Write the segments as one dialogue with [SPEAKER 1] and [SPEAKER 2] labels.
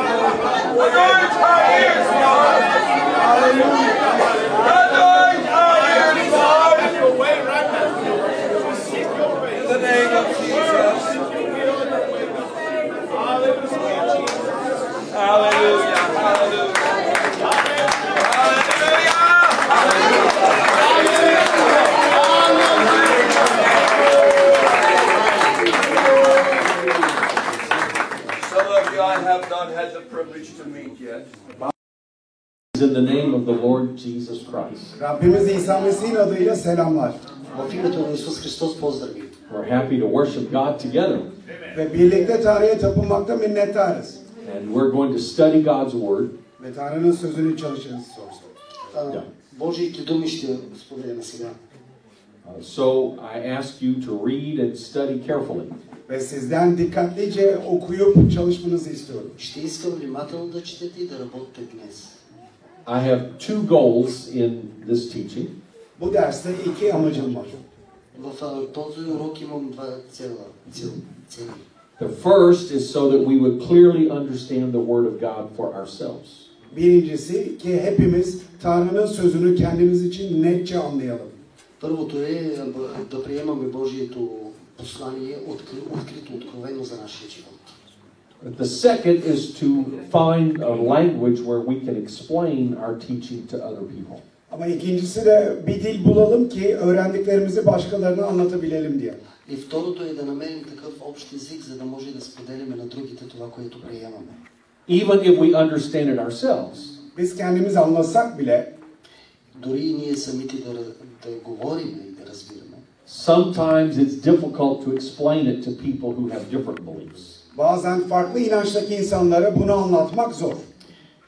[SPEAKER 1] Anoint our ears, Lord. Anoint our ears, Lord. In the name of Jesus. Hallelujah. Hallelujah. Hallelujah. Some of you I have not had the privilege to meet yet.
[SPEAKER 2] in the name of the Lord Jesus Christ.
[SPEAKER 3] Rabbimiz İsa Mesih'in adıyla selamlar.
[SPEAKER 4] Vakıfçı Isus Hristos pozdravi.
[SPEAKER 2] We're happy to worship God together,
[SPEAKER 3] Ve birlikte Tanrı'ya tapınmakta minnettarız.
[SPEAKER 2] and we're going to study God's Word.
[SPEAKER 3] Ve Tanrı'nın sözünü çalışırız sorsa.
[SPEAKER 4] А, Божиите думи ще споделяме сега.
[SPEAKER 2] Uh, so I ask you to read and study carefully.
[SPEAKER 3] Ve sizden dikkatlice okuyup çalışmanızı istiyorum.
[SPEAKER 4] Ще искам внимателно да четете и да работите днес.
[SPEAKER 2] I have two goals in this teaching.
[SPEAKER 3] Bu derste iki amacım var.
[SPEAKER 4] В а, този урок имам два цела, цел, цели.
[SPEAKER 2] The first is so that we would clearly understand the Word of God for ourselves.
[SPEAKER 3] Birincisi ki hepimiz Tanrı'nın sözünü kendimiz için netçe anlayalım.
[SPEAKER 4] Първото е а, б- да приемаме Божието послание откри, открито, откровено за нашия живот.
[SPEAKER 2] But the second is to find a language where we can explain our teaching to other people.
[SPEAKER 3] Ama ikincisi de bir dil bulalım ki öğrendiklerimizi başkalarına anlatabilelim diye.
[SPEAKER 4] И второто е да намерим такъв общ език, за да може да споделяме на другите това, което приемаме.
[SPEAKER 2] Even if we understand it ourselves,
[SPEAKER 3] Biz kendimiz anlasak bile
[SPEAKER 4] Дори и ние самите да, ра- да говорим и да разбираме.
[SPEAKER 2] Sometimes it's difficult to explain it to people who have different beliefs.
[SPEAKER 3] bazen farklı inançtaki insanlara bunu anlatmak zor.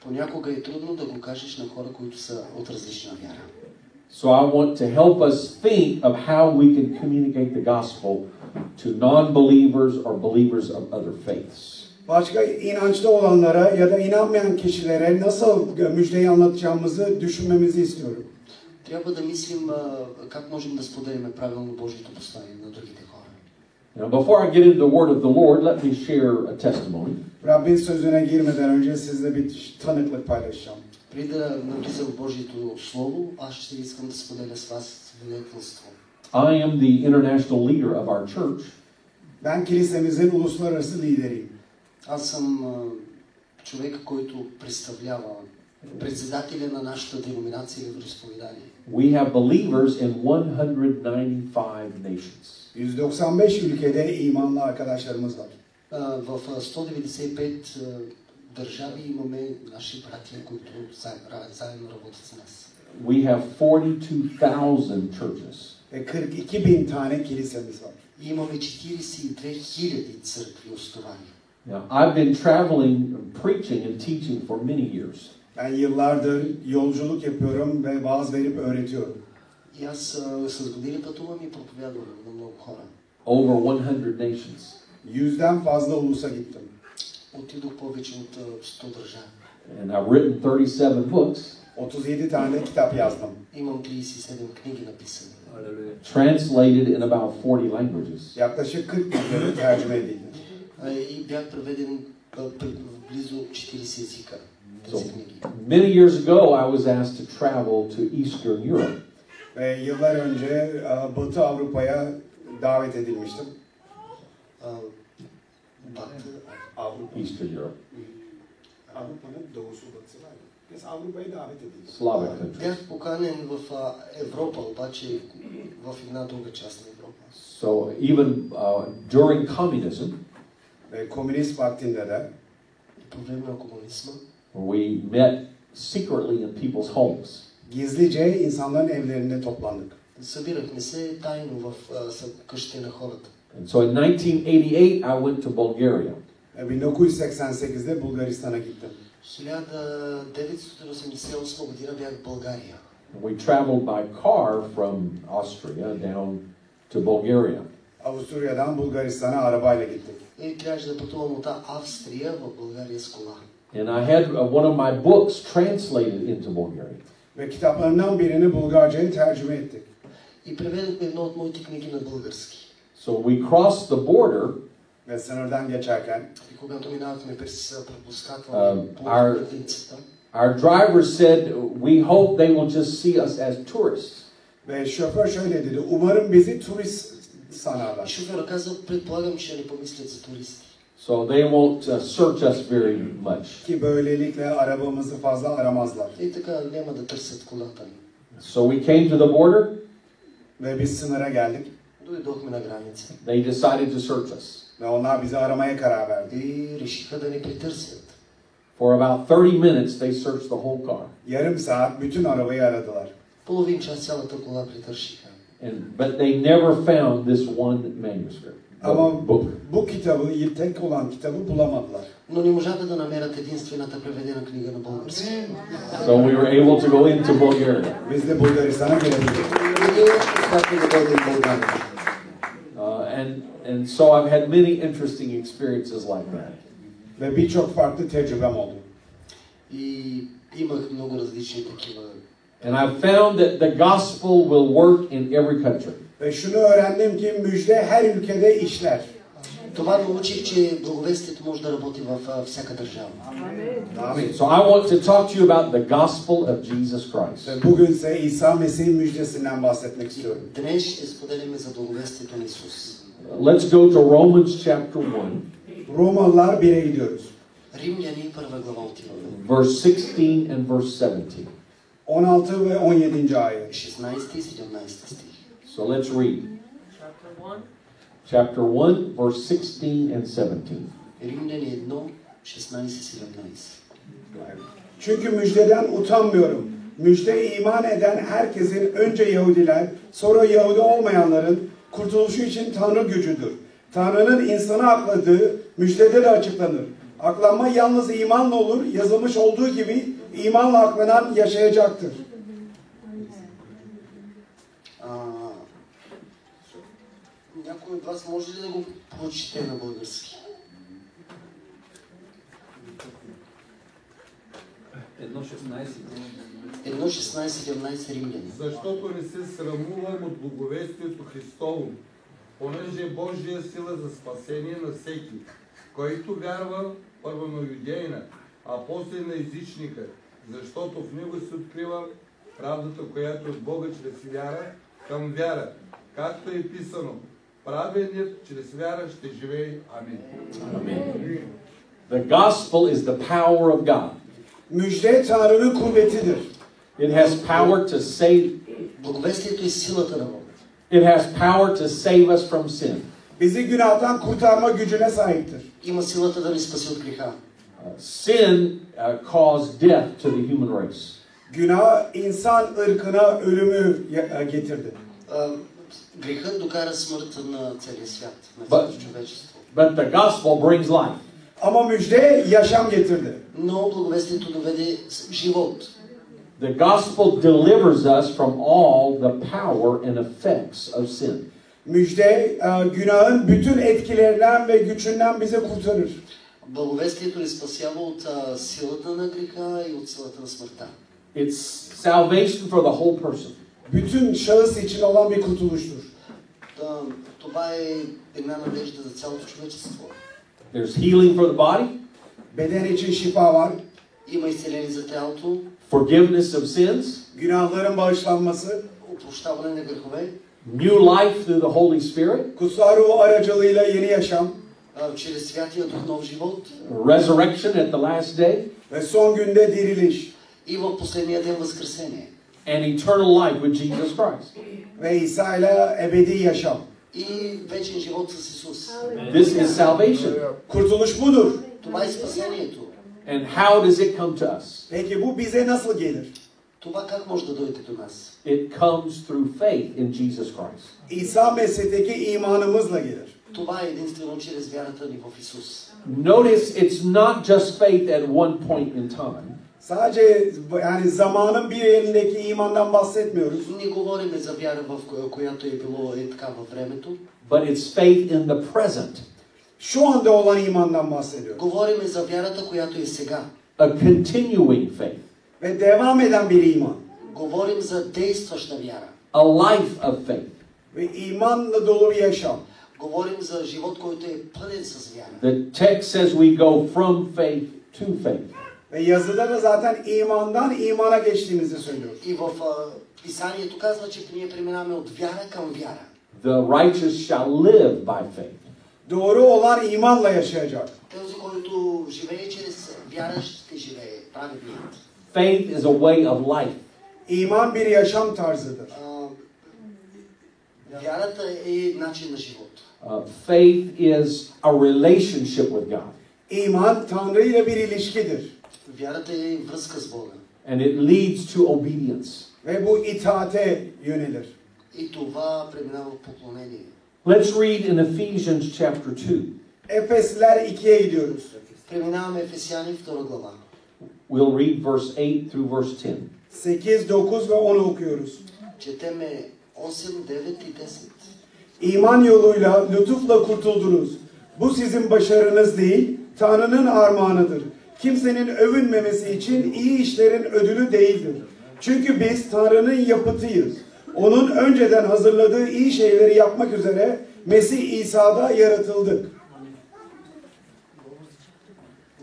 [SPEAKER 4] Понякога е трудно да го кажеш на хора, които са от различна вяра.
[SPEAKER 2] So I want to help us think of how we can communicate the gospel to non believers or believers of other faiths.
[SPEAKER 3] Başka inançta olanlara ya da inanmayan kişilere nasıl müjdeyi anlatacağımızı düşünmemizi istiyorum.
[SPEAKER 4] Трябва да мислим а, как можем да споделяме правилно Божието послание на другите хора.
[SPEAKER 2] Now, before I get into the word of the Lord, let me share a testimony.
[SPEAKER 3] Rabbin sözüne girmeden önce sizle bir tanıklık paylaşacağım.
[SPEAKER 4] При да навлизам в Божието Слово, аз ще искам да споделя с вас свидетелство.
[SPEAKER 2] I am the international leader of our church,
[SPEAKER 3] Ben kilisemizin uluslararası lideriyim.
[SPEAKER 4] Аз съм а, човек, който представлява председателя на нашата деноминация и вероисповедание.
[SPEAKER 2] we have believers in 195 nations.
[SPEAKER 3] 195 ülkede imanlı arkadaşlarımız var.
[SPEAKER 4] А, В а, 195 а, държави имаме наши братия, които заедно заедно работят с нас.
[SPEAKER 2] We have 42,000 churches.
[SPEAKER 3] Ve 42 bin tane kilisemiz var.
[SPEAKER 4] И имаме 42 000 църкви основания.
[SPEAKER 2] Now, I've been traveling, preaching, and teaching for many years.
[SPEAKER 3] Ben yıllardır yolculuk yapıyorum ve vaaz verip öğretiyorum.
[SPEAKER 4] И аз а, с години пътувам и проповядвам на много хора.
[SPEAKER 2] Over 100 nations.
[SPEAKER 3] Yüzden fazla ulusa gittim.
[SPEAKER 4] Отидох повече от а, 100 държави.
[SPEAKER 2] And I've written 37 books,
[SPEAKER 3] 37 tane kitap yazdım.
[SPEAKER 4] Имам 37 книги написани.
[SPEAKER 2] translated in about 40 languages.
[SPEAKER 3] Yaklaşık 40 yıldır tercüme edildi.
[SPEAKER 4] А, И бях преведен а, при- в близо 40 езика
[SPEAKER 2] So,
[SPEAKER 4] тези книги.
[SPEAKER 2] many years ago, I was asked to travel to Eastern Europe.
[SPEAKER 3] Ve Ee, yıllar önce e, Batı Avrupa'ya davet edilmiştim.
[SPEAKER 4] А, Бат,
[SPEAKER 3] Avrupa.
[SPEAKER 2] Eastern Europe,
[SPEAKER 3] Avrupa'nın doğusu batısı var ya. Biz Avrupa'ya davet edildik.
[SPEAKER 2] Slavic
[SPEAKER 4] а,
[SPEAKER 2] countries.
[SPEAKER 4] бях поканен в а, Европа, обаче в една друга част на Европа.
[SPEAKER 2] So, even uh, during communism,
[SPEAKER 3] Ve komünist vaktinde de
[SPEAKER 4] И по време на комунизма
[SPEAKER 2] we met secretly in people's homes.
[SPEAKER 3] gizlice insanların evlerinde toplandık.
[SPEAKER 4] събирахме се тайно в а, съ- къщите на хората.
[SPEAKER 2] And so, in 1988, I went to Bulgaria.
[SPEAKER 3] Ve 1988'de Bulgaristan'a gittim.
[SPEAKER 4] 1988 година бях в България.
[SPEAKER 2] We traveled by car from Austria down to Bulgaria.
[SPEAKER 3] Avusturya'dan Bulgaristan'a arabayla gittik.
[SPEAKER 4] И трябваше да пътувам от Австрия в България с кола.
[SPEAKER 2] And I had uh, one of my books translated into Bulgarian.
[SPEAKER 3] Ve kitaplarından birini Bulgarca'ya tercüme ettik.
[SPEAKER 4] и преведохме едно от моите книги на български.
[SPEAKER 2] So when we crossed the border,
[SPEAKER 3] Ve sınırdan geçerken
[SPEAKER 4] И когато минавахме през а, пропускателни
[SPEAKER 2] Um,
[SPEAKER 4] пункт
[SPEAKER 2] our-
[SPEAKER 4] на границата,
[SPEAKER 2] our driver said, We hope they will just see us as tourists.
[SPEAKER 3] ve şoför şöyle dedi. Umarım bizi turist sanarlar.
[SPEAKER 4] шофьорът каза, предполагам, че не помислят за туристи.
[SPEAKER 2] So they won't uh, search us very much.
[SPEAKER 3] Ki böylelikle arabamızı fazla aramazlar.
[SPEAKER 4] И така няма да търсят колата ни.
[SPEAKER 2] So we came to the border,
[SPEAKER 3] Ve biz sınıra geldik
[SPEAKER 4] Дойдохме на граница
[SPEAKER 2] they decided to search us.
[SPEAKER 3] ve onlar bizi aramaya karar verdi.
[SPEAKER 4] и решиха да ни притърсят.
[SPEAKER 2] For about 30 minutes, they searched the whole car.
[SPEAKER 3] Yarım saat bütün arabayı aradılar.
[SPEAKER 4] Половин час цялата кола притършиха.
[SPEAKER 2] And, but they never found this one manuscript.
[SPEAKER 3] Ama
[SPEAKER 2] book.
[SPEAKER 3] bu kitabı, tek olan kitabı bulamadılar.
[SPEAKER 4] Но не можаха да намерят единствената преведена книга на български. И
[SPEAKER 2] So we were able to go into Bulgaria.
[SPEAKER 3] Biz de Bulgaristan'a gelebildik.
[SPEAKER 4] ние успяхме да дойдем в България.
[SPEAKER 2] Uh, and, and so I've had many interesting experiences like that.
[SPEAKER 3] Ve birçok farklı tecrübem oldu.
[SPEAKER 4] И имах много различни такива.
[SPEAKER 2] And I've found that the gospel will work in every country.
[SPEAKER 3] Ve şunu öğrendim ki müjde her ülkede işler.
[SPEAKER 4] Това научих, че благовестието може да работи в а, всяка държава.
[SPEAKER 3] Amin.
[SPEAKER 2] So I want to talk to you about the gospel of Jesus Christ.
[SPEAKER 3] Ve bugünse İsa Mesih'in müjdesinden bahsetmek istiyorum.
[SPEAKER 4] Днес ще споделяме за благовестието на Исус.
[SPEAKER 2] Let's go to Romans chapter 1,
[SPEAKER 3] Romalılar 1'e gidiyoruz.
[SPEAKER 4] Римляни първа глава отиваме.
[SPEAKER 2] verse 16 and verse 17.
[SPEAKER 3] 16 ve 17. ayet.
[SPEAKER 4] 16 и 17 стих.
[SPEAKER 2] So let's read
[SPEAKER 5] Chapter 1,
[SPEAKER 2] chapter 1, verse 16 and 17.
[SPEAKER 4] Римляни 1, 16-17.
[SPEAKER 3] Çünkü müjdeden utanmıyorum. Müjde iman eden herkesin önce Yahudiler, sonra Yahudi olmayanların kurtuluşu için Tanrı gücüdür. Tanrı'nın insana akladığı müjdede de açıklanır. Aklanma yalnız imanla olur, yazılmış olduğu gibi imanla aklanan yaşayacaktır.
[SPEAKER 4] А, Някой от вас може ли да го прочете на български? Едно 16-17 римляни.
[SPEAKER 6] Защото не се срамувам от благовестието Христово, понеже е Божия сила за спасение на всеки, който вярва първо на юдейна, а после на езичника, защото в него се открива правдата, която е от Бога чрез вяра към вяра, както е писано. Праведният чрез вяра ще живее. Амин.
[SPEAKER 2] The gospel is the power of God.
[SPEAKER 3] Müjde Tanrı'nın kuvvetidir.
[SPEAKER 2] It has power to save
[SPEAKER 4] Благовестието е силата на Бога.
[SPEAKER 2] it has power to save us from sin.
[SPEAKER 3] Bizi günahtan kurtarma gücüne sahiptir.
[SPEAKER 4] Има силата да ни спаси от греха.
[SPEAKER 2] Uh, sin uh, caused death to the human race.
[SPEAKER 3] Günah insan ırkına ölümü ya- e, getirdi.
[SPEAKER 4] А, Грехът докара смъртта на целия свят, на
[SPEAKER 2] Ба-
[SPEAKER 4] цялото човечество.
[SPEAKER 2] But the gospel brings life.
[SPEAKER 3] Ama müjde yaşam getirdi.
[SPEAKER 4] Но благовестието доведе с- живот.
[SPEAKER 2] The gospel delivers us from all the power and effects of sin.
[SPEAKER 3] Müjde e, günahın bütün etkilerinden ve gücünden bizi kurtarır.
[SPEAKER 4] Благовестието ни спасява от а, силата на греха и от силата на смъртта.
[SPEAKER 2] It's salvation for the whole person.
[SPEAKER 3] Bütün şahıs için olan bir kurtuluştur.
[SPEAKER 4] Та, Това е една надежда за цялото човечество.
[SPEAKER 2] There's healing for the body,
[SPEAKER 3] Beden için şifa var,
[SPEAKER 4] Има изцеление за тялото,
[SPEAKER 2] forgiveness of sins,
[SPEAKER 3] günahların bağışlanması,
[SPEAKER 4] опрощаване на грехове,
[SPEAKER 2] new life through the Holy Spirit,
[SPEAKER 3] kutsal ruh aracılığıyla yeni yaşam
[SPEAKER 4] а, чрез святия дух нов живот
[SPEAKER 2] resurrection at the last day,
[SPEAKER 3] ve son günde diriliş
[SPEAKER 4] и в последния ден възкресение.
[SPEAKER 2] and eternal life with Jesus Christ.
[SPEAKER 3] ve İsa ile ebedi yaşam.
[SPEAKER 4] И вечен живот с Исус.
[SPEAKER 2] This is salvation.
[SPEAKER 3] Kurtuluş budur.
[SPEAKER 4] Това е спасението.
[SPEAKER 2] And how does it come to us?
[SPEAKER 3] Peki bu bize nasıl gelir?
[SPEAKER 4] Това как може да дойде до нас?
[SPEAKER 2] It comes through faith in Jesus Christ.
[SPEAKER 3] İsa Mesih'teki imanımızla gelir.
[SPEAKER 4] Това е единствено чрез вярата ни в Исус.
[SPEAKER 2] Notice it's not just faith at one point in time.
[SPEAKER 3] Sadece bu- yani zamanın bir yerindeki imandan bahsetmiyoruz.
[SPEAKER 4] Не говорим за вяра, в коя- която е било е така във времето.
[SPEAKER 2] but it's faith in the present,
[SPEAKER 3] Şu anda olan imandan bahsediyoruz.
[SPEAKER 4] Говорим за вярата, която е сега.
[SPEAKER 2] a continuing faith.
[SPEAKER 3] Ve devam eden bir iman.
[SPEAKER 4] Говорим за действаща вяра.
[SPEAKER 2] a life of faith
[SPEAKER 3] ve imanla dolu bir yaşam.
[SPEAKER 4] Говорим за живот, който е пълен с вяра.
[SPEAKER 2] the text says we go from faith to faith
[SPEAKER 3] Ve yazıda da zaten imandan imana geçtiğimizi söylüyor.
[SPEAKER 4] И в а, писанието казва, че ние преминаваме от вяра към вяра.
[SPEAKER 2] the righteous shall live by faith
[SPEAKER 3] Doğru olan imanla yaşayacak.
[SPEAKER 4] Този, който живее чрез вяра, ще живее праведният.
[SPEAKER 2] faith is a way of life
[SPEAKER 3] İman bir yaşam tarzıdır.
[SPEAKER 4] А, Вярата е начин на живот.
[SPEAKER 2] Uh, faith is a relationship with god
[SPEAKER 3] İman Tanrı ile bir ilişkidir.
[SPEAKER 4] Вярата е връзка с Бога.
[SPEAKER 2] and it leads to obedience
[SPEAKER 3] Ve bu itaate yönelir.
[SPEAKER 4] И това преминава в поклонение.
[SPEAKER 2] let's read in ephesians chapter 2
[SPEAKER 3] Efesler 2'ye gidiyoruz.
[SPEAKER 4] Преминаваме Ефесяни 2 глава.
[SPEAKER 2] we'll read verse 8 through verse 10
[SPEAKER 3] 8, 9 ve 10 okuyoruz.
[SPEAKER 4] Четеме 8, 9 е и 10.
[SPEAKER 3] İman yoluyla lütufla kurtuldunuz. Bu sizin başarınız değil, Tanrı'nın armağanıdır. Kimsenin övünmemesi için iyi işlerin ödülü değildir. Çünkü biz Tanrı'nın yapıtıyız. Onun önceden hazırladığı iyi şeyleri yapmak üzere Mesih İsa'da yaratıldık.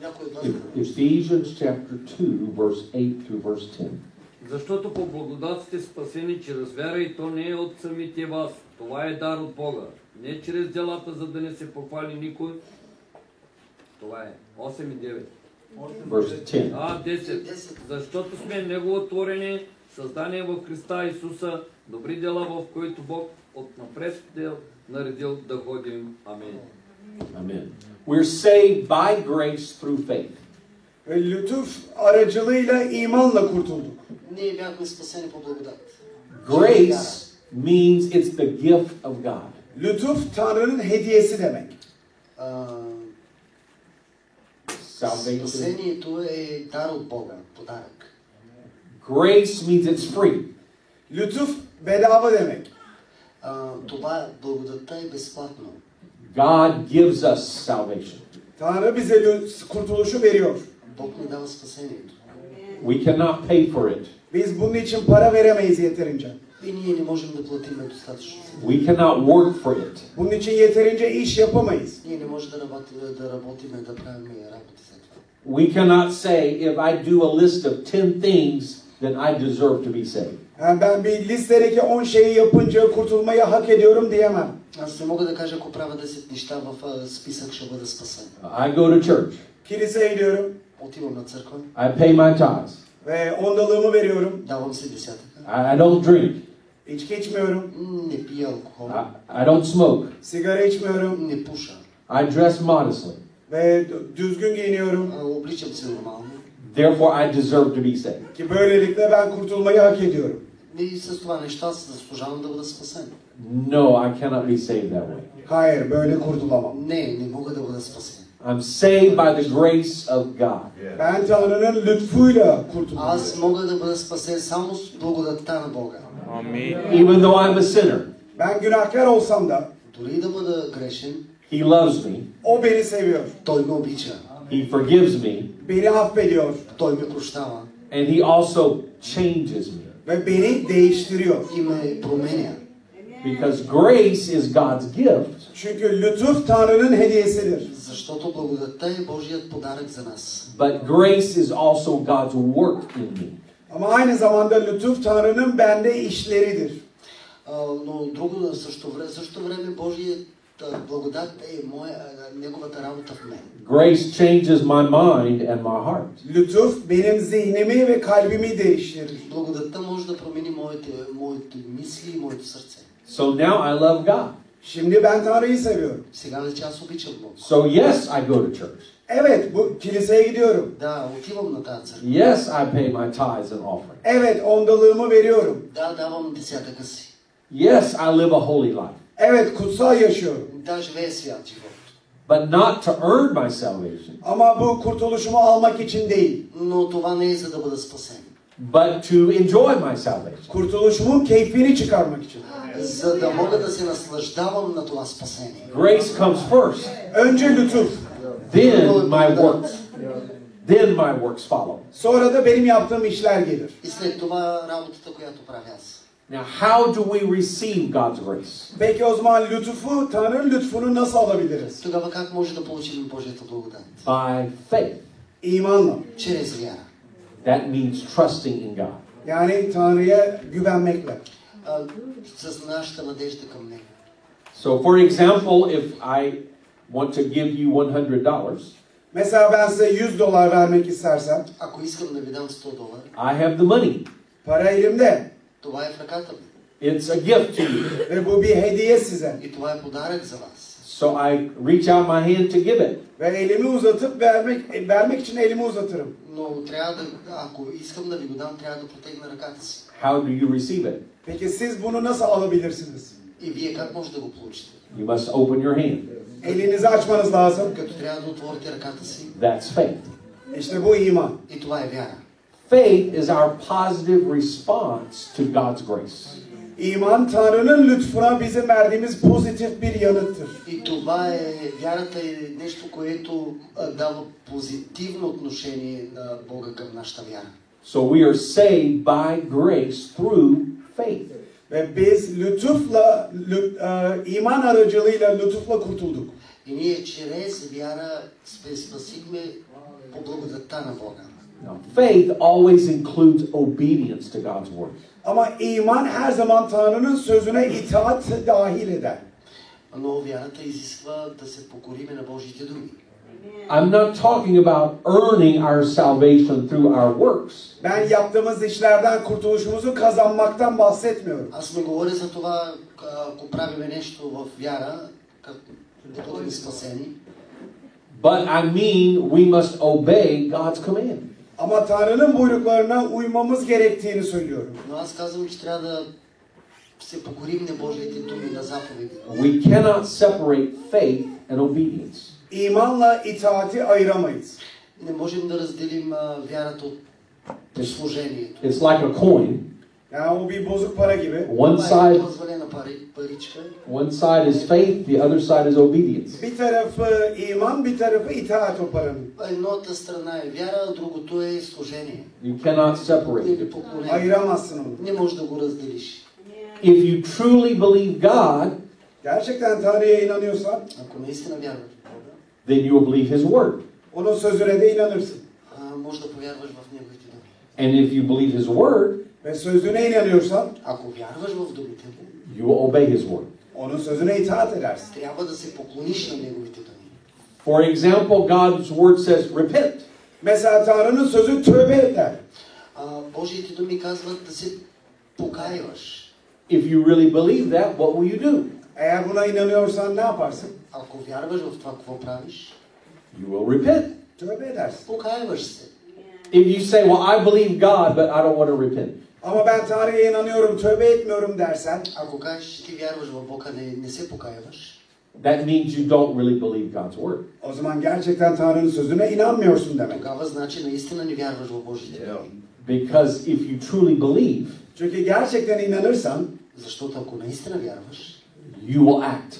[SPEAKER 4] Някой от вас.
[SPEAKER 2] Ephesians chapter 2, verse 8 through verse 10.
[SPEAKER 5] Защото по благодат сте спасени чрез вяра и то не е от самите вас. Това е дар от Бога. Не чрез делата, за да не се похвали никой. Това е 8 и 9.
[SPEAKER 2] Verse 10.
[SPEAKER 5] А, 10. Защото сме Негово творение, създание в Христа Исуса, добри дела, в които Бог отнапред е наредил да ходим. Амин.
[SPEAKER 2] Amen. We're saved by grace through faith.
[SPEAKER 3] Ve lütuf aracılığıyla imanla kurtulduk.
[SPEAKER 4] Ние е бяхме спасени по благодат.
[SPEAKER 2] Grace means it's the gift of God.
[SPEAKER 3] Lütuf Tanrı'nın hediyesi demek.
[SPEAKER 4] А,
[SPEAKER 2] Salvation.
[SPEAKER 4] спасението е дар от Бога, подарък.
[SPEAKER 2] Grace means it's free.
[SPEAKER 3] Lütuf bedava demek.
[SPEAKER 4] А, това благодатта е безплатно.
[SPEAKER 2] God gives us salvation.
[SPEAKER 3] Tanrı bize lüt- kurtuluşu veriyor.
[SPEAKER 4] Бог ни дава спасението.
[SPEAKER 2] We cannot pay for it.
[SPEAKER 3] Biz bunun için para veremeyiz yeterince.
[SPEAKER 4] И ние не можем да платим достатъчно.
[SPEAKER 2] We cannot work for it.
[SPEAKER 3] Bunun için yeterince iş yapamayız.
[SPEAKER 4] Ние не можем да работим, да работим, да правим работа за това.
[SPEAKER 2] We cannot say, if I do a list of 10 things, then I deserve to be saved.
[SPEAKER 3] Yani ben bir listedeki 10 şeyi yapınca kurtulmayı hak ediyorum diyemem.
[SPEAKER 4] Аз не мога да кажа, ако правя 10 неща в а, списък, ще бъда спасен.
[SPEAKER 2] I go to church.
[SPEAKER 3] Kiliseye gidiyorum
[SPEAKER 4] Отивам на църква,
[SPEAKER 2] I pay my tithes.
[SPEAKER 3] ve ondalığımı veriyorum.
[SPEAKER 4] давам се десятъка.
[SPEAKER 2] I I don't drink.
[SPEAKER 3] İçki içmiyorum,
[SPEAKER 4] М, Не пия алкохол,
[SPEAKER 2] I, I don't smoke.
[SPEAKER 3] sigara içmiyorum
[SPEAKER 4] не пуша.
[SPEAKER 2] I dress modestly.
[SPEAKER 3] ve d- düzgün giyiniyorum.
[SPEAKER 4] А, Обличам се нормално.
[SPEAKER 2] Therefore, I deserve to be saved.
[SPEAKER 3] Ki böylelikle ben kurtulmayı hak ediyorum.
[SPEAKER 4] И с това нещо аз заслужавам да бъда спасен.
[SPEAKER 2] No, I cannot be saved that way.
[SPEAKER 3] Hayır, böyle kurtulamam.
[SPEAKER 4] Не, не мога да бъда спасен.
[SPEAKER 2] I'm saved by the grace of God.
[SPEAKER 3] Ben Tanrı'nın lütfuyla kurtulamam.
[SPEAKER 4] Аз мога да бъда спасен само с благодатта на Бога.
[SPEAKER 2] Even though I'm a sinner,
[SPEAKER 3] Ben günahkar olsam da
[SPEAKER 4] Дори и да бъда грешен,
[SPEAKER 2] He loves me.
[SPEAKER 3] o beni seviyor.
[SPEAKER 4] Той ме обича,
[SPEAKER 2] He forgives me.
[SPEAKER 3] Beni affediyor
[SPEAKER 4] Той ме прощава
[SPEAKER 2] And He also changes me.
[SPEAKER 3] ve beni değiştiriyor.
[SPEAKER 4] и ме променя.
[SPEAKER 2] Because grace is God's gift.
[SPEAKER 3] Çünkü lütuf Tanrı'nın hediyesidir.
[SPEAKER 4] Защото благодатта е Божият подарък за нас.
[SPEAKER 2] But grace is also God's work in me.
[SPEAKER 3] Ama aynı zamanda lütuf Tanrı'nın bende işleridir.
[SPEAKER 4] А, но друго също време, също време Божият а, благодат е моя, а, неговата работа в мен.
[SPEAKER 2] Grace changes my mind and my heart.
[SPEAKER 3] Lütuf benim zihnimi ve kalbimi değiştirir.
[SPEAKER 4] Благодатта може да промени моите, моите мисли и моето сърце.
[SPEAKER 2] So now I love God.
[SPEAKER 3] Şimdi ben Tanrı'yı seviyorum.
[SPEAKER 4] Сега вече аз обичам Бог.
[SPEAKER 2] So, yes, I go to church.
[SPEAKER 3] Evet bu kiliseye gidiyorum.
[SPEAKER 4] Да, отивам на тази църква.
[SPEAKER 2] Yes, I pay my tithes and offerings.
[SPEAKER 3] Evet ondalığımı veriyorum.
[SPEAKER 4] Да, давам десятъка си.
[SPEAKER 2] Yes, I live a holy life,
[SPEAKER 3] Evet kutsal yaşıyorum.
[SPEAKER 4] Да, живее свят живот.
[SPEAKER 2] but not to earn my salvation,
[SPEAKER 3] Ama bu kurtuluşumu almak için değil.
[SPEAKER 4] Но това не е за да бъда спасен.
[SPEAKER 2] but to enjoy my salvation.
[SPEAKER 3] Kurtuluşumun keyfini çıkarmak için.
[SPEAKER 4] За да мога да се наслаждавам на това спасение.
[SPEAKER 2] Grace comes first,
[SPEAKER 3] Önce lütuf.
[SPEAKER 2] then my works. Then my works follow.
[SPEAKER 3] Sonra da benim yaptığım işler gelir.
[SPEAKER 4] И след това работата, която правя аз.
[SPEAKER 2] Now, how do we receive God's grace?
[SPEAKER 3] Peki o zaman lütufu, Tanrı'nın lütfunu nasıl alabiliriz?
[SPEAKER 4] Тогава как може да получим Божията благодат?
[SPEAKER 2] By faith.
[SPEAKER 3] İmanla.
[SPEAKER 4] Чрез вяра.
[SPEAKER 2] That means trusting in God.
[SPEAKER 3] Yani Tanrı'ya güvenmekle.
[SPEAKER 4] А, с нашата надежда към Него.
[SPEAKER 2] So, for example, if I want to give you $100,
[SPEAKER 3] Mesela ben size 100 dolar vermek istersem,
[SPEAKER 4] Ако искам да ви дам 100 долара,
[SPEAKER 2] I have the money.
[SPEAKER 3] para elimde
[SPEAKER 4] това е в ръката ми.
[SPEAKER 2] It's a gift to you.
[SPEAKER 3] ve bu bir hediye size.
[SPEAKER 4] И това е подарък за вас.
[SPEAKER 2] So I reach out my hand to give it.
[SPEAKER 3] Ve elimi uzatıp vermek e, vermek için elimi uzatırım.
[SPEAKER 4] Но трябва да, ако искам да ви го дам, трябва да протегна ръката си.
[SPEAKER 2] How do you receive it?
[SPEAKER 3] Peki siz bunu nasıl alabilirsiniz?
[SPEAKER 4] И вие как може да го получите?
[SPEAKER 2] You must open your hand.
[SPEAKER 3] Elinizi açmanız lazım.
[SPEAKER 4] Като трябва да отворите ръката си,
[SPEAKER 2] That's faith.
[SPEAKER 3] İşte bu iman.
[SPEAKER 4] и това е вяра.
[SPEAKER 2] Faith is our positive response to God's grace.
[SPEAKER 3] İman Tanrı'nın lütfuna bizim verdiğimiz pozitif bir yanıttır.
[SPEAKER 4] И това е, вярата е нещо, което а, дава позитивно отношение на Бога към нашата вяра.
[SPEAKER 2] So we are saved by grace through faith.
[SPEAKER 3] Ve biz lütufla, lü- e, iman aracılığıyla lütufla kurtulduk.
[SPEAKER 4] И ние чрез вяра сме спасихме по благодатта на Бога.
[SPEAKER 2] Now, faith always includes obedience to God's word.
[SPEAKER 3] Ama iman her zaman Tanrı'nın sözüne itaat dahil eder.
[SPEAKER 4] Но вярата изисква да се покориме на Божите думи.
[SPEAKER 2] I'm not talking about earning our salvation through our works.
[SPEAKER 3] Ben yaptığımız işlerden kurtuluşumuzu kazanmaktan bahsetmiyorum.
[SPEAKER 4] Аз не говоря за това, ако правиме нещо в вяра, като да бъдем спасени,
[SPEAKER 2] But I mean, we must obey God's command.
[SPEAKER 3] Ama Tanrı'nın buyruklarına uymamız gerektiğini söylüyorum.
[SPEAKER 4] но аз казвам, че трябва да се покорим на Божиите думи, на заповеди.
[SPEAKER 2] We cannot separate faith and obedience.
[SPEAKER 3] İmanla itaati ayıramayız.
[SPEAKER 4] Не можем да разделим а, вярата от служението.
[SPEAKER 2] It's like a coin.
[SPEAKER 3] Yani o bir bozuk para gibi.
[SPEAKER 2] One
[SPEAKER 4] Това е
[SPEAKER 2] side,
[SPEAKER 4] позволена пари, паричка.
[SPEAKER 2] one side is faith, the other side is obedience.
[SPEAKER 3] Bir tarafı iman, bir tarafı itaat o paranın.
[SPEAKER 4] Едната страна е вяра, другото е служение.
[SPEAKER 2] You cannot separate
[SPEAKER 4] Или
[SPEAKER 2] it.
[SPEAKER 4] поклонение.
[SPEAKER 3] Ayıramazsın onu.
[SPEAKER 4] Не можеш да го разделиш.
[SPEAKER 2] If you truly believe God,
[SPEAKER 3] Gerçekten Tanrı'ya inanıyorsan
[SPEAKER 4] Ако наистина вярваш в Бога,
[SPEAKER 2] then you will believe His word.
[SPEAKER 3] onun sözüne de inanırsın.
[SPEAKER 4] а, може да повярваш в Неговите думи.
[SPEAKER 2] And if you believe His word,
[SPEAKER 3] Ve sözüne inanıyorsan
[SPEAKER 4] Ако вярваш в думите му,
[SPEAKER 2] you will obey His word.
[SPEAKER 3] onun sözüne itaat edersin.
[SPEAKER 4] трябва да се поклониш на Неговите думи.
[SPEAKER 2] For example, God's word says, repent.
[SPEAKER 3] Mesela Tanrı'nın sözü tövbe et der.
[SPEAKER 4] А, Божиите думи казват да се покаиваш.
[SPEAKER 2] If you really believe that, what will you do?
[SPEAKER 3] Eğer buna inanıyorsan ne yaparsın?
[SPEAKER 4] Ако вярваш в това, какво правиш,
[SPEAKER 2] You will repent.
[SPEAKER 3] Tövbe edersin.
[SPEAKER 4] покаиваш се.
[SPEAKER 2] If you say, well, I believe God, but I don't want to repent,
[SPEAKER 3] Ama ben Tanrı'ya inanıyorum, tövbe etmiyorum dersen
[SPEAKER 4] Ако кажеш, че ти вярваш в Бога, не, не се покаиваш,
[SPEAKER 2] that means you don't really believe God's word.
[SPEAKER 3] o zaman gerçekten Tanrı'nın sözüne inanmıyorsun demek.
[SPEAKER 4] тогава значи наистина не вярваш в Божиите думи.
[SPEAKER 2] Because if you truly believe,
[SPEAKER 3] Çünkü gerçekten inanırsan
[SPEAKER 4] Защото ако наистина вярваш,
[SPEAKER 2] you will act.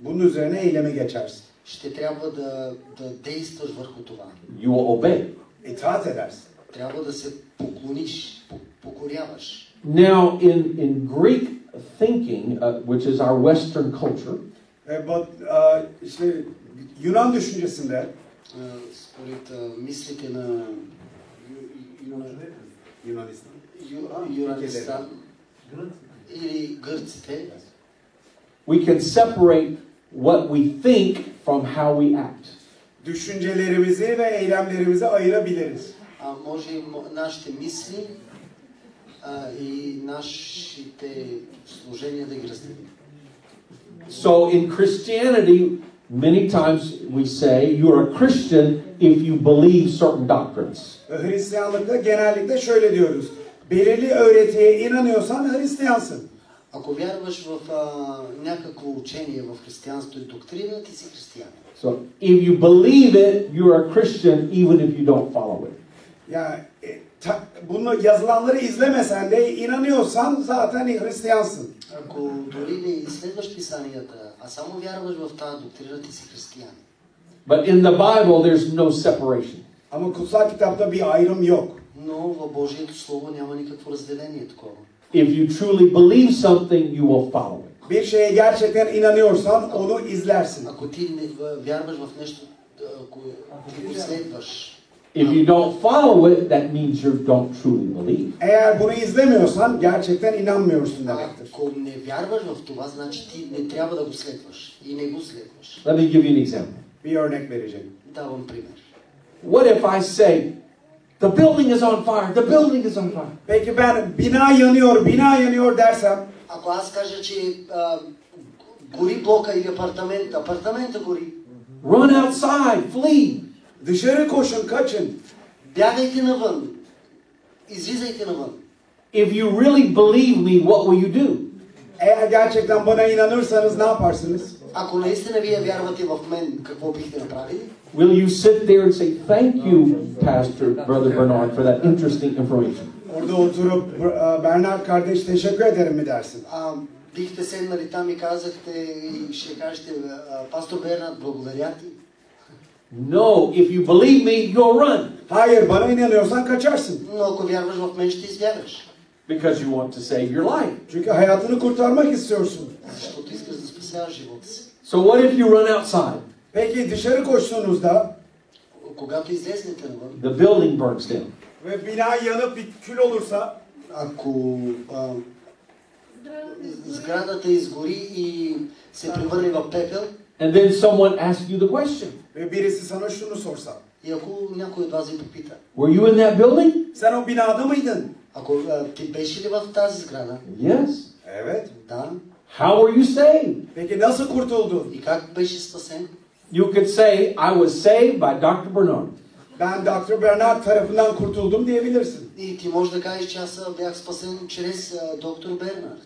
[SPEAKER 3] bunun üzerine eyleme geçersin.
[SPEAKER 4] ще трябва да, да действаш върху това.
[SPEAKER 2] You will obey.
[SPEAKER 3] İtaat edersin.
[SPEAKER 4] Трябва да се поклониш, по- покоряваш.
[SPEAKER 2] Now, in, in Greek thinking, uh, which is our Western culture,
[SPEAKER 3] Ve bu, e, işte Yunan düşüncesinde
[SPEAKER 4] А, Според а, мислите на Ю- Ю-
[SPEAKER 3] Yunanistan.
[SPEAKER 4] Ю- Юранистан или гърците,
[SPEAKER 2] we can separate what we think from how we act.
[SPEAKER 3] Düşüncelerimizi ve eylemlerimizi ayırabiliriz.
[SPEAKER 4] а може и мо- нашите мисли а, и нашите служения да ги разделим.
[SPEAKER 2] So, in Christianity, many times we say you're a Christian if you believe certain doctrines.
[SPEAKER 3] Ve Hristiyanlıkta genellikle şöyle diyoruz. Belirli öğretiye inanıyorsan Hristiyansın.
[SPEAKER 4] Ако вярваш в а, някакво учение в християнство и доктрина, ти си християнин.
[SPEAKER 2] So, if you believe it, you're a Christian even if you don't follow it.
[SPEAKER 3] Ya e, ta- bunu yazılanları izlemesen de inanıyorsan zaten Hristiyansın.
[SPEAKER 4] Ако дори не изследваш писанията, а само вярваш в тази доктрина, ти си християнин.
[SPEAKER 2] But in the Bible, there's no separation.
[SPEAKER 3] Ama kutsal kitapta bir ayrım yok.
[SPEAKER 4] Но в Божието Слово няма никакво разделение такова.
[SPEAKER 2] If you truly believe something, you will follow it.
[SPEAKER 3] Bir şeye gerçekten inanıyorsan onu izlersin.
[SPEAKER 4] Ако ти не в- вярваш в нещо, ако ти го следваш,
[SPEAKER 2] If you don't follow it, that means you don't truly believe.
[SPEAKER 3] Eğer bunu izlemiyorsan gerçekten inanmıyorsun demektir.
[SPEAKER 4] ако не вярваш в това, значи ти не трябва да го следваш и не го следваш.
[SPEAKER 2] Let me give you an example.
[SPEAKER 3] Bir örnek vereceğim.
[SPEAKER 4] Давам пример.
[SPEAKER 2] What if I say, the building is on fire, the building is on fire?
[SPEAKER 3] Peki ben bina yanıyor, bina yanıyor dersem
[SPEAKER 4] Ако аз кажа, че а, гори блока или апартамент, апартамента гори,
[SPEAKER 2] Run outside, flee.
[SPEAKER 3] dışarı koşun, kaçın.
[SPEAKER 4] бягайте навън, излизайте навън.
[SPEAKER 2] If you really believe me, what will you do?
[SPEAKER 3] Eğer gerçekten bana inanırsanız ne yaparsınız?
[SPEAKER 4] Ако наистина вие вярвате в мен, какво бихте направили?
[SPEAKER 2] Will you sit there and say, thank you, Pastor Brother Bernard, for that interesting information?
[SPEAKER 3] Orada oturup "Br- e, Bernard kardeş teşekkür ederim mi dersin?
[SPEAKER 4] А, бихте седнали там и казахте и ще кажете, а, пастор Бернат, благодаря ти.
[SPEAKER 2] No, if you believe me, you'll run
[SPEAKER 3] Hayır bana inanıyorsan kaçarsın.
[SPEAKER 4] Но ако вярваш в мен, ще избягаш.
[SPEAKER 2] because you want to save your life.
[SPEAKER 3] Çünkü hayatını kurtarmak istiyorsun.
[SPEAKER 4] Защото искаш да спасяваш живота си.
[SPEAKER 2] So what if you run outside?
[SPEAKER 3] Peki dışarı koştuğunuzda
[SPEAKER 4] Когато излезнете навън,
[SPEAKER 2] The building burns down.
[SPEAKER 3] ve bina yanıp bir kül olursa
[SPEAKER 4] ако а, сградата изгори и се превърне в пепел,
[SPEAKER 2] And then someone asks you the question,
[SPEAKER 3] ve birisi sana şunu sorsa.
[SPEAKER 4] и ако някой от вас ви попита,
[SPEAKER 2] were you in that building?
[SPEAKER 3] Sen o binada mıydın?
[SPEAKER 4] ако а, ти беше ли в тази сграда?
[SPEAKER 2] Yes.
[SPEAKER 3] Evet.
[SPEAKER 4] Да.
[SPEAKER 2] How were you saved?
[SPEAKER 3] Peki nasıl kurtuldun?
[SPEAKER 4] И как беше спасен?
[SPEAKER 2] You could say, I was saved by Dr. Bernard.
[SPEAKER 3] Ben Dr. Bernard tarafından kurtuldum diyebilirsin.
[SPEAKER 4] И ти можеш да кажеш, че аз а, бях спасен чрез а, доктор Бернард.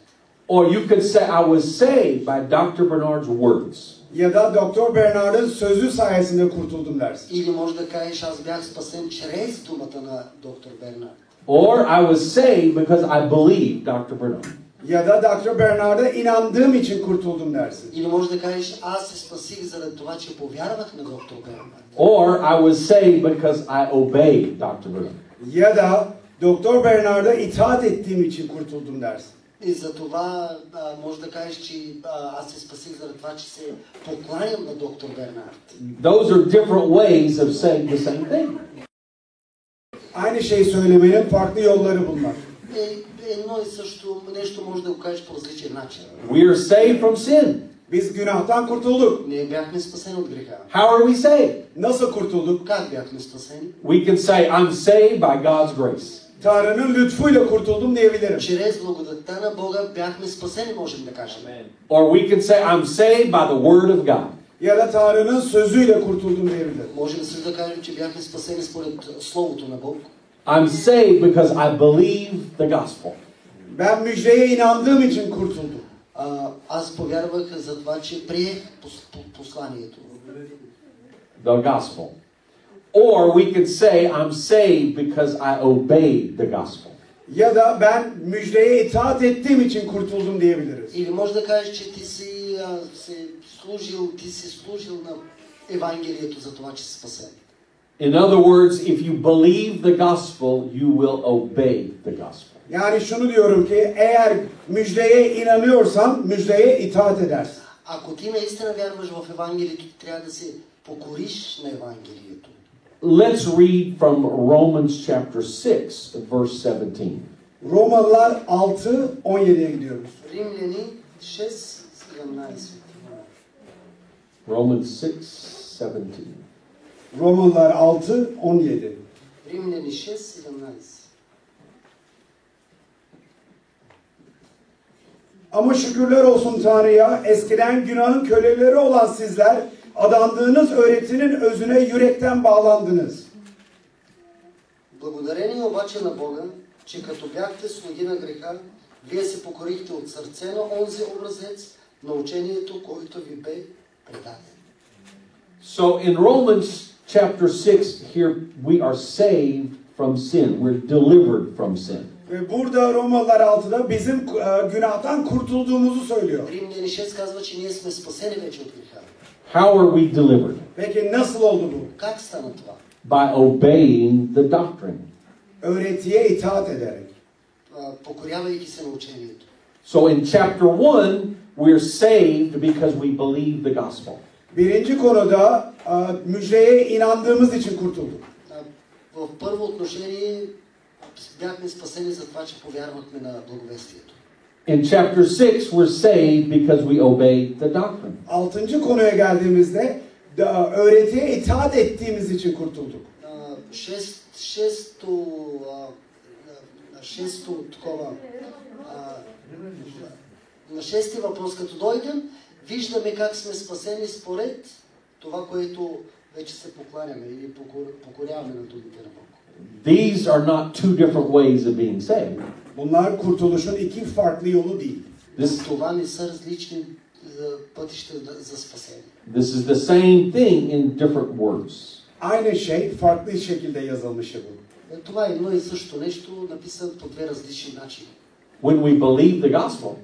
[SPEAKER 2] Or you could say, I was saved by Dr. Bernard's words.
[SPEAKER 3] Ya da Dr. Bernard'ın sözü sayesinde kurtuldum dersin.
[SPEAKER 4] Или може да кажеш, аз бях спасен чрез думата на доктор Бернард.
[SPEAKER 2] Or I was saved because I believed Dr. Bernard.
[SPEAKER 3] Ya da Dr. Bernard'a inandığım için kurtuldum dersin.
[SPEAKER 4] Или може да кажеш, аз се спасих заради това, че повярвах на доктор Бернард.
[SPEAKER 2] Or I was saved because I obeyed Dr. Bernard.
[SPEAKER 3] Ya da Doktor Bernard'a itaat ettiğim için kurtuldum dersin.
[SPEAKER 4] И за това а, може да кажеш, че а, аз се спасих заради това, че се покланям на доктор Бернард.
[SPEAKER 2] Those are different ways of saying the same thing.
[SPEAKER 3] Aynı şeyi söylemenin farklı yolları bunlar.
[SPEAKER 4] Е, едно и също нещо може да го кажеш по различен начин.
[SPEAKER 2] We are saved from sin.
[SPEAKER 3] Biz günahtan kurtulduk.
[SPEAKER 4] Ние бяхме спасени от греха.
[SPEAKER 2] How are we saved?
[SPEAKER 3] Nasıl kurtulduk?
[SPEAKER 4] Как бяхме спасени?
[SPEAKER 2] We can say, I'm saved by God's grace.
[SPEAKER 3] Tanrı'nın lütfuyla kurtuldum diyebilirim.
[SPEAKER 4] Чрез благодатта на Бога бяхме спасени, можем да кажем.
[SPEAKER 2] Or we can say, I'm saved by the Word of God.
[SPEAKER 3] Ya da Tanrı'nın sözüyle kurtuldum diyebilirim.
[SPEAKER 4] Можем също да кажем, че бяхме спасени според Словото на Бог.
[SPEAKER 2] I'm saved because I believe the gospel.
[SPEAKER 3] Ben müjdeye inandığım için kurtuldum.
[SPEAKER 4] А, аз повярвах за това, че приех пос- по- посланието.
[SPEAKER 2] The gospel. Or we can say, I'm saved because I obeyed the gospel.
[SPEAKER 3] Ya da ben müjdeye itaat ettiğim için kurtuldum diyebiliriz.
[SPEAKER 4] Или може да кажеш, че ти си а, се служил, ти си служил на Евангелието за това, че си спасен.
[SPEAKER 2] In other words, if you believe the gospel, you will obey the gospel.
[SPEAKER 3] Yani şunu diyorum ki eğer müjdeye inanıyorsan müjdeye itaat edersin.
[SPEAKER 4] Ако ти наистина вярваш в Евангелието, ти трябва да се покориш на Евангелието.
[SPEAKER 2] Let's read from Romans chapter 6, verse 17.
[SPEAKER 3] Romalılar 6 17'ye gidiyoruz.
[SPEAKER 4] Римляни 6.17.
[SPEAKER 2] Romans 6, 17.
[SPEAKER 3] Romalılar 6 17.
[SPEAKER 4] Римляни 6.17.
[SPEAKER 3] Ama şükürler olsun Tanrı'ya eskiden günahın köleleri olan sizler adandığınız öğretinin özüne yürekten bağlandınız.
[SPEAKER 4] Благодарение обаче на Бога, че като бяхте слуги на греха, вие се покорихте от сърце на онзи образец на учението, който ви бе предаден.
[SPEAKER 2] So in Romans chapter 6, here we are saved from sin, we're delivered from sin.
[SPEAKER 3] Ve burada Romalılar 6'da bizim e, günahtan kurtulduğumuzu söylüyor.
[SPEAKER 4] Римляни 6 казва, че ние сме спасени вече от греха.
[SPEAKER 2] How are we delivered?
[SPEAKER 3] Peki nasıl oldu bu?
[SPEAKER 4] Как стана това?
[SPEAKER 2] By obeying the doctrine.
[SPEAKER 3] Öğretiye itaat ederek.
[SPEAKER 4] а, покорявайки се на учението.
[SPEAKER 2] So in chapter 1, we're saved because we believe the gospel.
[SPEAKER 3] Birinci konuda a, müjdeye inandığımız için kurtulduk.
[SPEAKER 4] А, В първо отношение бяхме спасени за това, че повярвахме на благовестието.
[SPEAKER 2] In chapter 6, we're saved because we obey the doctrine.
[SPEAKER 3] Altıncı konuya geldiğimizde da, öğretiye itaat ettiğimiz için kurtulduk.
[SPEAKER 4] А, Шест, шесто, а, на- на шесто такова, а, на шести въпрос, като дойдем, виждаме как сме спасени според това, което вече се покланяме или покор- покоряваме на думите на Бог.
[SPEAKER 2] These are not two different ways of being saved.
[SPEAKER 3] Bunlar kurtuluşun iki farklı yolu değil.
[SPEAKER 2] This,
[SPEAKER 4] Това не са различни е, пътища да- за спасение.
[SPEAKER 2] this is the same thing in different words.
[SPEAKER 3] Aynı şey farklı şekilde yazılmış şey bu.
[SPEAKER 4] Е, Това е едно и също нещо, написано по две различни начини.
[SPEAKER 2] When we believe the gospel,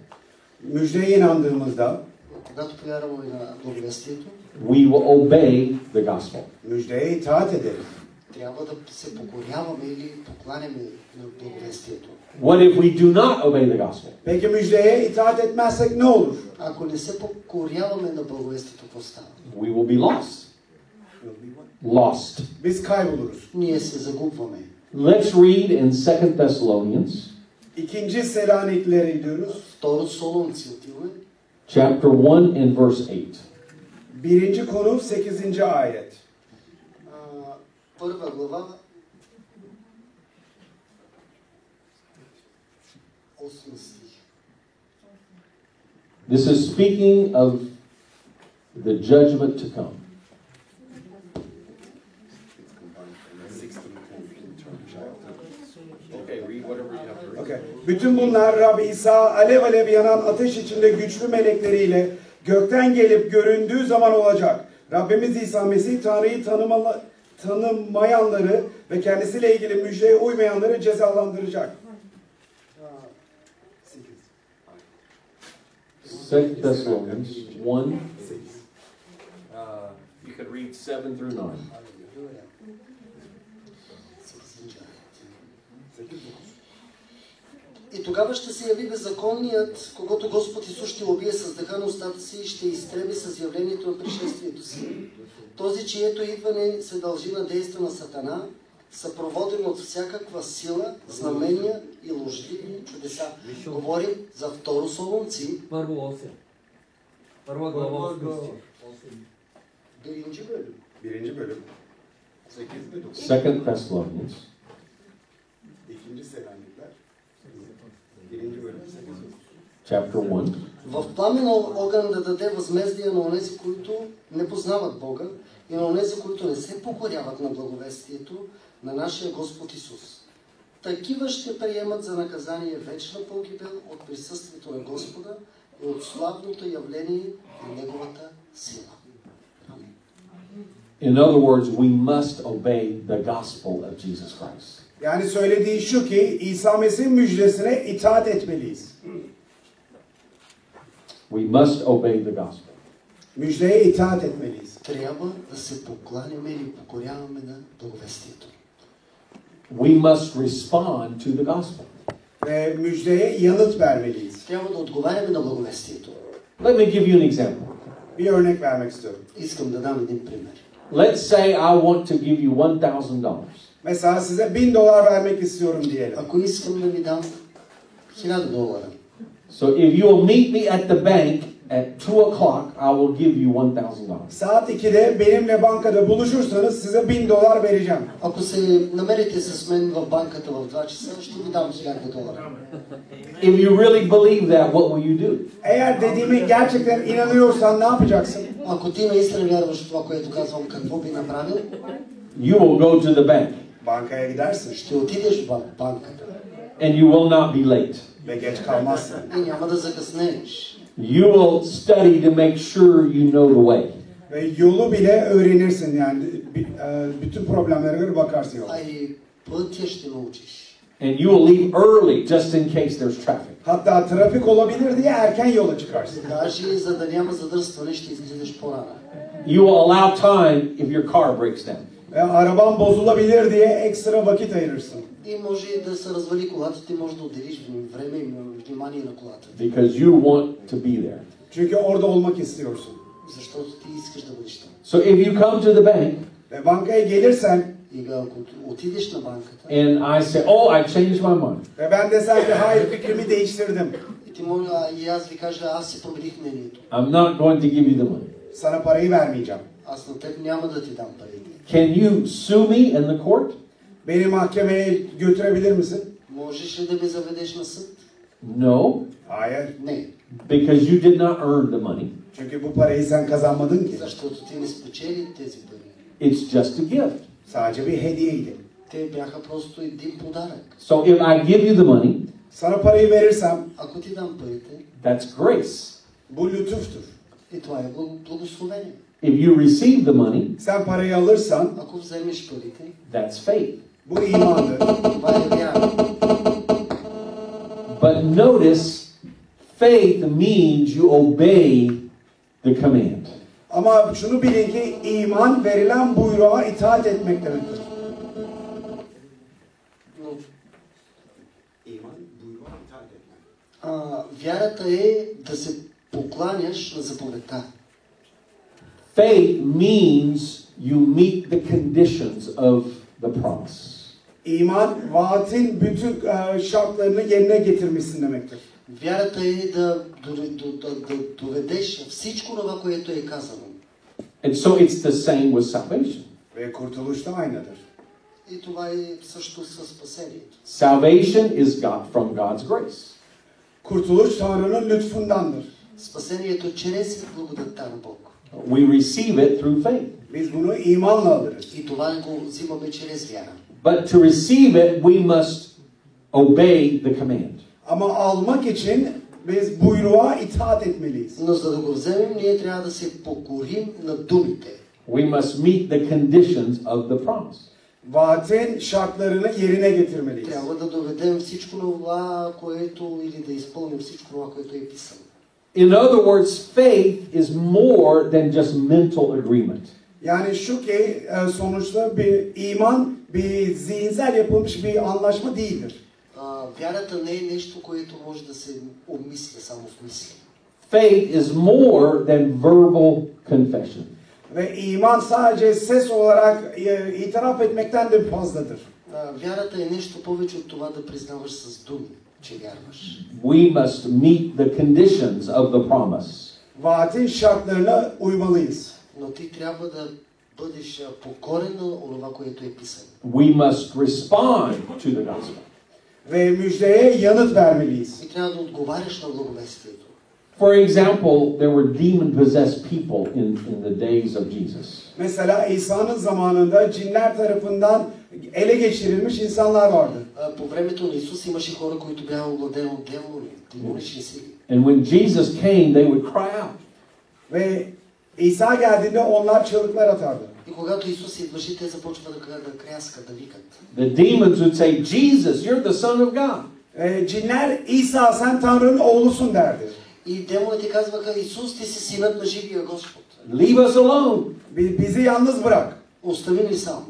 [SPEAKER 3] Müjdeye inandığımızda,
[SPEAKER 4] Когато повярваме на благовестието,
[SPEAKER 2] we will obey the gospel.
[SPEAKER 3] müjdeye itaat ederiz.
[SPEAKER 4] трябва да се покоряваме или покланяме на благовестието.
[SPEAKER 2] What if we do not obey the gospel?
[SPEAKER 3] Peki müjdeye itaat etmezsek ne olur?
[SPEAKER 4] Ако не се покоряваме на благовестието, какво става?
[SPEAKER 2] We will be lost. Lost.
[SPEAKER 3] Biz kayboluruz.
[SPEAKER 4] Ние се загубваме.
[SPEAKER 2] Let's read in Second Thessalonians
[SPEAKER 3] İkinci Selaniklileri gidiyoruz.
[SPEAKER 4] Второ Солунци отиваме,
[SPEAKER 2] chapter 1 and verse 8.
[SPEAKER 3] Birinci konu 8. ayet.
[SPEAKER 4] а, първа глава, 8 стих.
[SPEAKER 2] This is speaking of the judgment to come.
[SPEAKER 1] Okay, read whatever you have to read.
[SPEAKER 3] Okay. Bütün bunlar Rab İsa alev alev yanan ateş içinde güçlü melekleriyle gökten gelip göründüğü zaman olacak. Rabbimiz İsa Mesih Tanrı'yı tanımala, tanımayanları ve kendisiyle ilgili müjdeye uymayanları cezalandıracak.
[SPEAKER 2] Second Thessalonians 1.
[SPEAKER 1] Uh, You could read seven through nine.
[SPEAKER 4] И тогава ще се яви беззаконният, когато Господ Исус ще убие с дъха на устата си и ще изтреби с явлението на пришествието си. Този, чието идване се дължи на действа на Сатана, съпроводен от всякаква сила, знамения и лъжливи чудеса. Говорим за второ Солунци.
[SPEAKER 5] Първо 8. Първа глава 8 стих.
[SPEAKER 4] Биринджи бъде.
[SPEAKER 3] Birinci bölüm.
[SPEAKER 6] 8 bölüm.
[SPEAKER 2] Second Thessalonians
[SPEAKER 3] İkinci Selanikler. Birinci bölüm.
[SPEAKER 2] chapter 1.
[SPEAKER 4] В пламен огън да даде възмездие на онези, които не познават Бога и на онези, които не се покоряват на благовестието на нашия Господ Исус. Такива ще приемат за наказание вечна погибел от присъствието на Господа и от славното явление на Неговата сила. Амин.
[SPEAKER 2] In other words, we must obey the gospel of Jesus Christ.
[SPEAKER 3] Yani söylediği şu ki İsa Mesih müjdesine itaat etmeliyiz.
[SPEAKER 2] We must obey the gospel.
[SPEAKER 3] Müjdeye itaat etmeliyiz.
[SPEAKER 4] Трябва да се покланяме или покоряваме на благовестието.
[SPEAKER 2] We must respond to the gospel.
[SPEAKER 3] Ve müjdeye yanıt vermeliyiz.
[SPEAKER 4] Трябва да отговаряме на благовестието.
[SPEAKER 2] Let me give you an example.
[SPEAKER 3] Bir örnek vermek istiyorum.
[SPEAKER 4] Искам да дам един пример.
[SPEAKER 2] Let's say I want to give you $1,000.
[SPEAKER 3] Mesela size bin dolar vermek istiyorum diyelim.
[SPEAKER 4] Ако искам да ви дам 1000 долара,
[SPEAKER 2] So if you'll meet me at the bank at 2 o'clock, I will give you $1,000.
[SPEAKER 3] Saat 2'de benimle bankada buluşursanız size bin dolar vereceğim.
[SPEAKER 4] Ако се намерите с мен в банката в 2 часа, ще ви дам 1000 долара.
[SPEAKER 2] If you really believe that, what will you do?
[SPEAKER 3] Eğer dediğime gerçekten inanıyorsan ne yapacaksın?
[SPEAKER 4] Ако ти наистина вярваш в това, което казвам, какво би направил,
[SPEAKER 2] You will go to the bank
[SPEAKER 3] Bankaya gidersin
[SPEAKER 4] ще отидеш в бан- банката
[SPEAKER 2] and you will not be late.
[SPEAKER 3] ve geç kalmazsın.
[SPEAKER 4] и няма да закъснееш.
[SPEAKER 2] You will study to make sure you know the way.
[SPEAKER 3] Ve yolu bile öğrenirsin yani. B- e, Bütün problemlere göre bakarsın yol.
[SPEAKER 4] А и пътя ще научиш.
[SPEAKER 2] And you will leave early just in case there's traffic.
[SPEAKER 3] Hatta trafik olabilir diye erken yola çıkarsın.
[SPEAKER 4] Даже и за да няма задръстване, ще излизаш по-рано.
[SPEAKER 2] You will allow time if your car breaks down.
[SPEAKER 3] E, araban bozulabilir diye ekstra vakit ayırırsın.
[SPEAKER 4] И може и да се развали колата, ти може да отделиш време и внимание на колата.
[SPEAKER 2] because you want to be there.
[SPEAKER 3] Çünkü orada olmak istiyorsun.
[SPEAKER 4] Защото ти искаш да бъдеш там.
[SPEAKER 2] So if you come to the bank
[SPEAKER 3] Ve E, bankaya gelirsen
[SPEAKER 4] И ако отидеш на банката,
[SPEAKER 2] and I say, "Oh, I changed my mind,"
[SPEAKER 3] ve e, ben desem ki hayır fikrimi değiştirdim.
[SPEAKER 4] и ти може, а, и аз ви кажа, аз си промених мнението.
[SPEAKER 2] I'm not going to give you the money.
[SPEAKER 3] Sana parayı vermeyeceğim.
[SPEAKER 4] Аз на теб няма да ти дам парите.
[SPEAKER 2] Can you sue me in the court?
[SPEAKER 3] Beni mahkemeye götürebilir misin?
[SPEAKER 4] Можеш ли да ме заведеш на съд?
[SPEAKER 2] No,
[SPEAKER 3] Hayır.
[SPEAKER 4] Не,
[SPEAKER 2] because you did not earn the money.
[SPEAKER 3] Çünkü bu parayı sen kazanmadın ki.
[SPEAKER 4] защото ти не спечели тези пари.
[SPEAKER 2] It's just a gift.
[SPEAKER 3] Sadece bir hediyeydi.
[SPEAKER 4] Те бяха просто един подарък.
[SPEAKER 2] So if I give you the money,
[SPEAKER 3] Sana parayı verirsem
[SPEAKER 4] Ако ти дам парите,
[SPEAKER 2] that's grace.
[SPEAKER 3] bu lütuftur.
[SPEAKER 4] и това е благо- благословение.
[SPEAKER 2] If you receive the money,
[SPEAKER 3] Sen parayı alırsan
[SPEAKER 4] Ако вземеш парите,
[SPEAKER 2] that's faith.
[SPEAKER 3] bu imandır.
[SPEAKER 4] това е вяра.
[SPEAKER 2] But notice, faith means you obey the command.
[SPEAKER 3] Ama şunu bilin ki iman verilen buyruğa itaat etmek demektir.
[SPEAKER 4] Но
[SPEAKER 3] İman buyruğa itaat etmek.
[SPEAKER 4] а, вярата е да се покланяш на заповедта.
[SPEAKER 2] Faith means you meet the conditions of the promise.
[SPEAKER 3] İman vaatin bütün e, şartlarını yerine getirmişsin demektir.
[SPEAKER 4] Вярата е да, дори- до- да, да доведеш всичко това, което е казано.
[SPEAKER 2] And so it's the same with salvation.
[SPEAKER 3] Ve kurtuluş da aynıdır.
[SPEAKER 4] И това е също със спасението.
[SPEAKER 2] Salvation is God from God's grace.
[SPEAKER 3] Kurtuluş Tanrı'nın lütfundandır.
[SPEAKER 4] Спасението чрез благодатта на Бог.
[SPEAKER 2] We receive it through faith.
[SPEAKER 3] Biz bunu imanla alırız.
[SPEAKER 4] И това го взимаме чрез вяра.
[SPEAKER 2] But to receive it, we must obey the command.
[SPEAKER 3] Ama almak için biz buyruğa itaat etmeliyiz.
[SPEAKER 4] Но за да го вземем, ние трябва да се покорим на думите.
[SPEAKER 2] We must meet the conditions of the promise.
[SPEAKER 3] Vaatin şartlarını yerine getirmeliyiz.
[SPEAKER 4] Трябва да доведем всичко това, което или да изпълним всичко това, което е писано.
[SPEAKER 2] In other words, faith is more than just mental agreement.
[SPEAKER 3] Yani şu ki e, sonuçta bir iman bir zihinsel yapılmış bir anlaşma değildir.
[SPEAKER 4] А, вярата не е нещо, което може да се обмисля само в мисли.
[SPEAKER 2] Faith is more than verbal confession.
[SPEAKER 3] Ve iman sadece ses olarak e, itiraf etmekten de fazladır.
[SPEAKER 4] А, вярата е нещо повече от това да признаваш с думи, че вярваш.
[SPEAKER 2] We must meet the conditions of the promise.
[SPEAKER 3] Vaatin şartlarına uymalıyız.
[SPEAKER 4] Но ти трябва да бъдеш а, покорен на това, което е писано.
[SPEAKER 2] We must respond to the gospel.
[SPEAKER 3] Ve müjdeye yanıt vermeliyiz.
[SPEAKER 4] И трябва да отговаряш на благовестието.
[SPEAKER 2] For example, there were demon possessed people in, in the days of Jesus.
[SPEAKER 3] Mesela İsa'nın zamanında cinler tarafından ele geçirilmiş insanlar vardı.
[SPEAKER 4] А, По времето на Исус имаше хора, които бяха овладени от демони, демонични сили.
[SPEAKER 2] And when Jesus came, they would cry out.
[SPEAKER 3] Ve İsa geldiğinde onlar çığlıklar atardı.
[SPEAKER 4] И когато Исус идваше, те започват да, да кряскат, да викат.
[SPEAKER 2] The demons would say, Jesus, you're the Son of God.
[SPEAKER 3] Ee, cinler İsa sen Tanrı'nın oğlusun derdi.
[SPEAKER 4] И демоните казваха, Исус, ти си синът на живия Господ.
[SPEAKER 2] Leave us alone.
[SPEAKER 3] Bi- Bizi yalnız bırak.
[SPEAKER 4] Остави ни сам.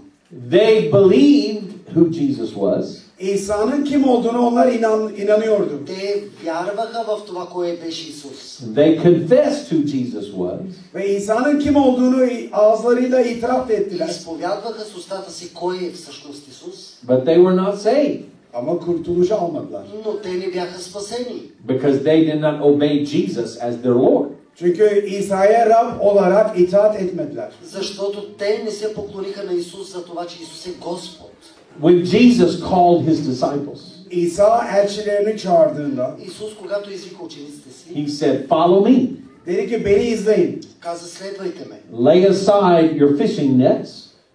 [SPEAKER 2] They believed who Jesus was,
[SPEAKER 3] İsa'nın kim olduğunu onlar inan, inanıyordu.
[SPEAKER 4] Те вярваха в това, кое беше Исус.
[SPEAKER 2] they confessed who Jesus was,
[SPEAKER 3] Ve İsa'nın kim olduğunu i- ağızlarıyla itiraf da
[SPEAKER 4] И
[SPEAKER 3] ettiler.
[SPEAKER 4] изповядваха с устата си кой е всъщност Исус,
[SPEAKER 2] but they were not saved
[SPEAKER 3] Ama kurtuluşu almadılar.
[SPEAKER 4] но те не бяха спасени,
[SPEAKER 2] because they did not obey Jesus as their Lord.
[SPEAKER 3] Çünkü İsa'ya Rab olarak itaat etmediler.
[SPEAKER 4] защото те не се поклониха на Исус за това, че Исус е Господ.
[SPEAKER 2] When Jesus called his disciples,
[SPEAKER 3] İsa elçilerini çağırdığında
[SPEAKER 4] Исус, когато извика учениците си,
[SPEAKER 2] he said, Follow me,
[SPEAKER 3] dedi ki beni izleyin.
[SPEAKER 4] каза, следвайте ме.
[SPEAKER 2] lay aside your fishing nets,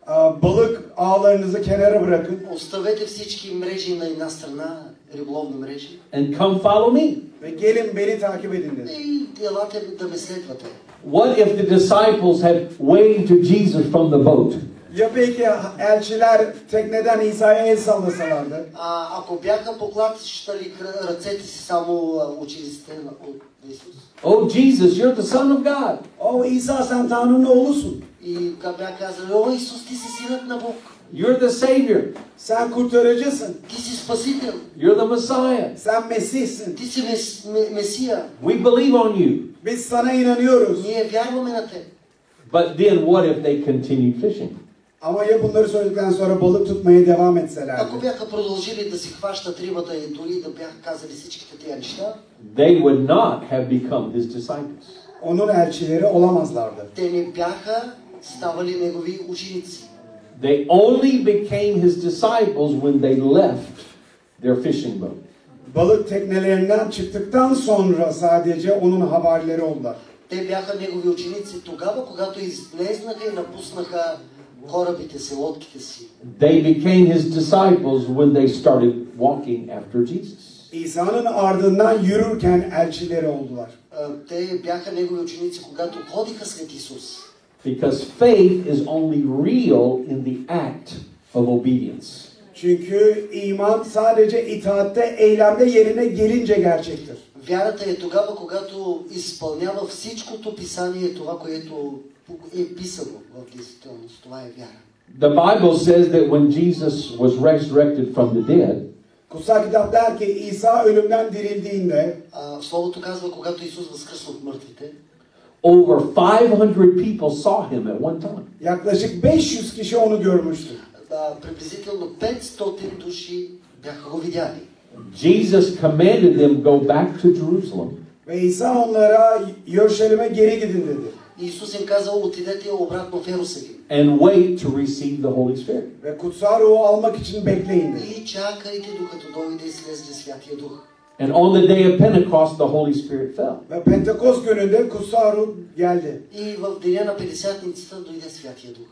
[SPEAKER 3] Aa, Balık ağlarınızı kenara bırakın
[SPEAKER 4] Оставете всички мрежи на една страна, риболовни мрежи,
[SPEAKER 2] and come follow me.
[SPEAKER 3] ve gelin beni takip edin dedi.
[SPEAKER 4] и елате да ме следвате.
[SPEAKER 2] What if the disciples had waved to Jesus from the boat?
[SPEAKER 3] Ya belki elçiler tekneden İsa'ya el sallasalardı.
[SPEAKER 4] А, ако бяха поклатищали кра- ръцете си само а, учениците на от Исус
[SPEAKER 2] Oh, Jesus, you're the Son of God.
[SPEAKER 3] O İsa sen Tanrı'nın oğlusun.
[SPEAKER 4] и ка- бяха казали, о Исус, ти си синът на Бог,
[SPEAKER 2] You're the Savior.
[SPEAKER 3] Sen kurtarıcısın.
[SPEAKER 4] ти си спасител,
[SPEAKER 2] You're the Messiah.
[SPEAKER 3] Sen Mesih'sin.
[SPEAKER 4] ти си мес, ме- Месия,
[SPEAKER 2] We believe on you.
[SPEAKER 3] Biz sana inanıyoruz.
[SPEAKER 4] ние вярваме на теб.
[SPEAKER 2] But then what if they continued fishing?
[SPEAKER 3] Ama ya bunları söyledikten sonra balık tutmaya devam etselerdi?
[SPEAKER 4] Ако бяха продължили да си хващат рибата и дори да бяха казали всичките тези неща,
[SPEAKER 2] They would not have become his disciples.
[SPEAKER 3] Onun elçileri olamazlardı.
[SPEAKER 4] те не бяха ставали негови ученици.
[SPEAKER 2] They only became his disciples when they left their fishing boat.
[SPEAKER 3] Balık teknelerinden çıktıktan sonra sadece onun haberleri oldular.
[SPEAKER 4] Те бяха негови ученици тогава, когато излезнаха и напуснаха корабите си, лодките си.
[SPEAKER 2] They became his disciples when they started walking after Jesus.
[SPEAKER 3] İsa'nın ardından yürürken elçileri oldular.
[SPEAKER 4] А, Те бяха негови ученици, когато ходиха след Исус.
[SPEAKER 2] Because faith is only real in the act of obedience.
[SPEAKER 3] Çünkü iman sadece itaatte, eylemde yerine gelince gerçektir.
[SPEAKER 4] Вярата е тогава, когато изпълнява всичкото писание, това, което е писано в действителност. Това е вяра.
[SPEAKER 2] The Bible says that when Jesus was resurrected from the dead,
[SPEAKER 3] Kutsal kitap der ki İsa ölümden dirildiğinde
[SPEAKER 4] А, Словото казва, когато Исус възкръсна от мъртвите,
[SPEAKER 2] over 500 people saw him at one time.
[SPEAKER 3] yaklaşık 500 kişi onu görmüştür.
[SPEAKER 4] а, приблизително 500 души бяха го видяли.
[SPEAKER 2] Jesus commanded them go back to Jerusalem
[SPEAKER 3] Ve İsa onlara Yeruşalim'e geri gidin dedi.
[SPEAKER 4] И Исус им казал, отидете обратно в Ерусалим
[SPEAKER 2] and wait to receive the Holy Spirit.
[SPEAKER 3] Ve kutsal ruhu almak için bekleyin dedi.
[SPEAKER 4] и чакайте, докато дойде и слезе Святия Дух.
[SPEAKER 2] And on the day of Pentecost, the Holy Spirit fell.
[SPEAKER 3] Ve Pentekost gününde kutsal ruh geldi.
[SPEAKER 4] И в деня на Петдесятницата дойде Святия Дух.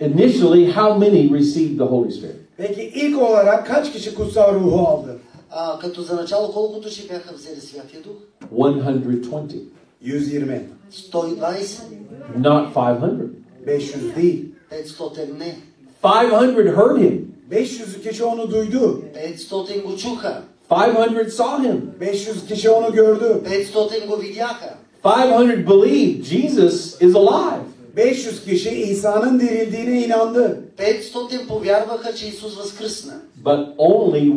[SPEAKER 2] Initially, how many received the Holy Spirit?
[SPEAKER 3] Peki ilk olarak kaç kişi kutsal ruhu aldı?
[SPEAKER 4] А, като за начало колко души бяха взели Святия Дух?
[SPEAKER 2] 120,
[SPEAKER 3] 120.
[SPEAKER 4] 120,
[SPEAKER 2] not 500.
[SPEAKER 3] 500 değil.
[SPEAKER 4] 500 не.
[SPEAKER 2] 500 heard him,
[SPEAKER 3] 500 kişi onu duydu.
[SPEAKER 4] 500 го чуха,
[SPEAKER 2] 500 saw him,
[SPEAKER 3] 500 kişi onu gördü.
[SPEAKER 4] 500 го видяха,
[SPEAKER 2] 500 believed Jesus is alive.
[SPEAKER 3] 500 kişi İsa'nın dirildiğine inandı.
[SPEAKER 4] 500 повярваха, че Исус възкръсна.
[SPEAKER 2] But only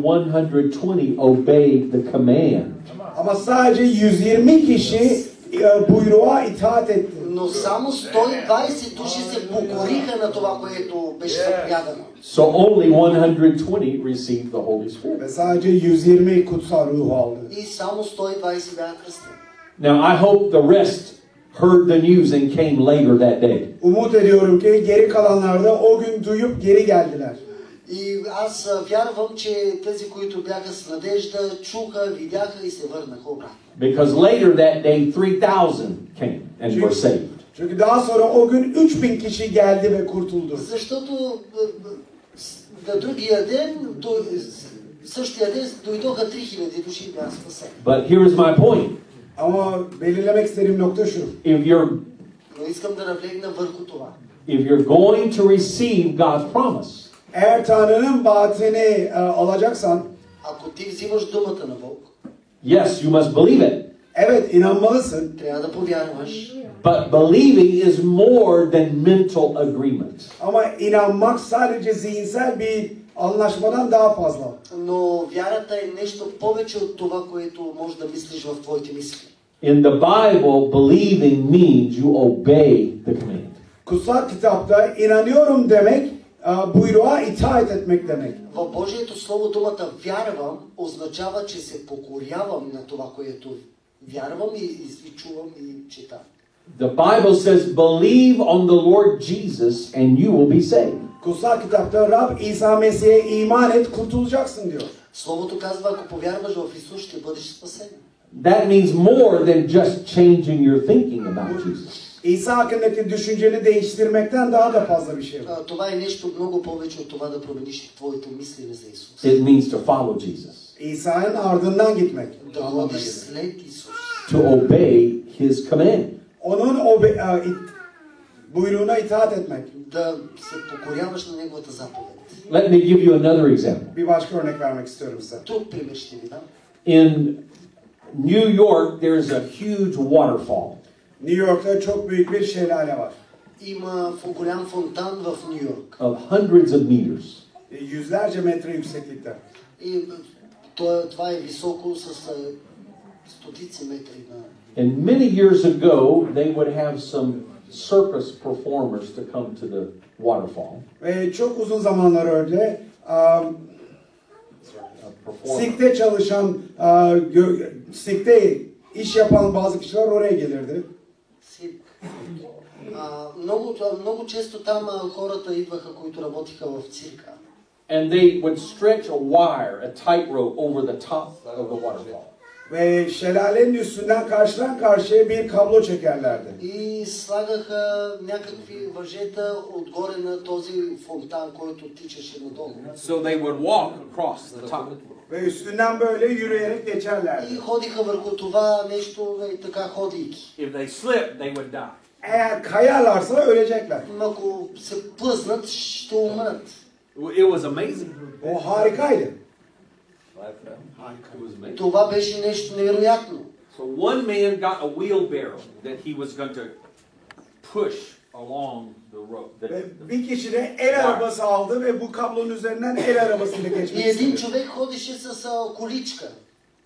[SPEAKER 2] 120 obeyed the command.
[SPEAKER 3] Ama sadece 120 kişi e, buyruğa itaat etti.
[SPEAKER 4] Но само 120 души се покориха на това, което беше заповядано.
[SPEAKER 2] So only 120 received the Holy Spirit.
[SPEAKER 3] Ve sadece 120 kutsal ruhu aldı.
[SPEAKER 4] И само 120 бяха кръстени.
[SPEAKER 2] Now, I hope the rest heard the news and came later that day.
[SPEAKER 3] Umut ediyorum ki geri kalanlar da o gün duyup geri geldiler.
[SPEAKER 4] И аз а, вярвам, че тези, които бяха с надежда, чуха, видяха и се върнаха обратно.
[SPEAKER 2] Because later that day, 3,000 came and were saved.
[SPEAKER 3] Çünkü daha sonra o gün 3000 kişi geldi ve kurtuldu.
[SPEAKER 4] Защото а, а, с- на другия ден, до, с- същия ден дойдоха 3000 души и бяха спасени.
[SPEAKER 2] But here's my point.
[SPEAKER 3] Ama belirlemek istediğim nokta şu.
[SPEAKER 2] If you're
[SPEAKER 4] Но искам да наблегна върху това.
[SPEAKER 2] if you're going to receive God's promise,
[SPEAKER 3] Eğer Tanrı'nın vaatini e, alacaksan,
[SPEAKER 4] Ако ти взимаш думата на Бог,
[SPEAKER 2] yes, you must believe it.
[SPEAKER 3] evet inanmalısın.
[SPEAKER 4] трябва да повярваш.
[SPEAKER 2] But believing is more than mental agreement.
[SPEAKER 3] Ama inanmak sadece zihinsel bir anlaşmadan daha fazla.
[SPEAKER 4] Но вярата е нещо повече от това, което може да мислиш в твоите мисли.
[SPEAKER 2] In the Bible, believing means you obey the command.
[SPEAKER 3] Kutsal kitapta inanıyorum demek, e, buyruğa itaat etmek demek.
[SPEAKER 4] В Божието Слово думата вярвам означава, че се покорявам на това, което вярвам и, и, и чувам и читам.
[SPEAKER 2] The Bible says, believe on the Lord Jesus and you will be saved.
[SPEAKER 3] Kutsal kitapta Rab İsa Mesih'e iman et kurtulacaksın diyor.
[SPEAKER 4] Словото казва, ако повярваш в Исус, ще бъдеш спасен.
[SPEAKER 2] That means more than just changing your thinking about Jesus.
[SPEAKER 3] İsa hakkındaki düşünceni değiştirmekten daha da fazla bir şey var.
[SPEAKER 4] А, Това е нещо много повече от това да промениш твоите мисли за Исус.
[SPEAKER 2] It means to follow Jesus,
[SPEAKER 3] İsa'nın ardından gitmek.
[SPEAKER 4] Да ходиш след Исус.
[SPEAKER 2] to obey his command.
[SPEAKER 3] Onun o be- e, it- buyruğuna itaat etmek.
[SPEAKER 4] да се покоряваш на Неговата заповед.
[SPEAKER 2] Let me give you another example.
[SPEAKER 3] Bir başka örnek vermek istiyorum size.
[SPEAKER 4] Друг пример ще ви дам.
[SPEAKER 2] In New York, there's a huge waterfall.
[SPEAKER 3] New York'ta çok büyük bir şelale var.
[SPEAKER 4] Има фо- голям фонтан в Нью Йорк.
[SPEAKER 2] of hundreds of meters.
[SPEAKER 3] E, Yüzlerce metre yükseklikte.
[SPEAKER 4] И е, то е- това е високо с е, стотици метри на...
[SPEAKER 2] And many years ago, they would have some circus performers to come to the waterfall.
[SPEAKER 3] Ve Ee, çok uzun zamanlar önce am,
[SPEAKER 2] uh, perform.
[SPEAKER 3] Sikte çalışan, a, gö- sikte iş yapan bazı kişiler oraya gelirdi.
[SPEAKER 4] Си... А, много, много често там а, хората идваха, които работиха в цирка.
[SPEAKER 2] And they would stretch a wire, a tightrope, over the top of the waterfall.
[SPEAKER 3] Ve şelalenin üstünden karşıdan karşıya bir kablo çekerlerdi.
[SPEAKER 4] И слагаха някакви въжета отгоре на този фонтан, който тичаше надолу.
[SPEAKER 2] So they would walk across the top.
[SPEAKER 3] Ve üstünden böyle yürüyerek geçerlerdi.
[SPEAKER 4] И ходиха върху това нещо и така ходейки.
[SPEAKER 2] If they slipped, they would die.
[SPEAKER 3] Eğer kayarlarsa ölecekler.
[SPEAKER 4] Ако се плъзнат, ще умрат.
[SPEAKER 2] It was amazing.
[SPEAKER 3] O harikaydı.
[SPEAKER 2] It was amazing.
[SPEAKER 4] Това беше нещо невероятно.
[SPEAKER 2] So one man got a wheelbarrow that he was going to push along the road. the-
[SPEAKER 3] Ve bir kişi de el arabası aldı ve bu kablonun üzerinden el arabasıyla
[SPEAKER 4] И
[SPEAKER 3] geçmek
[SPEAKER 4] един
[SPEAKER 3] istedi.
[SPEAKER 4] човек ходеше с а, количка.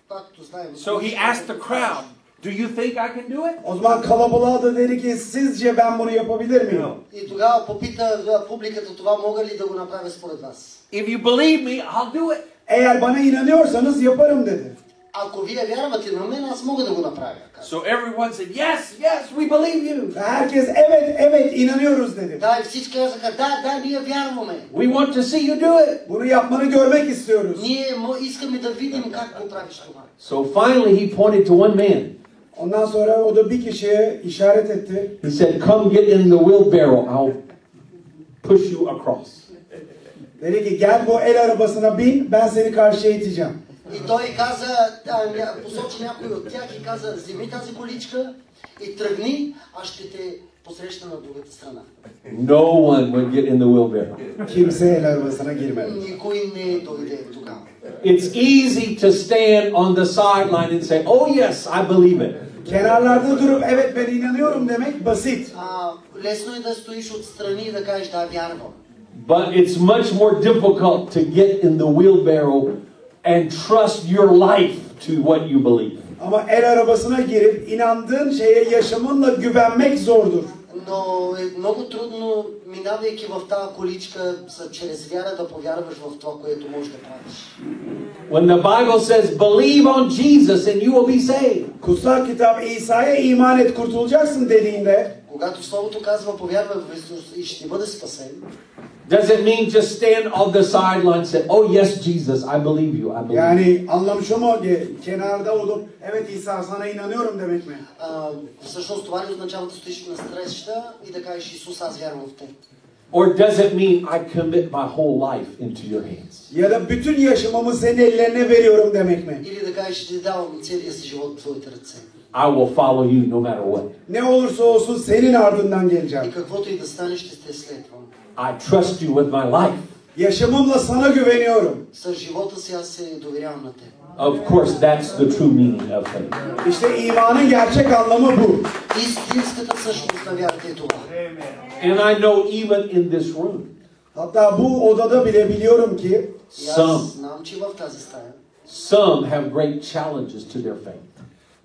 [SPEAKER 4] Както знаем. е
[SPEAKER 2] So he asked the crowd, "Do you think I can do it?"
[SPEAKER 3] O zaman kalabalığa da dedi ki sizce ben bunu yapabilir miyim?
[SPEAKER 4] И тогава попита а, публиката това мога ли да го направя според вас.
[SPEAKER 2] If you believe me, I'll do it.
[SPEAKER 3] Eğer bana inanıyorsanız yaparım dedi.
[SPEAKER 4] Ако вие вярвате на мен, аз мога да го направя. каза.
[SPEAKER 2] So everyone said, "Yes, yes, we believe you.
[SPEAKER 3] Ve herkes evet evet inanıyoruz dedi.
[SPEAKER 4] Да, и всички казаха, да, да, ние вярваме.
[SPEAKER 2] We want to see you do it."
[SPEAKER 3] Bunu yapmanı görmek istiyoruz.
[SPEAKER 4] Ние мо- искаме да видим как го правиш това.
[SPEAKER 2] So finally, he pointed to one man.
[SPEAKER 3] Ondan sonra o da bir kişiye işaret etti.
[SPEAKER 2] He said, "Come get in the wheelbarrow. I'll push you across."
[SPEAKER 3] Dedi ki gel bu el arabasına bin ben seni karşıya iteceğim.
[SPEAKER 4] И той каза, а, ня- посочи някой от тях и каза, вземи тази количка и тръгни, аз ще те посрещна на другата страна.
[SPEAKER 2] No one would get in the wheelbarrow.
[SPEAKER 3] Kimse el arabasına girmedi.
[SPEAKER 4] Никой не дойде тогава.
[SPEAKER 2] It's easy to stand on the sideline and say, "Oh yes, I believe it."
[SPEAKER 3] Kenarlarda durup evet ben inanıyorum demek basit.
[SPEAKER 4] А, лесно е да стоиш отстрани и да кажеш, да, вярвам.
[SPEAKER 2] But it's much more difficult to get in the wheelbarrow and trust your life to what you believe.
[SPEAKER 3] Ama el arabasına girip inandığın şeye yaşamınla güvenmek zordur.
[SPEAKER 4] Но е много трудно, минавайки в тази количка, с- чрез вяра да повярваш в това, което можеш да правиш.
[SPEAKER 2] When the Bible says, believe on Jesus and you will be saved.
[SPEAKER 3] Kutsal kitap İsa'ya iman et kurtulacaksın dediğinde
[SPEAKER 4] Когато Словото казва, повярвай в Исус и ще бъде спасен,
[SPEAKER 2] Does it mean just stand on the sideline and say, oh yes, Jesus, I believe you, I believe you.
[SPEAKER 3] yani anlam şu mu Ge- kenarda olup evet İsa sana inanıyorum demek mi?
[SPEAKER 4] а, всъщност това ли означава да стоиш на среща и да кажеш, Исус, аз вярвам в теб.
[SPEAKER 2] Or does it mean I commit my whole life into your hands?
[SPEAKER 3] Ya da bütün yaşamımı senin ellerine veriyorum demek mi?
[SPEAKER 4] Или да кажеш, ти давам целия си живот в твоите ръце.
[SPEAKER 2] I will follow you no matter what.
[SPEAKER 3] Ne olursa olsun senin ardından
[SPEAKER 4] И
[SPEAKER 3] geleceğim.
[SPEAKER 4] каквото и да стане, ще те следвам.
[SPEAKER 2] I trust you with my life.
[SPEAKER 3] Yaşamımla sana güveniyorum.
[SPEAKER 4] С живота си аз се доверявам на теб.
[SPEAKER 2] Of course, that's the true meaning of faith.
[SPEAKER 3] İşte imanın gerçek anlamı bu.
[SPEAKER 4] Истинската същност на вярата е това.
[SPEAKER 2] And I know even in this room,
[SPEAKER 3] Hatta bu odada bile biliyorum ki
[SPEAKER 4] И аз
[SPEAKER 2] Some.
[SPEAKER 4] знам, че в тази стая
[SPEAKER 2] Some have great challenges to their faith.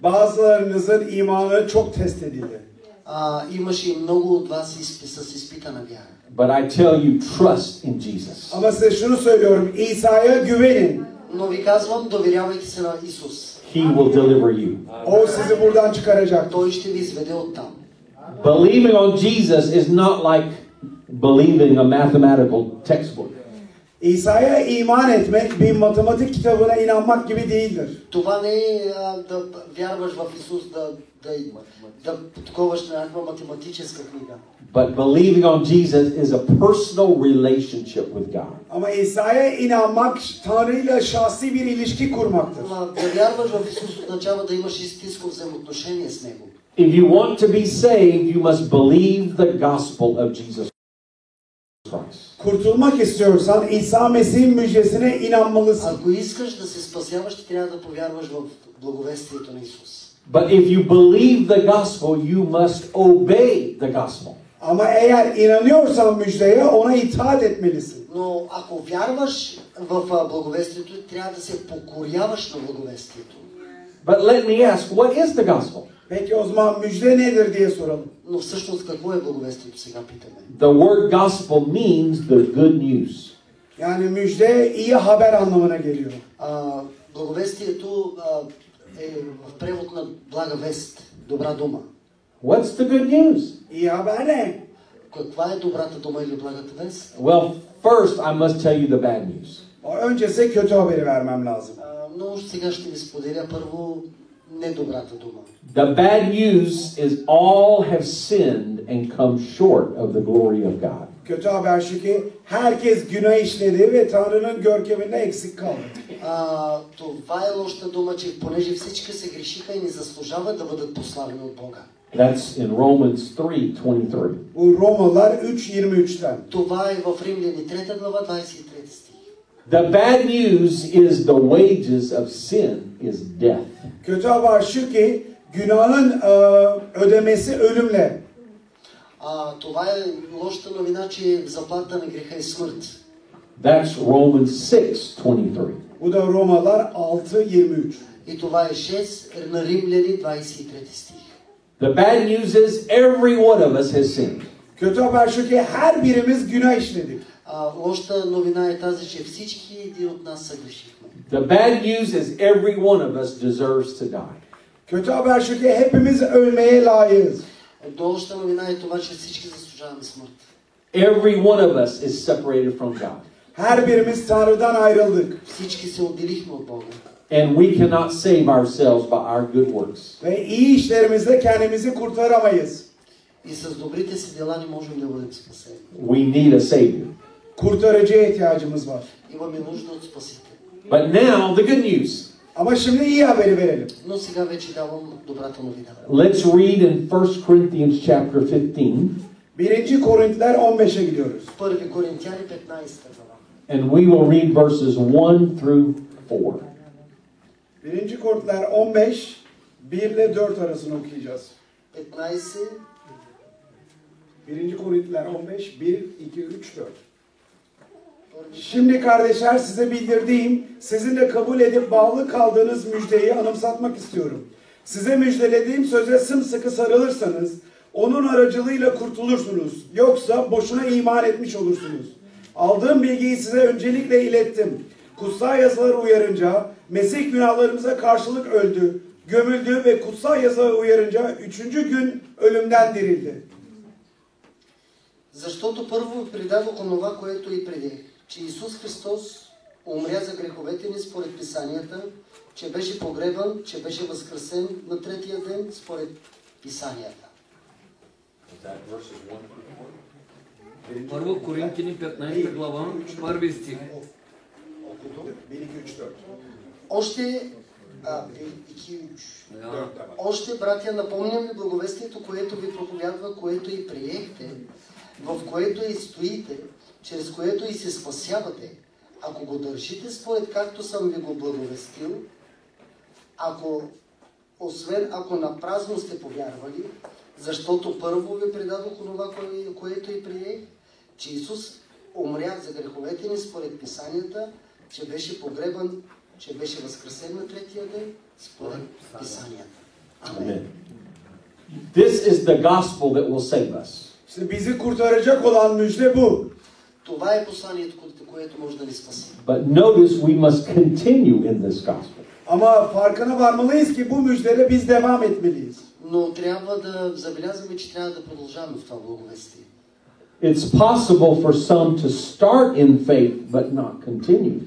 [SPEAKER 3] bazılarınızın imanı çok test edildi.
[SPEAKER 4] а, имаше и много от вас изпи, с изпитана вяра.
[SPEAKER 2] But I tell you, trust in Jesus.
[SPEAKER 3] Ama size şunu söylüyorum. İsa'ya güvenin.
[SPEAKER 4] Но ви казвам, доверявайте се на Исус.
[SPEAKER 2] He will deliver you.
[SPEAKER 3] O sizi buradan çıkaracaktır.
[SPEAKER 4] Той ще ви изведе оттам.
[SPEAKER 2] Believing on Jesus is not like believing a mathematical textbook.
[SPEAKER 3] İsa'ya iman etmek bir matematik kitabına inanmak gibi değildir.
[SPEAKER 4] Това не е а, да вярваш в Исус да, да, да подковаш на някаква математическа книга.
[SPEAKER 2] But believing on Jesus is a personal relationship with God.
[SPEAKER 3] Ama İsa'ya inanmak Tanrı'yla şahsi bir ilişki kurmaktır.
[SPEAKER 4] Ама да вярваш в Исус означава да имаш истинско взаимоотношение с Него.
[SPEAKER 2] If you want to be saved, you must believe the gospel of Jesus Christ.
[SPEAKER 3] Kurtulmak istiyorsan İsa Mesih'in müjdesine inanmalısın.
[SPEAKER 4] Ако искаш да се спасяваш, ти трябва да повярваш в благовестието на Исус.
[SPEAKER 2] But if you believe the gospel, you must obey the gospel.
[SPEAKER 3] Ama eğer inanıyorsan müjdeye ona itaat etmelisin.
[SPEAKER 4] Но ако вярваш в а, благовестието, трябва да се покоряваш на благовестието.
[SPEAKER 2] But let me ask, what is the gospel?
[SPEAKER 3] Peki o zaman müjde nedir diye soralım.
[SPEAKER 4] Но всъщност какво е благовестието сега питаме?
[SPEAKER 2] The word gospel means the good news.
[SPEAKER 3] Yani müjde iyi haber anlamına geliyor.
[SPEAKER 4] А, благовестието а, е в превод на блага вест, добра дума.
[SPEAKER 2] What's the good news?
[SPEAKER 3] İyi haber ne?
[SPEAKER 4] Каква е добрата дума или благата вест?
[SPEAKER 2] Well, first I must tell you the bad news.
[SPEAKER 3] Önce size kötü haberi vermem lazım.
[SPEAKER 4] А, но сега ще ви споделя първо недобрата дума.
[SPEAKER 2] The bad news is all have sinned and come short of the glory of God.
[SPEAKER 3] Kötü haber şu ki herkes günah işledi ve Tanrı'nın görkeminde eksik kaldı.
[SPEAKER 4] А, това е лоша дума, че понеже всички се грешиха и не заслужават да бъдат пославени от Бога.
[SPEAKER 2] That's in Romans 3 23.
[SPEAKER 3] Bu Romalılar 3.23'ten.
[SPEAKER 4] Това е в Римляни 3 глава 23 стих.
[SPEAKER 2] The bad news is the wages of sin is death.
[SPEAKER 3] Kötü haber şu ki günahın e, ödemesi ölümle.
[SPEAKER 4] А, това е лошата новина, че заплата на греха е смърт.
[SPEAKER 2] That's Romans 6 23.
[SPEAKER 3] Bu da Romalılar 6.23.
[SPEAKER 4] И това е 6 на Римляни 23 стих.
[SPEAKER 2] The bad news is every one of us has sinned.
[SPEAKER 3] Kötü haber şu ki her birimiz günah işledik.
[SPEAKER 4] А, лошата новина е тази, че всички един от нас съгрешихме.
[SPEAKER 2] The bad news is every one of us deserves to die.
[SPEAKER 3] Kötü haber şu ki hepimiz ölmeye layığız.
[SPEAKER 4] Лошата новина е това, че всички заслужаваме смърт.
[SPEAKER 2] Every one of us is separated from God.
[SPEAKER 3] Her birimiz Tanrı'dan ayrıldık.
[SPEAKER 4] Всички се отделихме от Бога.
[SPEAKER 2] And we cannot save ourselves by our good works.
[SPEAKER 3] Ve iyi işlerimizle kendimizi kurtaramayız.
[SPEAKER 4] И с добрите си дела не можем да бъдем спасени.
[SPEAKER 2] We need a Savior.
[SPEAKER 3] Kurtarıcıya ihtiyacımız var.
[SPEAKER 4] Имаме нужда от Спасител.
[SPEAKER 2] But now, the good news.
[SPEAKER 3] Ama şimdi iyi haberi verelim.
[SPEAKER 4] Но сега вече давам добрата новина.
[SPEAKER 2] Let's read in 1 Corinthians chapter 15,
[SPEAKER 3] 1. Korintiler 15'e gidiyoruz.
[SPEAKER 4] 1 Коринтияни 15 глава.
[SPEAKER 2] and we will read verses 1 through 4.
[SPEAKER 3] 1. Korintiler 15, 1 ile 4 arasını okuyacağız.
[SPEAKER 4] 15
[SPEAKER 3] 1. Korintiler 15, 1, 2, 3, 4. Şimdi kardeşler size bildirdiğim, sizin de kabul edip bağlı kaldığınız müjdeyi anımsatmak istiyorum. Size müjdelediğim söze sımsıkı sarılırsanız, onun aracılığıyla kurtulursunuz. Yoksa boşuna iman etmiş olursunuz. Aldığım bilgiyi size öncelikle ilettim. Kutsal yazıları uyarınca Mesih günahlarımıza karşılık öldü, gömüldü ve kutsal yazıları uyarınca üçüncü gün ölümden dirildi.
[SPEAKER 4] Защото първо ви предадох онова, което и преди, че Исус Христос умря за греховете ни според Писанията, че беше погребан, че беше възкресен на третия ден според Писанията.
[SPEAKER 5] Първо Коринтини 15 глава, първи стих.
[SPEAKER 3] Okudum. 1, 2, 3, 4.
[SPEAKER 4] Още, а, и- и Килич.
[SPEAKER 5] Да.
[SPEAKER 4] Още, братя, напомням ви благовестието, което ви проповядва, което и приехте, в което и стоите, чрез което и се спасявате, ако го държите според както съм ви го благовестил, ако, освен ако на празно сте повярвали, защото първо ви предадох онова, кое- което и приех, че Исус умря за греховете ни според писанията, че беше погребан, че беше възкресен на третия ден според писанията. Амин.
[SPEAKER 2] Amen. This is the gospel that will save us.
[SPEAKER 3] İşte bizi kurtaracak olan müjde bu.
[SPEAKER 4] Това е посланието, кое- което може да ни спаси.
[SPEAKER 2] But notice we must continue in this gospel.
[SPEAKER 3] Ama farkına varmalıyız ki bu müjdede biz devam etmeliyiz.
[SPEAKER 4] Но трябва да забелязваме, че трябва да продължаваме в това благовестие.
[SPEAKER 2] It's possible for some to start in faith but not continue.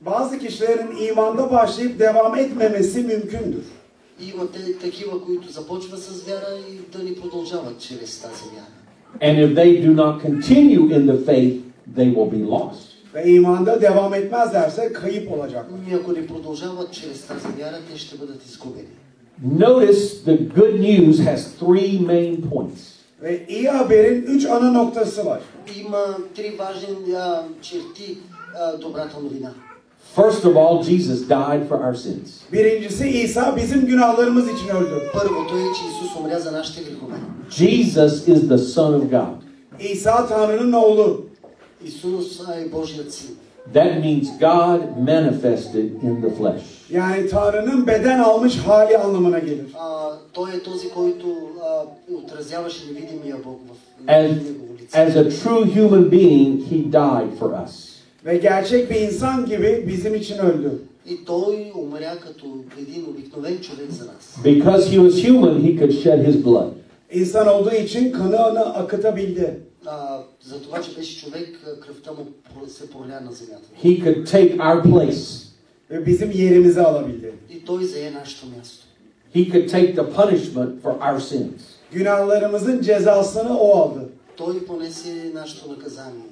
[SPEAKER 3] Bazı kişilerin imanda başlayıp devam etmemesi mümkündür.
[SPEAKER 4] Има те, такива, които започват с вяра и да ни продължават чрез тази вяра.
[SPEAKER 2] And if they do not continue in the faith, they will be lost.
[SPEAKER 3] Ve imanda devam etmezlerse kayıp olacaklar.
[SPEAKER 4] И Ами, ако не продължават чрез тази вяра, те ще бъдат изгубени.
[SPEAKER 2] Notice the good news has three main points.
[SPEAKER 3] Ve iyi haberin üç ana noktası var.
[SPEAKER 4] Има три важни а, черти а, добрата новина.
[SPEAKER 2] First of all, Jesus died for our sins.
[SPEAKER 3] Birincisi İsa bizim günahlarımız için öldü.
[SPEAKER 4] Първото е, че Исус умря за нашите грехове.
[SPEAKER 2] Jesus is the Son of God.
[SPEAKER 3] İsa Tanrı'nın oğlu.
[SPEAKER 4] Исус е Божият син.
[SPEAKER 2] That means God manifested in the flesh.
[SPEAKER 3] Yani Tanrı'nın beden almış hali anlamına gelir.
[SPEAKER 4] А, той е този, който а, отразяваше невидимия Бог в
[SPEAKER 2] As,
[SPEAKER 4] негово лице.
[SPEAKER 2] as a true human being, he died for us.
[SPEAKER 3] Ve gerçek bir insan gibi bizim için öldü.
[SPEAKER 4] И той умря като един обикновен човек за нас.
[SPEAKER 2] Because he was human, he could shed his blood.
[SPEAKER 3] İnsan olduğu için kanını akıtabildi.
[SPEAKER 4] А, за това, че беше човек, а, кръвта му про- се проля на земята.
[SPEAKER 2] He could take our place.
[SPEAKER 3] Ve bizim yerimizi alabildi.
[SPEAKER 4] И той зае нашето място.
[SPEAKER 2] He could take the punishment for our sins.
[SPEAKER 3] Günahlarımızın cezasını o aldı.
[SPEAKER 4] Той понесе нашето наказание.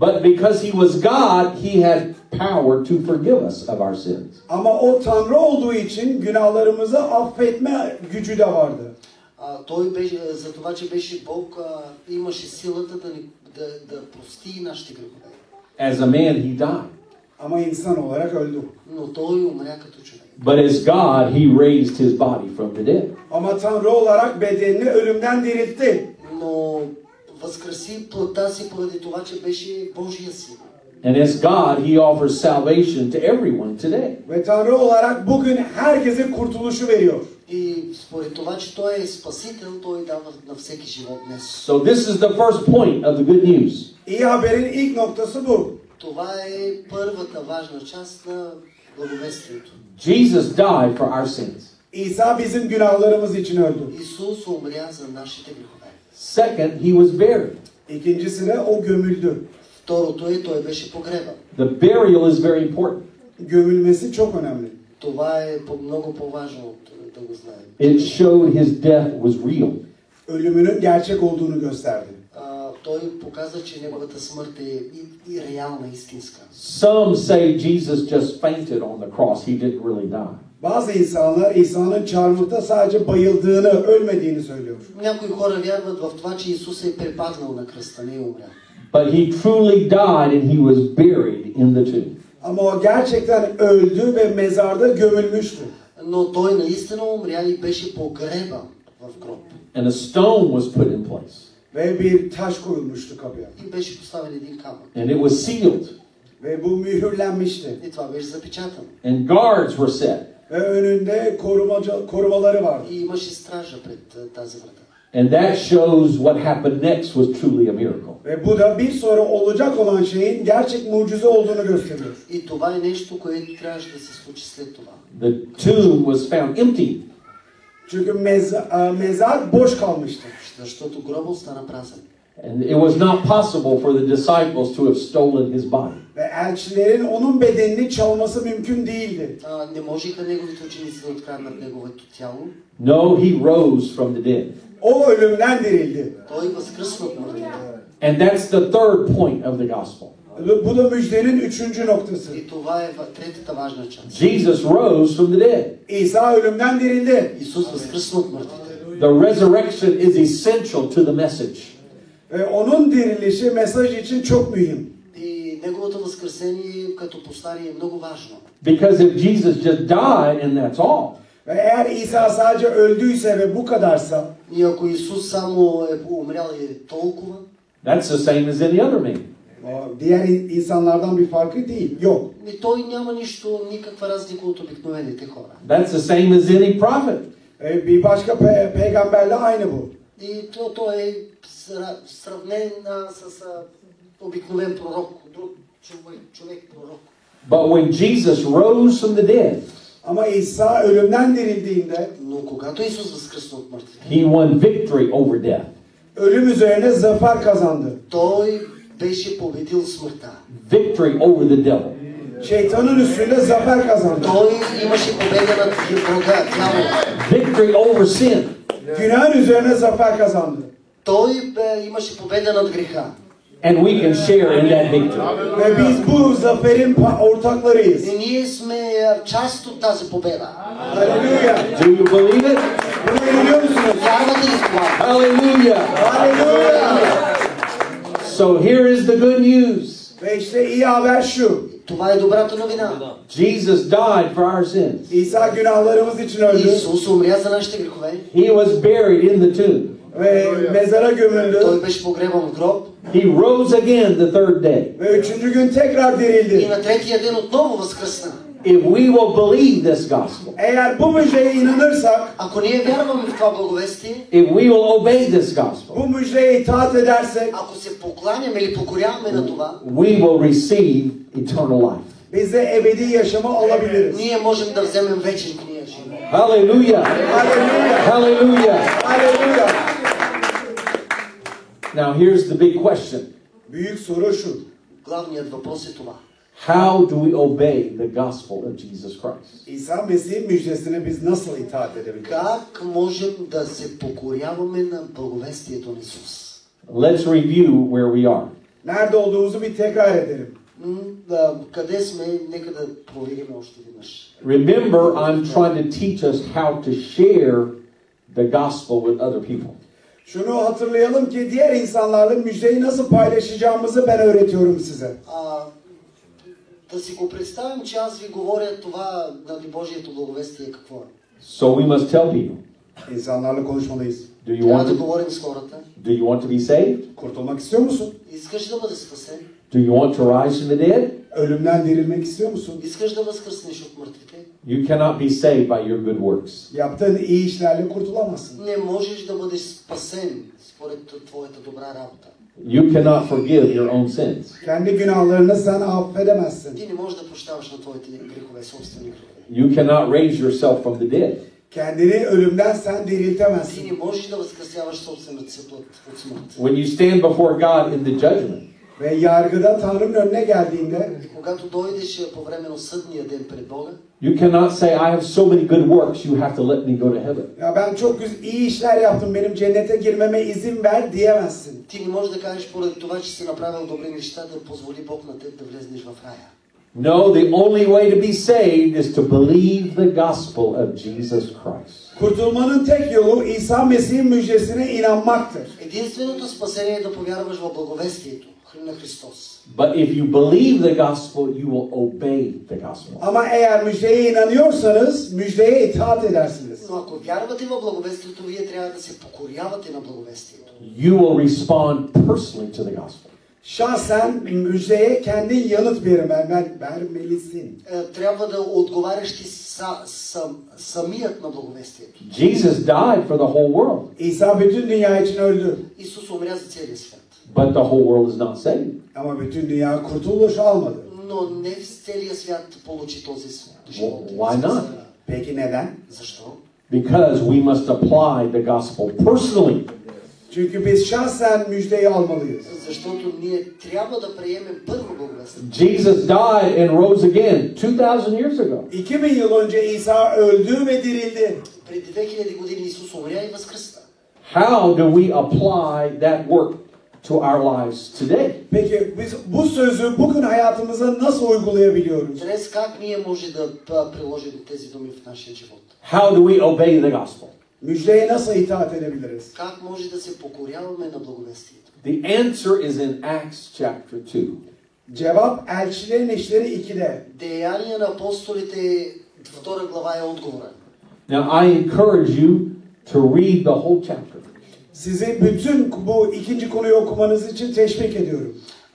[SPEAKER 2] But because he was God, he had power to forgive us of our sins.
[SPEAKER 3] Ama o Tanrı olduğu için günahlarımızı affetme gücü de vardı.
[SPEAKER 4] А, той беше, за това, че беше Бог, а, имаше силата да, ни, да, да прости нашите грехове.
[SPEAKER 2] As a man, he died.
[SPEAKER 3] Ama insan olarak öldü.
[SPEAKER 4] Но той умря като човек.
[SPEAKER 2] But as God, he raised his body from the dead.
[SPEAKER 3] Ama Tanrı olarak bedenini ölümden diriltti.
[SPEAKER 4] Но възкраси плътта си поради това, че беше Божия син.
[SPEAKER 2] And as God, he offers salvation to everyone today.
[SPEAKER 3] Ve Tanrı olarak bugün herkese kurtuluşu veriyor.
[SPEAKER 4] И според това, че той е спасител, той дава на всеки живот днес.
[SPEAKER 2] So this is the first point of the good news.
[SPEAKER 3] İyi haberin ilk noktası bu.
[SPEAKER 4] Това е първата важна част на благовестието.
[SPEAKER 2] Jesus died for our sins.
[SPEAKER 3] İsa bizim günahlarımız için öldü.
[SPEAKER 4] Исус умря за нашите грехове.
[SPEAKER 2] Second, he was buried.
[SPEAKER 3] İkincisi de o gömüldü.
[SPEAKER 4] Второто е, той беше погребан.
[SPEAKER 2] The burial is very important.
[SPEAKER 3] Gömülmesi çok önemli.
[SPEAKER 4] Това е по- много по-важно от- е, да го знаем.
[SPEAKER 2] It showed his death was real.
[SPEAKER 3] Ölümünün gerçek olduğunu gösterdi.
[SPEAKER 4] А, той показа, че неговата смърт е и, и реална, истинска.
[SPEAKER 2] Some say Jesus just fainted on the cross. He didn't really die.
[SPEAKER 3] Bazı insanlar İsa'nın çarmıhta sadece bayıldığını, ölmediğini söylüyor.
[SPEAKER 4] Някои хора вярват в това, че Исус е препаднал на кръста, не е умрял.
[SPEAKER 2] But he truly died and he was buried in the tomb.
[SPEAKER 3] Ama o gerçekten öldü ve mezarda gömülmüştü.
[SPEAKER 4] Но той наистина умря и беше погребан в гроб.
[SPEAKER 2] And a stone was put in place
[SPEAKER 3] Ve bir taş koyulmuştu kapıya.
[SPEAKER 4] И беше поставен един камък.
[SPEAKER 2] and it was sealed
[SPEAKER 3] Ve bu mühürlenmişti.
[SPEAKER 4] И това беше запечатано.
[SPEAKER 2] and guards were set.
[SPEAKER 3] Ve önünde korumaca, korumaları vardı.
[SPEAKER 4] И имаше стража пред а, тази врата.
[SPEAKER 2] And that shows what happened next was truly a miracle.
[SPEAKER 3] Ve bu da bir sonra olacak olan şeyin gerçek mucize olduğunu gösteriyor.
[SPEAKER 4] И това е нещо, което трябваше да се случи след това.
[SPEAKER 2] The tomb was found empty.
[SPEAKER 3] Çünkü meza- e, mezar boş kalmıştı.
[SPEAKER 4] Защото гроба остана празен.
[SPEAKER 2] And it was not possible for the disciples to have stolen his body.
[SPEAKER 3] Ve elçilerin onun bedenini çalması mümkün değildi.
[SPEAKER 4] А, не можеха неговите ученици да откраднат неговото тяло.
[SPEAKER 2] No, he rose from the dead.
[SPEAKER 3] O ölümden dirildi.
[SPEAKER 4] Той възкръсна от мъртвите.
[SPEAKER 2] And that's the third point of the gospel.
[SPEAKER 3] Bu da müjdenin üçüncü noktası.
[SPEAKER 4] И това е ва- третата важна част.
[SPEAKER 2] Jesus rose from the dead.
[SPEAKER 3] İsa ölümden dirildi.
[SPEAKER 4] Исус възкръсна от мъртвите.
[SPEAKER 2] The resurrection is essential to the message.
[SPEAKER 3] Ve onun dirilişi mesaj için çok mühim.
[SPEAKER 4] И неговото възкресение като послание е много важно.
[SPEAKER 2] Because if Jesus just died and that's all,
[SPEAKER 3] Ve eğer İsa sadece öldüyse ve bu kadarsa
[SPEAKER 4] И ако Исус само е умрял и е толкова,
[SPEAKER 2] that's the same as any other man.
[SPEAKER 3] o diğer in- insanlardan bir farkı değil. Yok.
[SPEAKER 4] и той няма нищо, никаква разлика от обикновените хора.
[SPEAKER 2] That's the same as any prophet.
[SPEAKER 3] E, bir başka pe- peygamberle aynı bu.
[SPEAKER 4] И то, той е сра- сравнен а, с а, обикновен пророк, друг човек, човек пророк.
[SPEAKER 2] But when Jesus rose from the dead,
[SPEAKER 3] Ama İsa ölümden dirildiğinde
[SPEAKER 4] Но когато Исус възкръсна от мъртвите,
[SPEAKER 2] he won victory over death.
[SPEAKER 3] ölüm üzerine zafer kazandı.
[SPEAKER 4] Той беше победил смъртта.
[SPEAKER 2] Victory over the devil.
[SPEAKER 3] Şeytanın üstünde zafer kazandı.
[SPEAKER 4] Той имаше победа над Бога, дявола.
[SPEAKER 2] Victory over sin.
[SPEAKER 3] Günahın üzerine zafer kazandı.
[SPEAKER 4] Той бе, имаше победа над греха.
[SPEAKER 2] And we can share in that victory.
[SPEAKER 3] Ve biz bu zaferin pa- ortaklarıyız.
[SPEAKER 4] И ние сме а, част от тази победа.
[SPEAKER 3] Haleluya.
[SPEAKER 2] Do you believe it?
[SPEAKER 3] Buna inanıyor musunuz?
[SPEAKER 4] Вярвате ли в това?
[SPEAKER 2] Hallelujah.
[SPEAKER 3] Haleluya.
[SPEAKER 2] So here is the good news.
[SPEAKER 3] Ve işte iyi haber şu.
[SPEAKER 4] Това е добрата новина.
[SPEAKER 2] Jesus died for our sins.
[SPEAKER 3] İsa günahlarımız için öldü.
[SPEAKER 4] Исус умря за нашите грехове.
[SPEAKER 2] He was buried in the tomb.
[SPEAKER 3] Ve mezara
[SPEAKER 4] Той
[SPEAKER 3] gömüldü.
[SPEAKER 4] беше погребан в гроб.
[SPEAKER 2] He rose again the third day.
[SPEAKER 3] Ve üçüncü gün tekrar
[SPEAKER 4] И
[SPEAKER 3] dirildi.
[SPEAKER 4] на третия ден отново възкръсна.
[SPEAKER 2] If we will believe this gospel,
[SPEAKER 3] Eğer bu müjdeye inanırsak,
[SPEAKER 4] Ако ние вярваме в това благовестие,
[SPEAKER 2] if we will obey this gospel,
[SPEAKER 3] bu müjdeye itaat edersek
[SPEAKER 4] ако се покланяме или покоряваме на това,
[SPEAKER 2] we will receive eternal life.
[SPEAKER 3] bize ebedi yaşamı alabiliriz.
[SPEAKER 4] ние можем да вземем вечерния живот.
[SPEAKER 2] Hallelujah.
[SPEAKER 3] Haleluya.
[SPEAKER 2] Hallelujah.
[SPEAKER 3] Haleluya.
[SPEAKER 2] Now here's the big question.
[SPEAKER 3] Büyük soru şu.
[SPEAKER 4] Главният въпрос е това.
[SPEAKER 2] How do we obey the gospel of Jesus Christ?
[SPEAKER 3] İsa Mesih'in müjdesine biz nasıl itaat edebiliriz?
[SPEAKER 4] Как можем да се покоряваме на благовестието на Исус?
[SPEAKER 2] Let's review where we are.
[SPEAKER 3] Nerede olduğumuzu bir tekrar edelim.
[SPEAKER 4] М, Да, къде сме? Нека да проверим още веднъж.
[SPEAKER 2] Remember, I'm trying to teach us how to share the gospel with other people.
[SPEAKER 3] Şunu hatırlayalım ki diğer insanlarla müjdeyi nasıl paylaşacağımızı ben öğretiyorum size.
[SPEAKER 4] А, да си го представим, че аз ви говоря това, нали, Божието благовестие какво е.
[SPEAKER 2] So we must tell people.
[SPEAKER 3] İnsanlarla konuşmalıyız.
[SPEAKER 2] Do you want
[SPEAKER 4] Трябва да
[SPEAKER 2] to,
[SPEAKER 4] говорим с хората.
[SPEAKER 2] do you want to be saved?
[SPEAKER 3] Kurtulmak istiyor musun?
[SPEAKER 4] Искаш да бъдеш спасен?
[SPEAKER 2] Do you want to rise from the dead?
[SPEAKER 3] Ölümden dirilmek istiyor musun?
[SPEAKER 4] Искаш да възкръснеш от мъртвите?
[SPEAKER 2] You cannot be saved by your good works.
[SPEAKER 3] Yaptığın iyi işlerle kurtulamazsın.
[SPEAKER 4] Не можеш да бъдеш спасен според твоята добра работа.
[SPEAKER 2] You cannot forgive your own sins.
[SPEAKER 3] Kendi günahlarını sen affedemezsin.
[SPEAKER 4] Ти не можеш да прощаваш на твоите грехове, собствени грехове.
[SPEAKER 2] You cannot raise yourself from the dead.
[SPEAKER 3] Kendini ölümden sen
[SPEAKER 4] Ти
[SPEAKER 3] diriltemezsin.
[SPEAKER 4] не можеш да възкръсяваш собствената си плът от смърт.
[SPEAKER 2] When you stand before God in the judgment,
[SPEAKER 3] Ve yargıda Tanrı'nın önüne geldiğinde
[SPEAKER 4] И когато дойдеш а, по време на съдния ден пред Бога,
[SPEAKER 2] you cannot say, I have so many good works, you have to let me go to heaven.
[SPEAKER 3] ya ben çok güz- iyi işler yaptım benim cennete girmeme izin ver diyemezsin.
[SPEAKER 4] ти не можеш да кажеш поради това, че си направил добри неща, да позволи Бог на теб да влезнеш в рая.
[SPEAKER 2] No, the only way to be saved is to believe the gospel of Jesus Christ.
[SPEAKER 3] Kurtulmanın tek yolu İsa Mesih'in müjdesine inanmaktır.
[SPEAKER 4] Единственото спасение е да повярваш в благовестието на Христос.
[SPEAKER 2] But if you believe the gospel, you will obey the gospel.
[SPEAKER 3] Ama eğer müjdeye inanıyorsanız müjdeye itaat edersiniz.
[SPEAKER 4] Но ако вярвате в благовестието, вие трябва да се покорявате на благовестието.
[SPEAKER 2] You will respond personally to the gospel.
[SPEAKER 3] Şahsen müjdeye kendin yanıt verme, ver, vermelisin.
[SPEAKER 4] Е, Трябва да отговаряш ти са, сам, самият на благовестието.
[SPEAKER 2] Jesus died for the whole world,
[SPEAKER 3] İsa bütün dünya için öldü.
[SPEAKER 4] Исус умря за целия свят.
[SPEAKER 2] but the whole world is not saved.
[SPEAKER 3] Ama bütün dünya kurtuluş almadı.
[SPEAKER 4] Но не в целия свят получи този св- живот.
[SPEAKER 2] Why not?
[SPEAKER 3] Peki neden?
[SPEAKER 4] Защо?
[SPEAKER 2] Because we must apply the gospel personally.
[SPEAKER 3] Çünkü biz şahsen müjdeyi almalıyız.
[SPEAKER 4] Защото ние трябва да приемем първо благовестието.
[SPEAKER 2] Jesus died and rose again 2,000 years ago.
[SPEAKER 3] 2000 yıl önce İsa öldü ve dirildi.
[SPEAKER 4] Преди 2000 години Исус умря и възкръсна.
[SPEAKER 2] How do we apply that work to our lives today?
[SPEAKER 3] Peki biz bu sözü bugün hayatımıza nasıl uygulayabiliyoruz?
[SPEAKER 4] Днес как ние може да а, приложим тези думи в нашия живот?
[SPEAKER 2] How do we obey the gospel?
[SPEAKER 3] Müjdeye nasıl itaat edebiliriz?
[SPEAKER 4] Как може да се покоряваме на благовестието?
[SPEAKER 2] The answer is in Acts chapter 2.
[SPEAKER 3] Cevap Elçilerin İşleri 2'de.
[SPEAKER 4] Деяния на апостолите, втора глава е отговора.
[SPEAKER 2] Now, I encourage you to read the whole chapter.
[SPEAKER 3] Sizi bütün bu ikinci konuyu okumanız için teşvik ediyorum.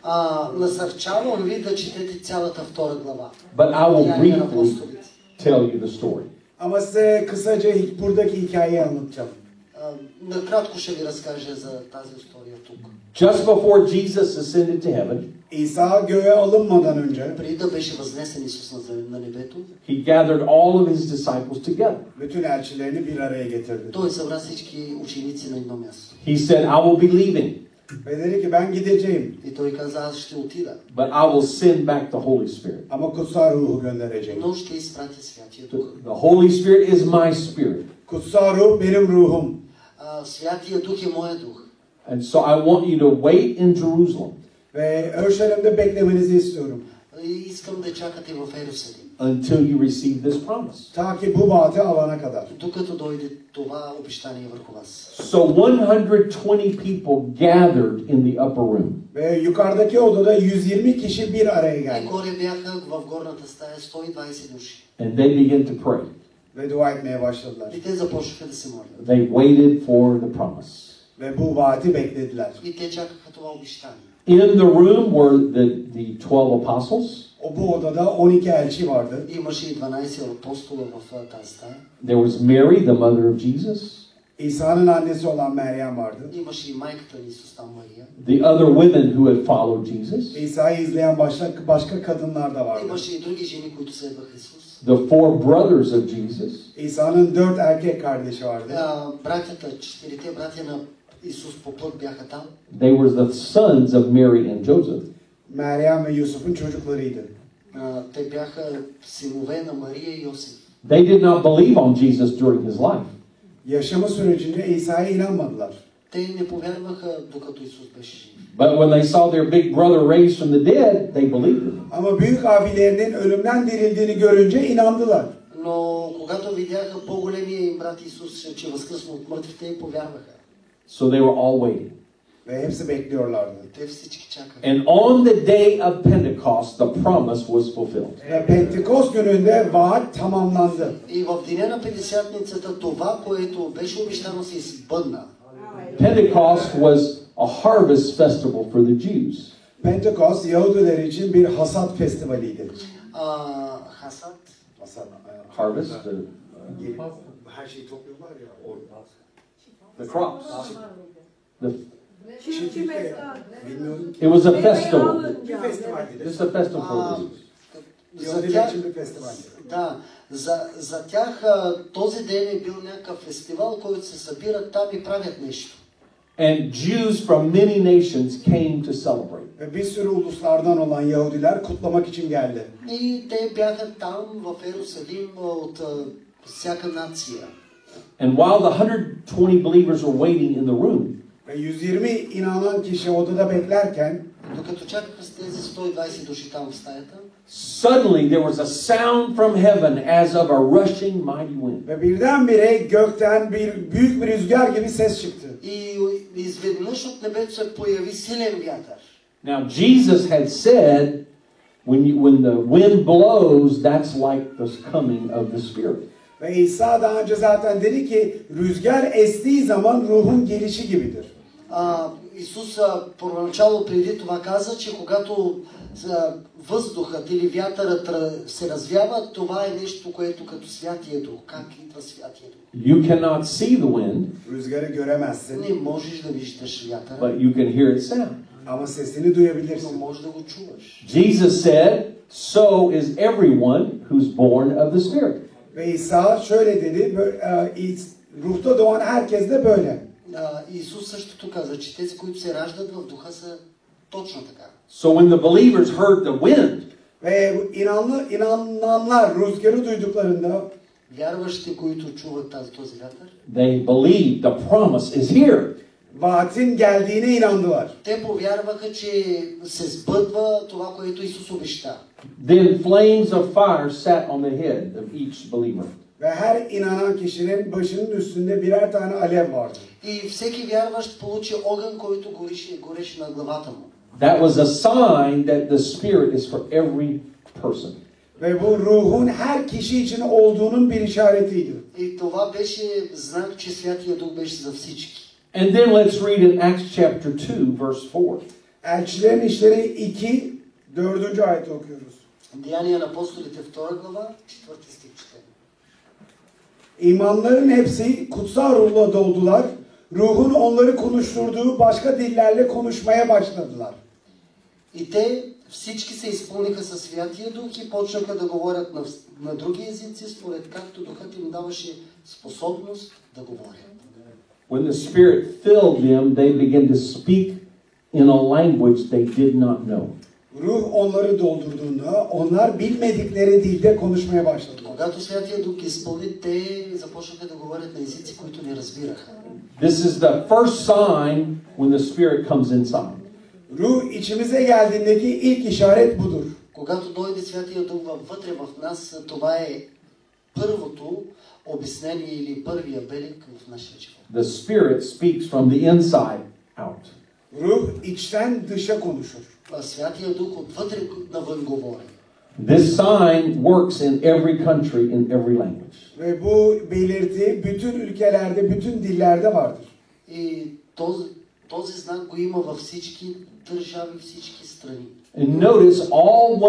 [SPEAKER 4] А, насърчавам ви да четете цялата втора глава.
[SPEAKER 2] But I will
[SPEAKER 4] Деяния на
[SPEAKER 2] briefly
[SPEAKER 4] апостолите.
[SPEAKER 2] tell you the story.
[SPEAKER 3] Ama size kısaca hi- buradaki hikayeyi anlatacağım.
[SPEAKER 4] А, А, накратко ще ви разкажа за тази история тук.
[SPEAKER 2] Just before Jesus ascended to heaven,
[SPEAKER 3] İsa göğe alınmadan önce
[SPEAKER 4] Преди да беше възнесен Исус на, зем- на небето,
[SPEAKER 2] he gathered all of his disciples together.
[SPEAKER 3] bütün elçilerini bir araya getirdi.
[SPEAKER 4] той събра всички ученици на едно място.
[SPEAKER 2] He said, I will be leaving,
[SPEAKER 3] Ve dedi ki ben gideceğim
[SPEAKER 4] И той каза, аз ще отида,
[SPEAKER 2] but I will send back the Holy Spirit.
[SPEAKER 3] ama kutsal ruhu göndereceğim.
[SPEAKER 4] но ще изпратя Святия Дух.
[SPEAKER 2] The Holy Spirit is my spirit.
[SPEAKER 3] Kutsal ruh benim ruhum.
[SPEAKER 4] А, Святия Дух е моя Дух.
[SPEAKER 2] And so I want you to wait in Jerusalem
[SPEAKER 3] Ve Örşelim'de beklemenizi istiyorum.
[SPEAKER 4] И искам да чакате в Ерусалим,
[SPEAKER 2] until you receive this promise.
[SPEAKER 3] Ta ki bu vaati alana kadar.
[SPEAKER 4] докато дойде това обещание върху вас.
[SPEAKER 2] So 120 people gathered in the upper room.
[SPEAKER 3] Ve yukarıdaki odada 120 kişi bir araya
[SPEAKER 4] И
[SPEAKER 3] geldi.
[SPEAKER 4] горе бяха в горната стая 120 души.
[SPEAKER 2] And they began to pray.
[SPEAKER 3] Ve dua etmeye başladılar.
[SPEAKER 4] И те започнаха да се молят.
[SPEAKER 2] They waited for the promise.
[SPEAKER 3] Ve bu vaati beklediler.
[SPEAKER 4] И те чакаха това обещание.
[SPEAKER 2] In the room were the, the 12 apostles.
[SPEAKER 3] O bu odada 12 elçi vardı.
[SPEAKER 4] Имаше и 12 апостола в а, тази стая.
[SPEAKER 2] There was Mary, the mother of Jesus,
[SPEAKER 3] İsa'nın annesi olan Meryem vardı.
[SPEAKER 4] Имаше и майката на Исус там Мария.
[SPEAKER 2] the other women who had followed Jesus,
[SPEAKER 3] İsa'yı izleyen başka, başka kadınlar da vardı.
[SPEAKER 4] Имаше и други жени, които следваха Исус.
[SPEAKER 2] the four brothers of Jesus,
[SPEAKER 3] İsa'nın dört erkek kardeşi vardı.
[SPEAKER 4] А, братята, четирите братя на Исус по плът бяха там.
[SPEAKER 2] they were the sons of Mary and Joseph.
[SPEAKER 3] Meryem ve Yusuf'un çocuklarıydı.
[SPEAKER 4] А, те бяха синове на Мария и Йосиф.
[SPEAKER 2] They did not believe on Jesus during his life.
[SPEAKER 3] Yaşama sürecinde İsa'ya inanmadılar.
[SPEAKER 4] Те не повярваха, докато Исус беше жив.
[SPEAKER 2] But when they saw their big brother raised from the dead, they believed him.
[SPEAKER 3] Ama büyük abilerinin ölümden dirildiğini görünce inandılar.
[SPEAKER 4] Но когато видяха по-големия им брат Исус, че възкръсна от мъртвите, повярваха.
[SPEAKER 2] So they were all waiting.
[SPEAKER 3] Ve hepsi bekliyorlardı.
[SPEAKER 4] Те всички чакаха.
[SPEAKER 2] And on the day of Pentecost, the promise was fulfilled.
[SPEAKER 3] Ve Pentekost gününde vaat tamamlandı.
[SPEAKER 4] И в деня на Пятидесятницата това, което беше обещано, се избъдна.
[SPEAKER 2] Pentecost was a harvest festival for the Jews.
[SPEAKER 3] Pentekost Yahudiler için bir hasat festivaliydi.
[SPEAKER 4] А, Хасад,
[SPEAKER 3] Hasat, e,
[SPEAKER 2] Harvest, the,
[SPEAKER 3] gelip her şeyi topluyorlar ya. orada.
[SPEAKER 2] the crops. The,
[SPEAKER 7] Çiftçi mesaj.
[SPEAKER 3] Bilmiyorum.
[SPEAKER 2] it was a
[SPEAKER 7] Festival.
[SPEAKER 2] festival.
[SPEAKER 3] Bir festival gibi.
[SPEAKER 2] It's a festival for the Jews.
[SPEAKER 4] за
[SPEAKER 3] Yahudiler
[SPEAKER 4] тях,
[SPEAKER 3] için bir festival gibi.
[SPEAKER 4] да, за, за тях а, този ден е бил някакъв фестивал, който се събират там и правят нещо.
[SPEAKER 2] And Jews from many nations came to celebrate.
[SPEAKER 3] Ve bir sürü uluslardan olan Yahudiler kutlamak için geldi.
[SPEAKER 4] И те бяха там в Ерусалим а, от а, всяка нация.
[SPEAKER 2] And while the 120 believers were waiting in the room,
[SPEAKER 3] Ve 120 inanan kişi odada beklerken
[SPEAKER 4] Докато чакаха с тези 120 души там в стаята,
[SPEAKER 2] suddenly there was a sound from heaven as of a rushing mighty wind.
[SPEAKER 3] ve birdenbire gökten bir büyük bir rüzgar gibi ses çıktı.
[SPEAKER 4] и изведнъж от небето се появи силен вятър.
[SPEAKER 2] Now Jesus had said, when you, when the wind blows, that's like the coming of the Spirit.
[SPEAKER 3] Ve İsa daha önce zaten dedi ki rüzgar estiği zaman ruhun gelişi gibidir.
[SPEAKER 4] А, Исус а, първоначало преди това каза, че когато а, въздухът или вятърът ра- се развява, това е нещо, което като Святия Дух. Как идва Святия Дух?
[SPEAKER 2] You cannot see the wind,
[SPEAKER 3] Rüzgarı göremezsin
[SPEAKER 4] Не можеш да виждаш вятъра,
[SPEAKER 2] but you can hear it sound.
[SPEAKER 3] ama sesini
[SPEAKER 4] но
[SPEAKER 3] duyabilirsin.
[SPEAKER 4] можеш да го чуваш.
[SPEAKER 2] Jesus said, "So is everyone who's born of the Spirit."
[SPEAKER 3] Ve İsa şöyle dedi, bö- e, İs- ruhta doğan herkes de böyle.
[SPEAKER 4] А, Исус същото каза, че тези, които се раждат в духа, са точно така.
[SPEAKER 2] So when the believers heard the wind,
[SPEAKER 3] Ve bu inanlı, inananlar rüzgarı duyduklarında
[SPEAKER 4] Вярващите, които чуват тази, този вятър,
[SPEAKER 2] they believed the promise is here.
[SPEAKER 3] vaatin geldiğine inandılar.
[SPEAKER 4] те повярваха, че се сбъдва това, което Исус обеща.
[SPEAKER 2] Then flames of fire sat on the head of each believer.
[SPEAKER 3] Ve her inanan kişinin başının üstünde birer tane alev vardı.
[SPEAKER 4] И всеки вярващ получи огън, който гореше, гореше на главата му.
[SPEAKER 2] That was a sign that the Spirit is for every person.
[SPEAKER 3] Ve bu ruhun her kişi için olduğunun bir işaretiydi.
[SPEAKER 4] И това беше знак, че Святия Дух беше за всички.
[SPEAKER 2] And then let's read in Acts chapter 2, verse 4.
[SPEAKER 3] Elçilerin İşleri 2, 4. ayet okuyoruz.
[SPEAKER 4] Деяния на апостолите 2 глава, 4 стих четем.
[SPEAKER 3] İmanların hepsi kutsal ruhla doldular. Ruhun onları konuşturduğu başka dillerle konuşmaya başladılar.
[SPEAKER 4] И те всички се изпълниха със Святия Дух и почнаха да говорят на, вс- на други езици, според както Духът им даваше способност да говорят.
[SPEAKER 2] When the Spirit filled them, they began to speak in a language they did not know.
[SPEAKER 3] Ruh onları doldurduğunda onlar bilmedikleri dilde konuşmaya başladılar.
[SPEAKER 4] Когато Святия Дух ги изпълни, те започнаха да говорят на езици, които не разбираха.
[SPEAKER 2] This is the first sign when the Spirit comes inside.
[SPEAKER 3] Ruh içimize geldiğindeki ilk işaret budur.
[SPEAKER 4] Когато дойде Святия Дух във- вътре в нас, това е първото обяснение или първия белег в нашия живот.
[SPEAKER 2] The Spirit speaks from the inside out.
[SPEAKER 3] Ruh içten dışa konuşur.
[SPEAKER 4] А Святия Дух отвътре навън говори.
[SPEAKER 2] This sign works in every country, in every language.
[SPEAKER 3] Ve bu belirti bütün ülkelerde, bütün dillerde vardır.
[SPEAKER 4] И този, този знак го има във всички държави, всички страни.
[SPEAKER 2] And notice all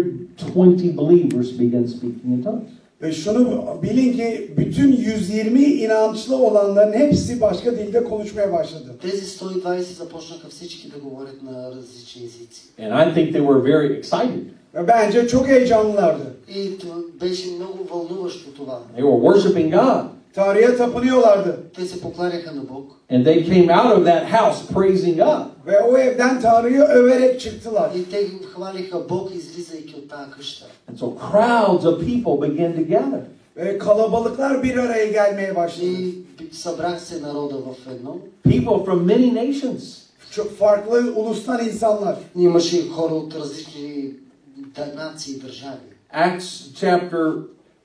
[SPEAKER 2] 120 believers began speaking in tongues.
[SPEAKER 3] Ve şunu bilin ki bütün 120 inançlı olanların hepsi başka dilde konuşmaya başladı.
[SPEAKER 4] Тези 120 започнаха всички да говорят на различни езици.
[SPEAKER 2] And I think they were very excited.
[SPEAKER 3] Ve bence çok heyecanlılardı.
[SPEAKER 4] И това беше много вълнуващо това.
[SPEAKER 2] They were worshiping God.
[SPEAKER 3] Tanrı'ya tapınıyorlardı.
[SPEAKER 4] Те се покланяха на Бог
[SPEAKER 2] And they came out of that house praising God.
[SPEAKER 3] Ve o evden Tanrı'yı överek çıktılar.
[SPEAKER 4] и те ги хвалиха Бог, излизайки от тази къща.
[SPEAKER 2] And so crowds of people began to gather.
[SPEAKER 3] Ve kalabalıklar bir araya gelmeye başladı.
[SPEAKER 4] И събрах се народа в едно.
[SPEAKER 2] People from many nations.
[SPEAKER 3] Çok farklı ulustan insanlar.
[SPEAKER 4] Имаше и хора от различни да- нации и държави.
[SPEAKER 2] Acts chapter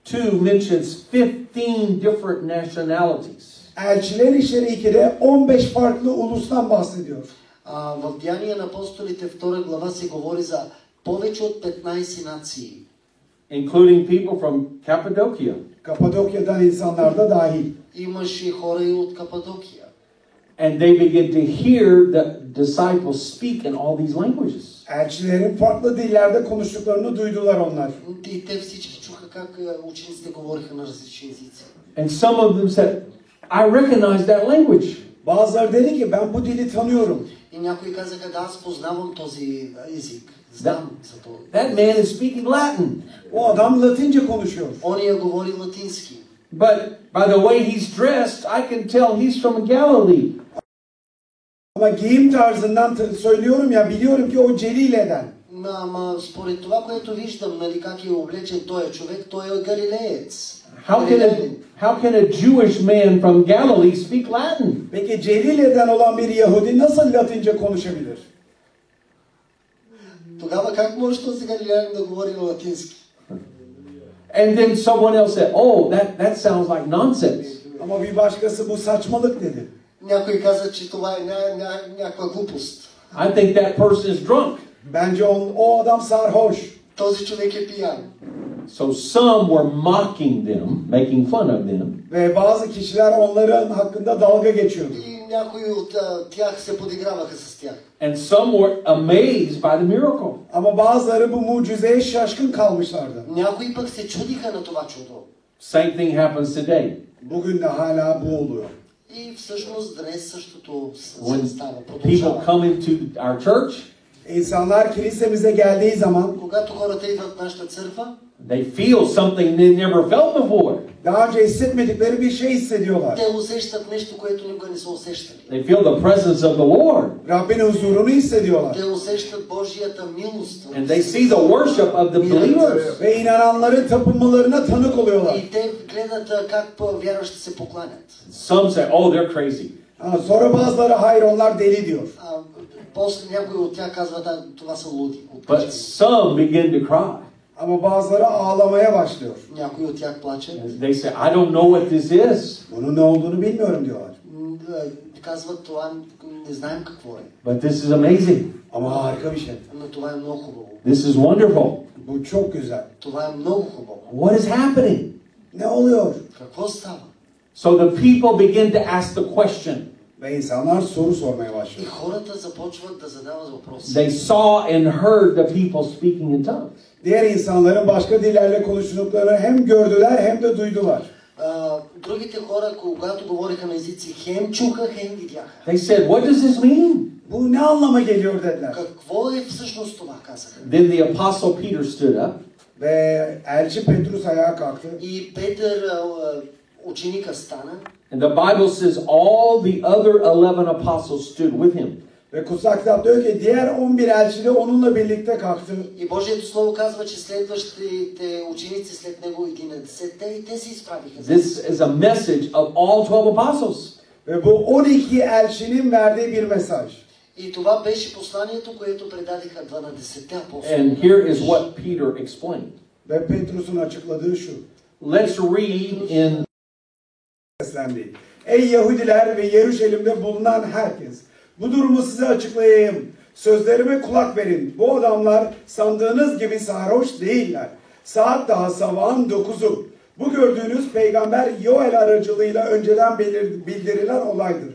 [SPEAKER 2] 2 mentions 15 different nationalities.
[SPEAKER 3] Elçiler İşleri 2'de 15 farklı ulustan bahsediyor.
[SPEAKER 4] А, в Деяния на апостолите 2 глава се говори за повече от 15 нации.
[SPEAKER 2] including people from Cappadocia
[SPEAKER 3] Kapadokya'dan insanlar da dahil.
[SPEAKER 4] Имаше и хора и от Кападокия.
[SPEAKER 2] and they begin to hear the disciples speak in all these languages.
[SPEAKER 3] Elçilerin farklı dillerde konuştuklarını duydular onlar.
[SPEAKER 4] И те всички чуха как а, учениците говориха на различни езици.
[SPEAKER 2] And some of them said, I recognize that language.
[SPEAKER 3] Bazıları dedi ki ben bu dili tanıyorum.
[SPEAKER 4] И някои казаха, да, аз познавам този а, език. Знам за този.
[SPEAKER 2] That man is speaking Latin.
[SPEAKER 3] O adam Latince konuşuyor.
[SPEAKER 4] Ония говори е латински.
[SPEAKER 2] But by the way he's dressed, I can tell he's from Galilee.
[SPEAKER 3] Ama giyim tarzından t- söylüyorum ya biliyorum ki o Celile'den.
[SPEAKER 4] Ма, Ама според това, което виждам, нали, как е облечен този човек, той е галилеец.
[SPEAKER 2] How can, a,
[SPEAKER 4] Галилеянин.
[SPEAKER 2] how can a Jewish man from Galilee speak Latin?
[SPEAKER 3] Peki Celile'den olan bir Yahudi nasıl Latince konuşabilir?
[SPEAKER 4] Тогава как може този галилеян да говори на латински?
[SPEAKER 2] And then someone else said, Oh, that, that sounds like nonsense.
[SPEAKER 3] Ama bir başkası bu saçmalık dedi.
[SPEAKER 4] Някой каза, че това е ня, ня, някаква глупост.
[SPEAKER 2] I think that person is drunk.
[SPEAKER 3] Bence on, o adam sarhoş.
[SPEAKER 4] Този човек е пиян.
[SPEAKER 2] So some were mocking them, making fun of them.
[SPEAKER 3] Ve bazı kişiler onların hakkında dalga geçiyordu.
[SPEAKER 4] И някои от а, тях се подиграваха с тях.
[SPEAKER 2] And some were amazed by the miracle.
[SPEAKER 3] Ama bazıları bu mucizeye şaşkın kalmışlardı.
[SPEAKER 4] Някои пък се чудиха на това чудо.
[SPEAKER 2] Same thing happens today.
[SPEAKER 3] Bugün de hala bu oluyor.
[SPEAKER 4] И всъщност днес същото с- се
[SPEAKER 2] When
[SPEAKER 4] става.
[SPEAKER 2] people
[SPEAKER 4] Продължава.
[SPEAKER 2] come into our church,
[SPEAKER 3] İnsanlar kilisemize geldiği zaman
[SPEAKER 4] Когато хората идват в нашата църква,
[SPEAKER 2] they feel something they never felt before.
[SPEAKER 3] daha önce hissetmedikleri bir şey hissediyorlar.
[SPEAKER 4] те усещат нещо, което никога не са усещали.
[SPEAKER 2] They feel the presence of the Lord.
[SPEAKER 3] Rabbin huzurunu hissediyorlar.
[SPEAKER 4] Те усещат Божията милост. в
[SPEAKER 2] And they see the worship of the believers.
[SPEAKER 3] Ve inananların tapınmalarına tanık oluyorlar.
[SPEAKER 4] И те гледат а, как а, вярващите се покланят.
[SPEAKER 2] Some say, oh, they're crazy.
[SPEAKER 3] Ha, sonra bazıları hayır onlar deli diyor.
[SPEAKER 4] А, после някои от тях казват, да, това са луди.
[SPEAKER 2] But
[SPEAKER 4] отвлечени».
[SPEAKER 2] some begin to cry.
[SPEAKER 3] Ama bazıları ağlamaya başlıyor.
[SPEAKER 4] Някои от тях плачат.
[SPEAKER 2] And They say, I don't know what this is,
[SPEAKER 3] Bunun ne olduğunu bilmiyorum diyorlar.
[SPEAKER 4] М, а, Казват, това не знаем какво е.
[SPEAKER 2] but this is amazing.
[SPEAKER 3] Ama harika bir şey.
[SPEAKER 4] Но това е много хубаво.
[SPEAKER 2] This is wonderful.
[SPEAKER 3] Bu çok güzel.
[SPEAKER 4] Това е много хубаво.
[SPEAKER 2] What is happening?
[SPEAKER 3] Ne oluyor?
[SPEAKER 4] Какво става?
[SPEAKER 2] So the people begin to ask the question.
[SPEAKER 3] Ve insanlar soru sormaya
[SPEAKER 4] И
[SPEAKER 3] başlıyor.
[SPEAKER 4] хората започват да задават въпроси.
[SPEAKER 2] They saw and heard the people speaking in tongues.
[SPEAKER 3] Diğer insanların başka dillerle konuştuklarını hem gördüler hem de duydular.
[SPEAKER 4] А, А, другите хора, когато говориха на езици, хем чуха, хем видяха.
[SPEAKER 2] They said, What does this mean?
[SPEAKER 3] Bu ne anlama geliyor dediler.
[SPEAKER 4] Какво е всъщност това, казаха.
[SPEAKER 2] Then the Apostle Peter stood up
[SPEAKER 3] Ve elçi Petrus ayağa kalktı.
[SPEAKER 4] И Петър, а, а, ученика, стана
[SPEAKER 2] And the Bible says all the other 11 apostles stood with him.
[SPEAKER 3] Ve kutsal kitap diyor ki diğer 11 elçi de onunla birlikte kalktı.
[SPEAKER 4] и Божието Слово казва, че следващите ученици след него 11-те и те се изправиха.
[SPEAKER 2] This is a message of all 12 apostles.
[SPEAKER 3] Ve bu 12 elçinin verdiği bir mesaj.
[SPEAKER 4] И това беше посланието, което предадеха 12-те апостоли.
[SPEAKER 2] And here is what Peter explained.
[SPEAKER 3] Ve Petrus'un açıkladığı şu.
[SPEAKER 2] Let's read in
[SPEAKER 3] Seslendi. Ey Yahudiler ve Yeruşalim'de bulunan herkes. Bu durumu size açıklayayım. Sözlerime kulak verin. Bu adamlar sandığınız gibi sarhoş değiller. Saat daha sabahın 9'u. Bu gördüğünüz peygamber Yoel aracılığıyla önceden belir- bildirilen olaydır.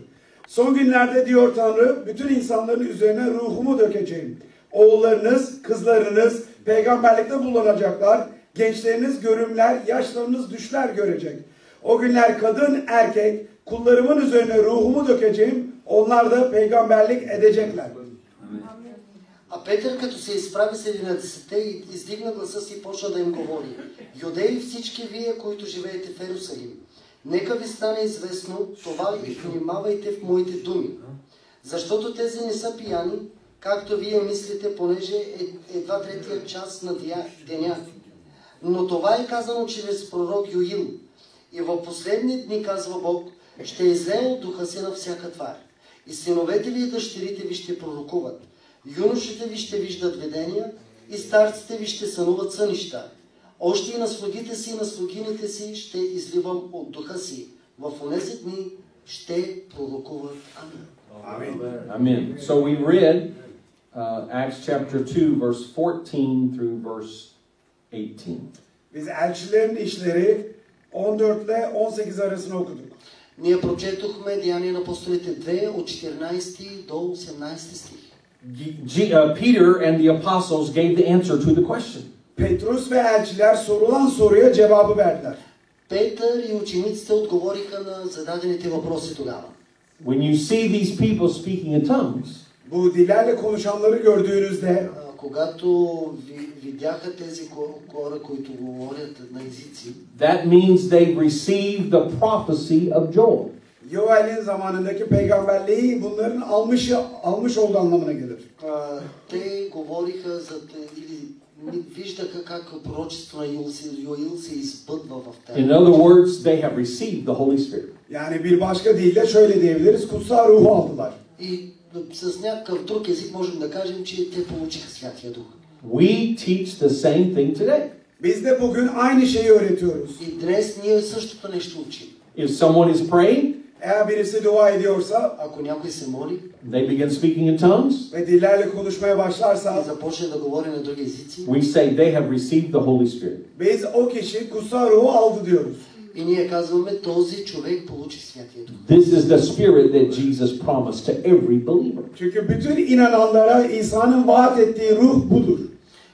[SPEAKER 3] Son günlerde diyor Tanrı, bütün insanların üzerine ruhumu dökeceğim. Oğullarınız, kızlarınız peygamberlikte bulunacaklar. Gençleriniz görümler, yaşlarınız düşler görecek. O günler kadın, erkek, kullarımın üzerine ruhumu dökeceğim. Onlar da peygamberlik edecekler.
[SPEAKER 4] А Петър като се изправи с 11-те и издигна гласа си и почна да им говори. Юдеи всички вие, които живеете в Ерусалим, нека ви стане известно това и внимавайте в моите думи. Защото тези не са пияни, както вие мислите, понеже е едва третия час на дия- деня. Но това е казано чрез пророк Юил. И в последни дни, казва Бог, ще излее от духа си на всяка твар. И синовете ви и дъщерите ви ще пророкуват. Юношите ви ще виждат видения и старците ви ще сънуват сънища. Още и на слугите си и на слугините си ще изливам от духа си. В онези дни ще пророкуват. Амин.
[SPEAKER 3] Amin.
[SPEAKER 2] Amen. So we read uh, Acts chapter 2, verse 14 through verse 18.
[SPEAKER 3] Biz elçilerin işleri 14 ile 18 arasını okuduk.
[SPEAKER 4] Ние прочетохме Деяния на апостолите 2 от 14 до 18 стих.
[SPEAKER 2] G- G- uh, Peter and the apostles gave the answer to the question.
[SPEAKER 3] Petrus ve elçiler sorulan soruya cevabı verdiler.
[SPEAKER 4] Петър и учениците отговориха на зададените въпроси тогава.
[SPEAKER 2] When you see these people speaking in tongues,
[SPEAKER 3] Bu dillerle konuşanları gördüğünüzde
[SPEAKER 4] А, Когато ви, видяха тези ко- хора, които говорят на езици,
[SPEAKER 2] that means they received the prophecy of Joel.
[SPEAKER 3] Yoel'in zamanındaki peygamberliği bunların almış almış olduğu anlamına gelir.
[SPEAKER 4] а, те говориха за те- или ни- виждаха как пророчество на Йоил се, Йоил се избъдва в
[SPEAKER 2] In
[SPEAKER 4] тях.
[SPEAKER 2] other words, they have received the Holy Spirit.
[SPEAKER 3] Yani bir başka dille şöyle diyebiliriz. Kutsal ruhu aldılar.
[SPEAKER 4] И с някакъв друг език можем да кажем, че те получиха Святия Дух.
[SPEAKER 2] We teach the same thing today.
[SPEAKER 3] Biz de bugün aynı şeyi öğretiyoruz.
[SPEAKER 4] И днес ние същото нещо учим.
[SPEAKER 2] If someone is praying,
[SPEAKER 3] Eğer birisi dua ediyorsa
[SPEAKER 4] Ако някой се моли
[SPEAKER 2] they begin speaking in tongues.
[SPEAKER 3] ve dillerle konuşmaya
[SPEAKER 4] и
[SPEAKER 3] başlarsa
[SPEAKER 4] започне да говори на други езици,
[SPEAKER 2] We say they have received the Holy Spirit.
[SPEAKER 3] biz o kişi kutsal ruhu aldı diyoruz.
[SPEAKER 4] и ние казваме, този човек получи Святия Дух.
[SPEAKER 2] This is the Spirit that Jesus promised to every believer.
[SPEAKER 3] Çünkü bütün inananlara İsa'nın vaat ettiği ruh budur.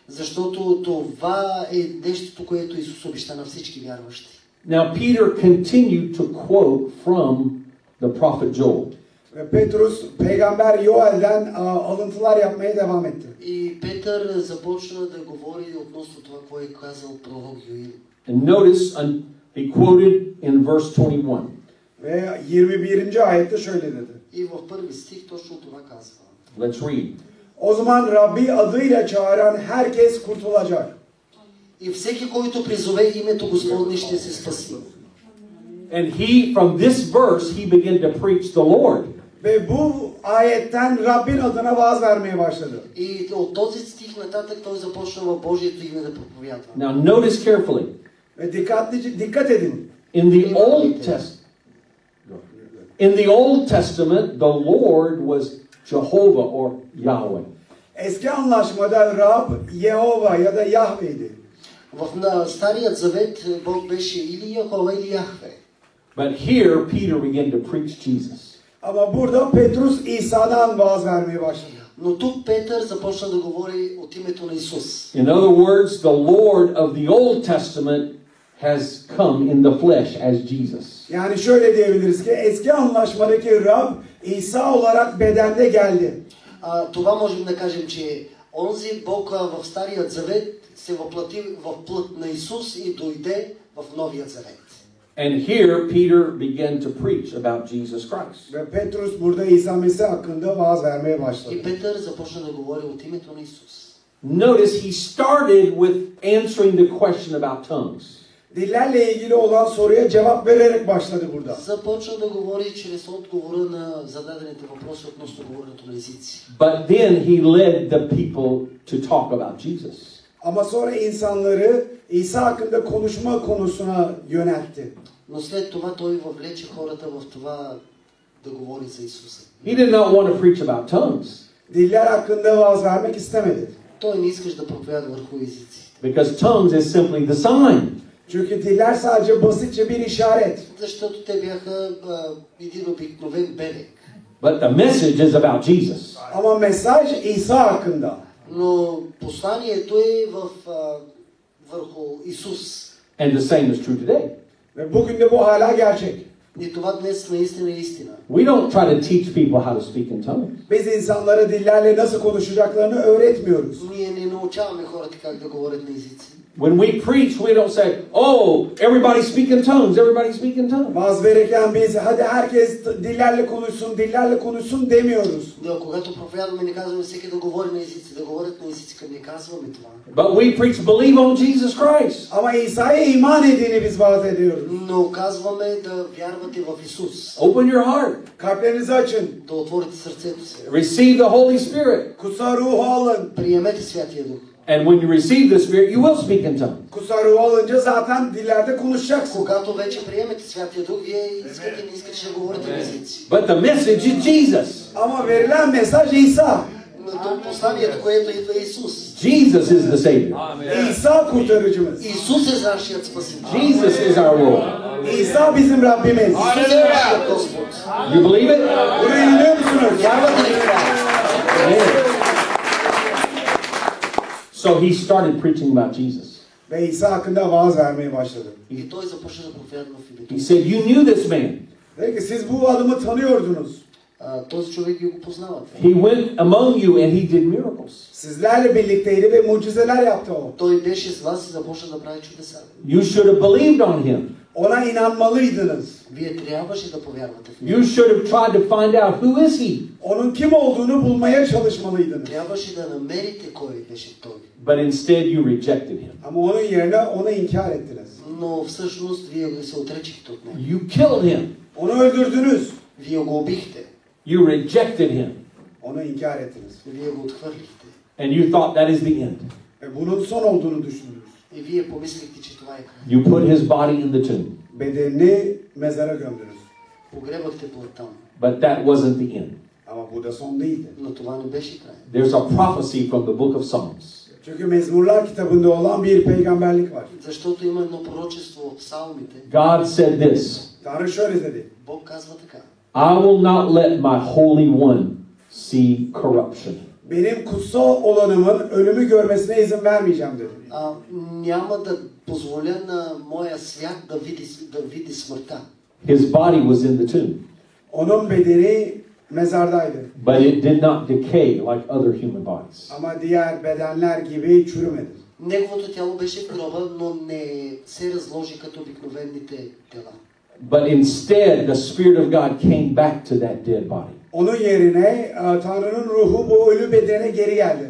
[SPEAKER 4] Защото това е нещото, което Исус обеща на всички вярващи.
[SPEAKER 2] Now, Peter continued to quote from the prophet Joel.
[SPEAKER 3] Ve Petrus peygamber Yoel'den aa, alıntılar yapmaya devam etti.
[SPEAKER 4] И Петър започна да говори относно това, което е казал пророк Юил.
[SPEAKER 2] And notice un- he quoted in verse 21.
[SPEAKER 3] Ve 21. ayette şöyle dedi.
[SPEAKER 4] И в първи стих точно това казва.
[SPEAKER 2] Let's read.
[SPEAKER 3] O zaman Rabbi adıyla çağıran herkes kurtulacak.
[SPEAKER 4] И всеки, който призове името Господне, ще се спаси.
[SPEAKER 2] And he, from this verse, he began to preach the Lord.
[SPEAKER 3] Ve bu ayetten Rabbin adına vaaz vermeye başladı.
[SPEAKER 4] И от този стих нататък той започна в Божието име да проповядва.
[SPEAKER 2] Now, notice carefully.
[SPEAKER 3] Ve dikkatlice dikkat edin.
[SPEAKER 2] In the Old Testament, in the Old Testament, the Lord was Jehovah or Yahweh.
[SPEAKER 3] Eski anlaşmada Rab, Yehova ya da Yahve'ydi.
[SPEAKER 4] В на Старият завет Бог беше или Яхова, или Яхве.
[SPEAKER 2] But here, Peter began to preach Jesus.
[SPEAKER 3] Ama burada Petrus İsa'dan vaaz vermeye başladı.
[SPEAKER 4] Но тук Петър започна да говори от името на Исус.
[SPEAKER 2] In other words, the Lord of the Old Testament has come in the flesh as Jesus.
[SPEAKER 3] Yani şöyle diyebiliriz ki eski anlaşmadaki Rab İsa olarak bedende geldi.
[SPEAKER 4] А, това можем да кажем, че онзи Бог а, в Старият Завет се въплати в плът на Исус и дойде в Новият Завет.
[SPEAKER 2] And here Peter began to preach about Jesus Christ.
[SPEAKER 3] Ve Petrus burada İsa Mesih hakkında vaaz vermeye başladı.
[SPEAKER 4] И Петър започна да говори от името на Исус.
[SPEAKER 2] Notice he started with answering the question about tongues.
[SPEAKER 3] Dillerle ilgili olan soruya cevap vererek başladı burada.
[SPEAKER 4] Започна да говори чрез отговора на зададените въпроси относно говоренето на езици.
[SPEAKER 2] But then he led the people to talk about Jesus.
[SPEAKER 3] Ama sonra insanları İsa hakkında konuşma konusuna yöneltti.
[SPEAKER 4] Но след това той въвлече хората в това да говори за Исуса.
[SPEAKER 2] He did not want to preach about tongues
[SPEAKER 3] Diller hakkında vaaz vermek istemedi.
[SPEAKER 4] Той не искаш да проповядва върху езиците.
[SPEAKER 2] because tongues is simply the sign.
[SPEAKER 3] Çünkü diller sadece basitçe bir işaret.
[SPEAKER 4] Защото те бяха а, един обикновен бебе.
[SPEAKER 2] But the message is about Jesus.
[SPEAKER 3] Ama mesaj İsa hakkında.
[SPEAKER 4] Но посланието е в, а, върху Исус.
[SPEAKER 2] And the same is true today.
[SPEAKER 3] Ve bugün de bu hala gerçek.
[SPEAKER 4] И това днес наистина е истина.
[SPEAKER 2] We don't try to teach people how to speak in tongues.
[SPEAKER 3] Biz insanlara dillerle nasıl konuşacaklarını öğretmiyoruz.
[SPEAKER 4] Ние не научаваме хората как да говорят на езици.
[SPEAKER 2] When we preach, we don't say, oh, everybody speak in tongues, everybody speak in tongues.
[SPEAKER 3] Vaaz verirken biz hadi herkes t- dillerle konuşsun, dillerle konuşsun demiyoruz.
[SPEAKER 4] Но когато проповядваме, не казваме всеки да говори на езици, да говорят на езици, към не казваме това.
[SPEAKER 2] But we preach, believe on Jesus Christ.
[SPEAKER 3] Ama İsa'ya iman edeni biz vaaz ediyoruz.
[SPEAKER 4] Но казваме да вярвате в Исус.
[SPEAKER 2] Open your heart.
[SPEAKER 3] Kalplerinizi açın,
[SPEAKER 4] Да отворите сърцето си.
[SPEAKER 2] Receive the Holy Spirit.
[SPEAKER 3] kutsal ruhu alın.
[SPEAKER 4] Приемете Святия Дух.
[SPEAKER 2] And when you receive the Spirit, you will speak in tongues.
[SPEAKER 3] Kutsal ruhu alınca zaten dillerde konuşacaksın.
[SPEAKER 4] Когато вече приемете Святия Дух, вие искате, не искате да говорите на езици.
[SPEAKER 2] But the message is Jesus.
[SPEAKER 3] Ama verilen mesaj İsa.
[SPEAKER 4] Но то посланието, което идва е Исус.
[SPEAKER 2] Jesus is the Savior.
[SPEAKER 3] İsa kurtarıcımız.
[SPEAKER 4] Исус е нашият спасител.
[SPEAKER 2] Jesus is our Lord.
[SPEAKER 3] İsa bizim Rabbimiz.
[SPEAKER 4] Исус е нашият Господ.
[SPEAKER 2] You believe it?
[SPEAKER 3] Buraya inanıyor musunuz?
[SPEAKER 4] Вярвате ли в това?
[SPEAKER 2] Amen. So he started preaching about Jesus.
[SPEAKER 3] Ve İsa hakkında vaaz vermeye başladı.
[SPEAKER 4] И той започна да проповядва в името.
[SPEAKER 2] He said, You knew this man.
[SPEAKER 3] Dedi ki siz bu adamı tanıyordunuz.
[SPEAKER 4] А, този човек ги го познава.
[SPEAKER 2] He went among you and he did miracles.
[SPEAKER 3] Sizlerle birlikteydi ve mucizeler yaptı o.
[SPEAKER 4] Той беше с вас и започна да прави чудеса.
[SPEAKER 2] You should have believed on him.
[SPEAKER 3] Ona inanmalıydınız.
[SPEAKER 4] Вие трябваше да повярвате в него.
[SPEAKER 2] You should have tried to find out who is he.
[SPEAKER 3] Onun kim olduğunu bulmaya çalışmalıydınız.
[SPEAKER 4] Трябваше да намерите кой беше той.
[SPEAKER 2] But instead, you rejected him.
[SPEAKER 3] Ama onun yerine onu inkar ettiniz.
[SPEAKER 4] Но всъщност вие го се отречехте от него.
[SPEAKER 2] You killed him.
[SPEAKER 3] Onu öldürdünüz.
[SPEAKER 4] Вие го убихте.
[SPEAKER 2] You rejected him.
[SPEAKER 3] Onu inkar ettiniz.
[SPEAKER 4] Вие го отхвърлихте.
[SPEAKER 2] And you thought that is the end.
[SPEAKER 3] Ve bunun son olduğunu düşündünüz.
[SPEAKER 4] И вие помислихте, че това е.
[SPEAKER 2] You put his body in the tomb.
[SPEAKER 3] Bedenini mezara gömdünüz.
[SPEAKER 4] Погребахте плът там.
[SPEAKER 2] But that wasn't the end.
[SPEAKER 3] Ama bu da son değildi.
[SPEAKER 4] Но това не беше край.
[SPEAKER 2] There's a prophecy from the book of Psalms.
[SPEAKER 3] Çünkü Mezmurlar kitabında olan bir peygamberlik var.
[SPEAKER 4] Защото има едно пророчество в псалмите.
[SPEAKER 2] God said this
[SPEAKER 3] Tanrı şöyle dedi.
[SPEAKER 4] Бог казва така.
[SPEAKER 2] I will not let my Holy One see corruption.
[SPEAKER 3] Benim kutsal olanımın ölümü görmesine izin vermeyeceğim dedi.
[SPEAKER 4] А, няма да позволя на моя свят да види, да види смъртта.
[SPEAKER 2] His body was in the tomb,
[SPEAKER 3] Onun bedeni mezardaydı.
[SPEAKER 2] but it did not decay like other human bodies.
[SPEAKER 3] Ama diğer bedenler gibi çürümedi.
[SPEAKER 4] Неговото тяло беше в гроба, но не се разложи като обикновените тела.
[SPEAKER 2] But instead, the Spirit of God came back to that dead body.
[SPEAKER 3] Onun yerine e, Tanrı'nın ruhu bu ölü bedene geri geldi.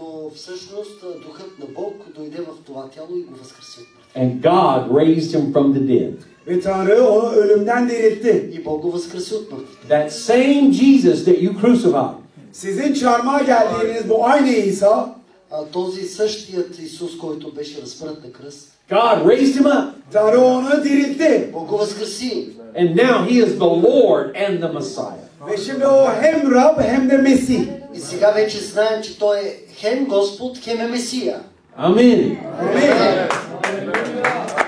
[SPEAKER 4] Но всъщност а, духът на Бог дойде в това тяло и го възкреси от мъртвите.
[SPEAKER 2] And God raised him from the dead.
[SPEAKER 3] Ve Tanrı onu ölümden diriltti.
[SPEAKER 4] И Бог го възкреси от мъртвите.
[SPEAKER 2] That same Jesus that you crucified,
[SPEAKER 3] Sizin çarmıha geldiğiniz bu aynı İsa,
[SPEAKER 4] А този същият Исус, който беше разпрат на кръст,
[SPEAKER 2] God raised him up.
[SPEAKER 3] Tanrı onu diriltti.
[SPEAKER 4] Бог го възкреси.
[SPEAKER 2] And now he is the Lord and the Messiah.
[SPEAKER 3] Ve şimdi o hem Rab hem de Mesih.
[SPEAKER 4] И сега вече знаем, че Той е хем Господ, хем е Месия.
[SPEAKER 2] Amen.
[SPEAKER 3] Amin.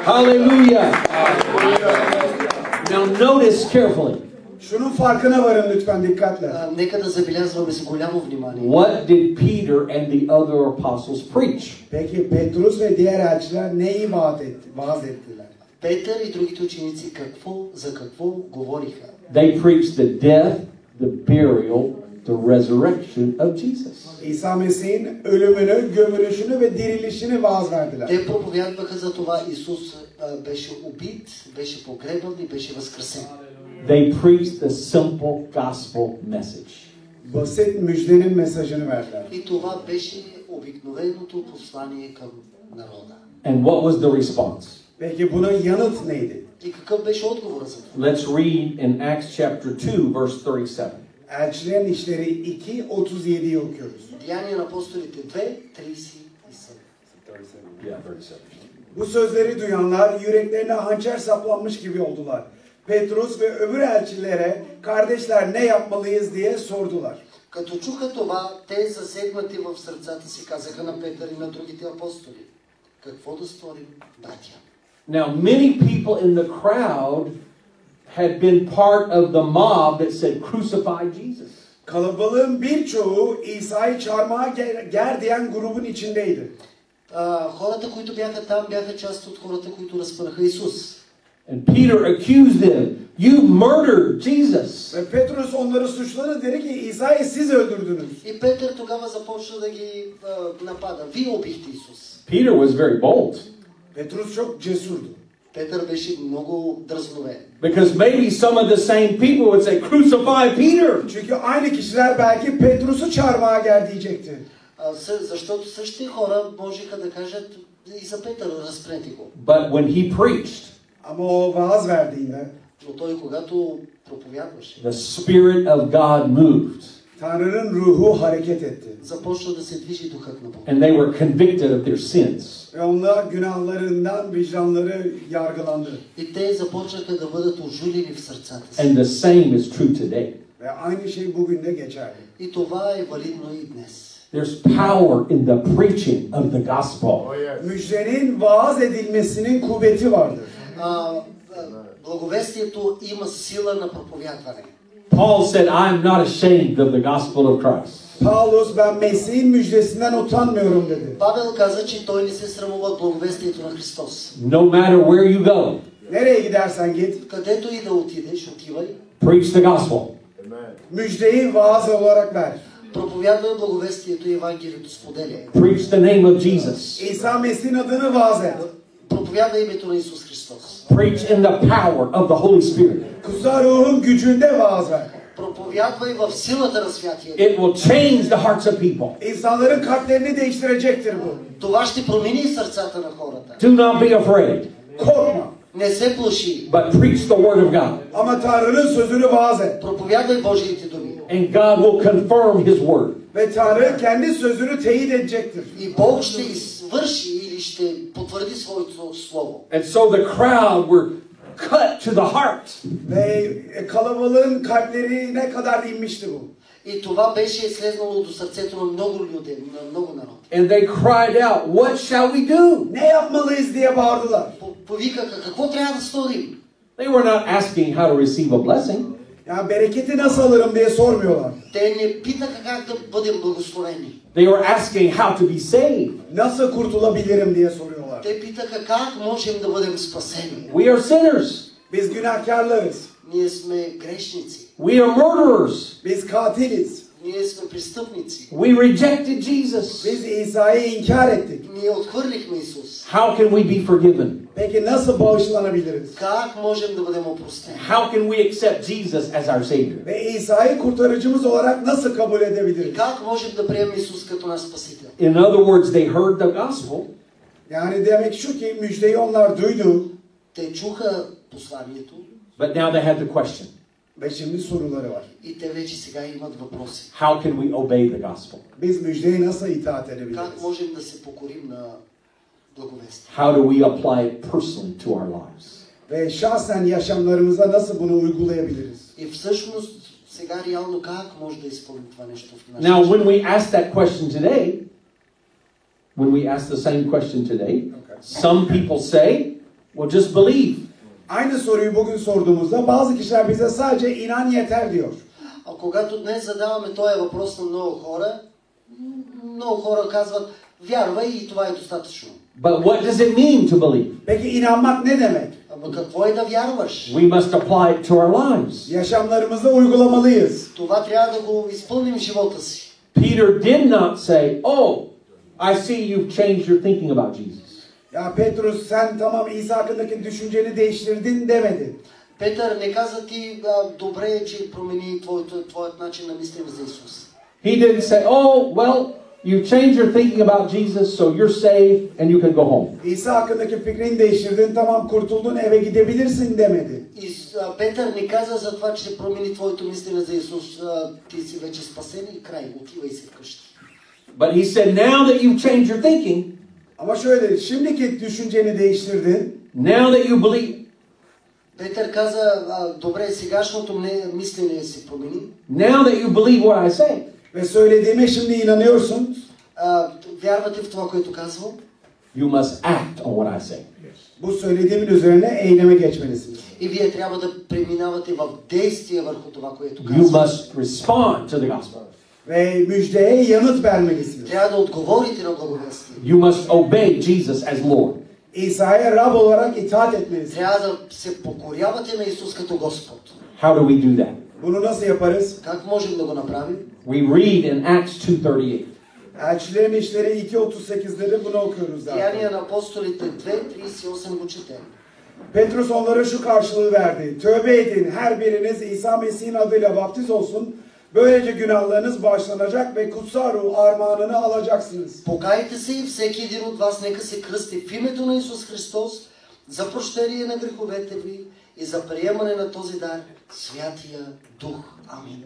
[SPEAKER 2] Hallelujah. Now notice carefully.
[SPEAKER 3] Şunun farkına varın lütfen dikkatle.
[SPEAKER 4] А, нека да забелязваме с голямо внимание.
[SPEAKER 2] What did Peter and the other apostles preach?
[SPEAKER 3] Peki Petrus ve diğer elçiler neyi vaat etti, vaaz ettiler?
[SPEAKER 4] Петър и другите ученици какво, за какво говориха?
[SPEAKER 2] They preached the death, the burial, the resurrection of Jesus.
[SPEAKER 3] İsa Mesih'in ölümünü, gömülüşünü ve dirilişini vaaz verdiler.
[SPEAKER 4] Те проповядваха за това Исус а, беше убит, беше погребан и беше възкресен.
[SPEAKER 2] They preached the simple gospel message.
[SPEAKER 3] Basit müjdenin mesajını verdiler.
[SPEAKER 4] И това беше обикновеното послание към народа.
[SPEAKER 2] And what was the response?
[SPEAKER 3] Peki buna yanıt neydi?
[SPEAKER 4] И какъв беше отговорът за това?
[SPEAKER 2] Let's read in Acts chapter 2, verse 37.
[SPEAKER 3] Elçilerin İşleri 2.37'yi okuyoruz.
[SPEAKER 4] Деяния на апостолите 2, 37.
[SPEAKER 2] Yeah, 37.
[SPEAKER 3] Bu sözleri duyanlar yüreklerine hançer saplanmış gibi oldular. Petrus ve öbür elçilere kardeşler ne yapmalıyız diye sordular.
[SPEAKER 4] Като чуха това, те засегнати в сърцата си казаха на Петър и на другите апостоли. Какво да сторим, братя?
[SPEAKER 2] Now, many people in the crowd had been part of the mob that said, Crucify Jesus.
[SPEAKER 3] Kalabalığın birçoğu İsa'yı çarmıha ger, ger diyen grubun içindeydi.
[SPEAKER 4] А, хората, които бяха там, бяха част от хората, които разпънаха Исус.
[SPEAKER 2] And Peter accused them, You murdered Jesus.
[SPEAKER 3] Ve Petrus onları suçladı dedi ki İsa'yı siz öldürdünüz.
[SPEAKER 4] И Петър тогава започна да ги а, напада. Вие убихте Исус.
[SPEAKER 2] Peter was very bold
[SPEAKER 3] Petrus çok cesurdu.
[SPEAKER 4] Петър беше много дразновен.
[SPEAKER 2] because maybe some of the same people would say, Crucify Peter.
[SPEAKER 3] Çünkü aynı kişiler belki Petrus'u çarmıha ger diyecekti.
[SPEAKER 4] А, съ- защото същите хора можеха да кажат и за Петър, разпрете го.
[SPEAKER 2] But when he preached,
[SPEAKER 3] Ama o vaaz verdiğinde
[SPEAKER 4] Но той, когато проповядваше,
[SPEAKER 2] the Spirit of God moved,
[SPEAKER 3] Tanrı'nın ruhu hareket etti.
[SPEAKER 4] започна да се движи духът на Бога.
[SPEAKER 2] and they were convicted of their sins.
[SPEAKER 3] Ve onlar günahlarından vicdanları yargılandı.
[SPEAKER 4] И те започнаха да бъдат ожулени в сърцата си.
[SPEAKER 2] And the same is true today.
[SPEAKER 3] Ve aynı şey bugün de geçerli.
[SPEAKER 4] И това е валидно и днес.
[SPEAKER 2] There's power in the preaching of the gospel.
[SPEAKER 3] Müjdenin vaaz edilmesinin kuvveti vardır.
[SPEAKER 4] А, а, благовестието има сила на проповядване.
[SPEAKER 2] Paul said, I am not ashamed of the gospel of Christ.
[SPEAKER 3] Paulus ben Mesih'in müjdesinden utanmıyorum dedi.
[SPEAKER 4] Павел каза, че той не се срамува от благовестието на Христос.
[SPEAKER 2] No matter where you go,
[SPEAKER 3] Nereye gidersen git
[SPEAKER 4] Където и да отидеш, отивай,
[SPEAKER 2] preach the gospel.
[SPEAKER 3] müjdeyi vaaz olarak ver.
[SPEAKER 4] проповядвай благовестието и Евангелието споделя.
[SPEAKER 2] Preach the name of Jesus.
[SPEAKER 3] İsa Mesih'in adını vaaz et.
[SPEAKER 4] Проповядай името на Исус Христос.
[SPEAKER 2] Preach in the power of the Holy Spirit.
[SPEAKER 3] Kutsal ruhun gücünde vaaz ver.
[SPEAKER 4] Проповядвай в силата на святия.
[SPEAKER 2] It will change the hearts of people.
[SPEAKER 3] İnsanların kalplerini değiştirecektir bu.
[SPEAKER 4] Това ще промени сърцата на хората.
[SPEAKER 2] Do not be afraid,
[SPEAKER 3] Korkma
[SPEAKER 4] Не се плаши.
[SPEAKER 2] but preach the word of God.
[SPEAKER 3] ama Tanrı'nın sözünü vaaz et.
[SPEAKER 4] Проповядай Божиите думи.
[SPEAKER 2] And God will confirm his word.
[SPEAKER 3] Ve Tanrı kendi sözünü teyit edecektir.
[SPEAKER 4] И Бог ще извърши или ще потвърди своето слово.
[SPEAKER 2] And so the crowd were cut to the heart.
[SPEAKER 3] Ve e, kalabalığın kalplerine kadar inmişti bu.
[SPEAKER 4] И това беше слезнало до сърцето на много людей, на много народ.
[SPEAKER 2] And they cried out, What shall we do?
[SPEAKER 3] Ne yapmalıyız diye bağırdılar.
[SPEAKER 4] По- Повикаха, какво трябва да сторим?
[SPEAKER 2] They were not asking how to receive a blessing.
[SPEAKER 3] Ya bereketi nasıl alırım diye sormuyorlar.
[SPEAKER 4] Те не питаха как да бъдем благословени.
[SPEAKER 2] They were asking how to be saved.
[SPEAKER 3] Nasıl kurtulabilirim diye soruyorlar.
[SPEAKER 4] Те питаха как можем да бъдем спасени.
[SPEAKER 2] We are sinners.
[SPEAKER 3] Biz günahkarlarız.
[SPEAKER 4] Ние сме грешници.
[SPEAKER 2] We are murderers.
[SPEAKER 3] Biz katiliz.
[SPEAKER 4] Ние сме престъпници.
[SPEAKER 2] We rejected Jesus.
[SPEAKER 3] Biz İsa'yı inkar ettik.
[SPEAKER 4] Ние отхвърлихме Исус.
[SPEAKER 2] How can we be forgiven?
[SPEAKER 3] Peki nasıl bağışlanabiliriz?
[SPEAKER 4] Как можем да бъдем опростени?
[SPEAKER 2] How can we accept Jesus as our Savior?
[SPEAKER 3] Ve İsa'yı kurtarıcımız olarak nasıl kabul
[SPEAKER 4] И
[SPEAKER 3] edebiliriz?
[SPEAKER 4] как можем да приемем Исус като наш Спасител?
[SPEAKER 2] In other words, they heard the gospel,
[SPEAKER 3] Yani demek şu ki müjdeyi onlar duydu
[SPEAKER 4] Те чуха посланието
[SPEAKER 2] but now they had the question
[SPEAKER 3] ve şimdi soruları var.
[SPEAKER 4] и те вече сега имат въпроси.
[SPEAKER 2] how can we obey the gospel?
[SPEAKER 3] Biz müjdeyi nasıl itaat
[SPEAKER 4] Как
[SPEAKER 3] edebiliriz?
[SPEAKER 4] можем да се покорим на благовестие?
[SPEAKER 2] How do we apply it personally to our lives?
[SPEAKER 3] Ve şahsen yaşamlarımıza nasıl bunu uygulayabiliriz?
[SPEAKER 4] И всъщност сега реално как може да изпълним това нещо в нашия
[SPEAKER 2] Now,
[SPEAKER 4] живот?
[SPEAKER 2] when we ask that question today, when we ask the same question today, some people say, well, just believe.
[SPEAKER 3] Aynı soruyu bugün sorduğumuzda bazı kişiler bize sadece inan yeter diyor.
[SPEAKER 4] А когато днес задаваме този въпрос на много хора, м, много хора казват, вярвай и това е достатъчно.
[SPEAKER 2] But what does it mean to believe?
[SPEAKER 3] Peki inanmak ne demek?
[SPEAKER 4] Ама какво е да вярваш?
[SPEAKER 2] We must apply it to our lives.
[SPEAKER 3] Yaşamlarımızda uygulamalıyız.
[SPEAKER 4] Това трябва да го изпълним в живота си.
[SPEAKER 2] Peter did not say, Oh, I see you've changed your thinking about Jesus.
[SPEAKER 3] Ya Petrus sen tamam İsa hakkındaki düşünceni değiştirdin demedi.
[SPEAKER 4] Петър не каза ти, а, добре е, че промени твоето, твоят начин на мислене за Исус.
[SPEAKER 2] He didn't say, Oh, well, you've changed your thinking about Jesus, so you're saved and you can go home.
[SPEAKER 3] İsa hakkındaki fikrini değiştirdin tamam kurtuldun eve gidebilirsin demedi.
[SPEAKER 4] И а, Петър не каза за това, че промени твоето мислене за Исус, а, ти си вече спасен и край, отивай си вкъщи.
[SPEAKER 2] But he said, Now that you've changed your thinking,
[SPEAKER 3] Ama şöyle şimdiki düşünceni değiştirdin.
[SPEAKER 2] now that you believe,
[SPEAKER 4] Петър каза, а, добре, сегашното мне- мислене си промени,
[SPEAKER 2] now that you believe what I say,
[SPEAKER 3] Ve söylediğime şimdi inanıyorsun.
[SPEAKER 4] а, вярвате в това, което казвам
[SPEAKER 2] you must act on what I say.
[SPEAKER 3] Bu söylediğimin üzerine eyleme geçmelisin.
[SPEAKER 4] и вие трябва да преминавате в действие върху това, което
[SPEAKER 2] You
[SPEAKER 4] казвам.
[SPEAKER 2] must respond to the gospel.
[SPEAKER 3] Ve müjdeye yanıt vermelisin.
[SPEAKER 4] Трябва да отговорите на благовестие.
[SPEAKER 2] You must obey Jesus as Lord.
[SPEAKER 3] İsa'ya Rab olarak itaat etmelisin.
[SPEAKER 4] Трябва да се покорявате на Исус като Господ.
[SPEAKER 2] How do we do that?
[SPEAKER 3] Bunu nasıl yaparız?
[SPEAKER 4] Как можем да го направим?
[SPEAKER 2] We read in Acts 2:38.
[SPEAKER 3] Elçilerin İşleri 2.38'leri bunu okuyoruz zaten.
[SPEAKER 4] Деяния на апостолите 2.38 го четем.
[SPEAKER 3] Petrus onlara şu karşılığı verdi. Tövbe edin her biriniz İsa Mesih'in adıyla vaftiz olsun. Böylece günahlarınız bağışlanacak ve kutsal ruh armağanını alacaksınız.
[SPEAKER 4] Покайте се и всеки един от вас нека се кръсти в името на Исус Христос за прощение на греховете ви и за приемане на този дар, Святия Дух. Амин.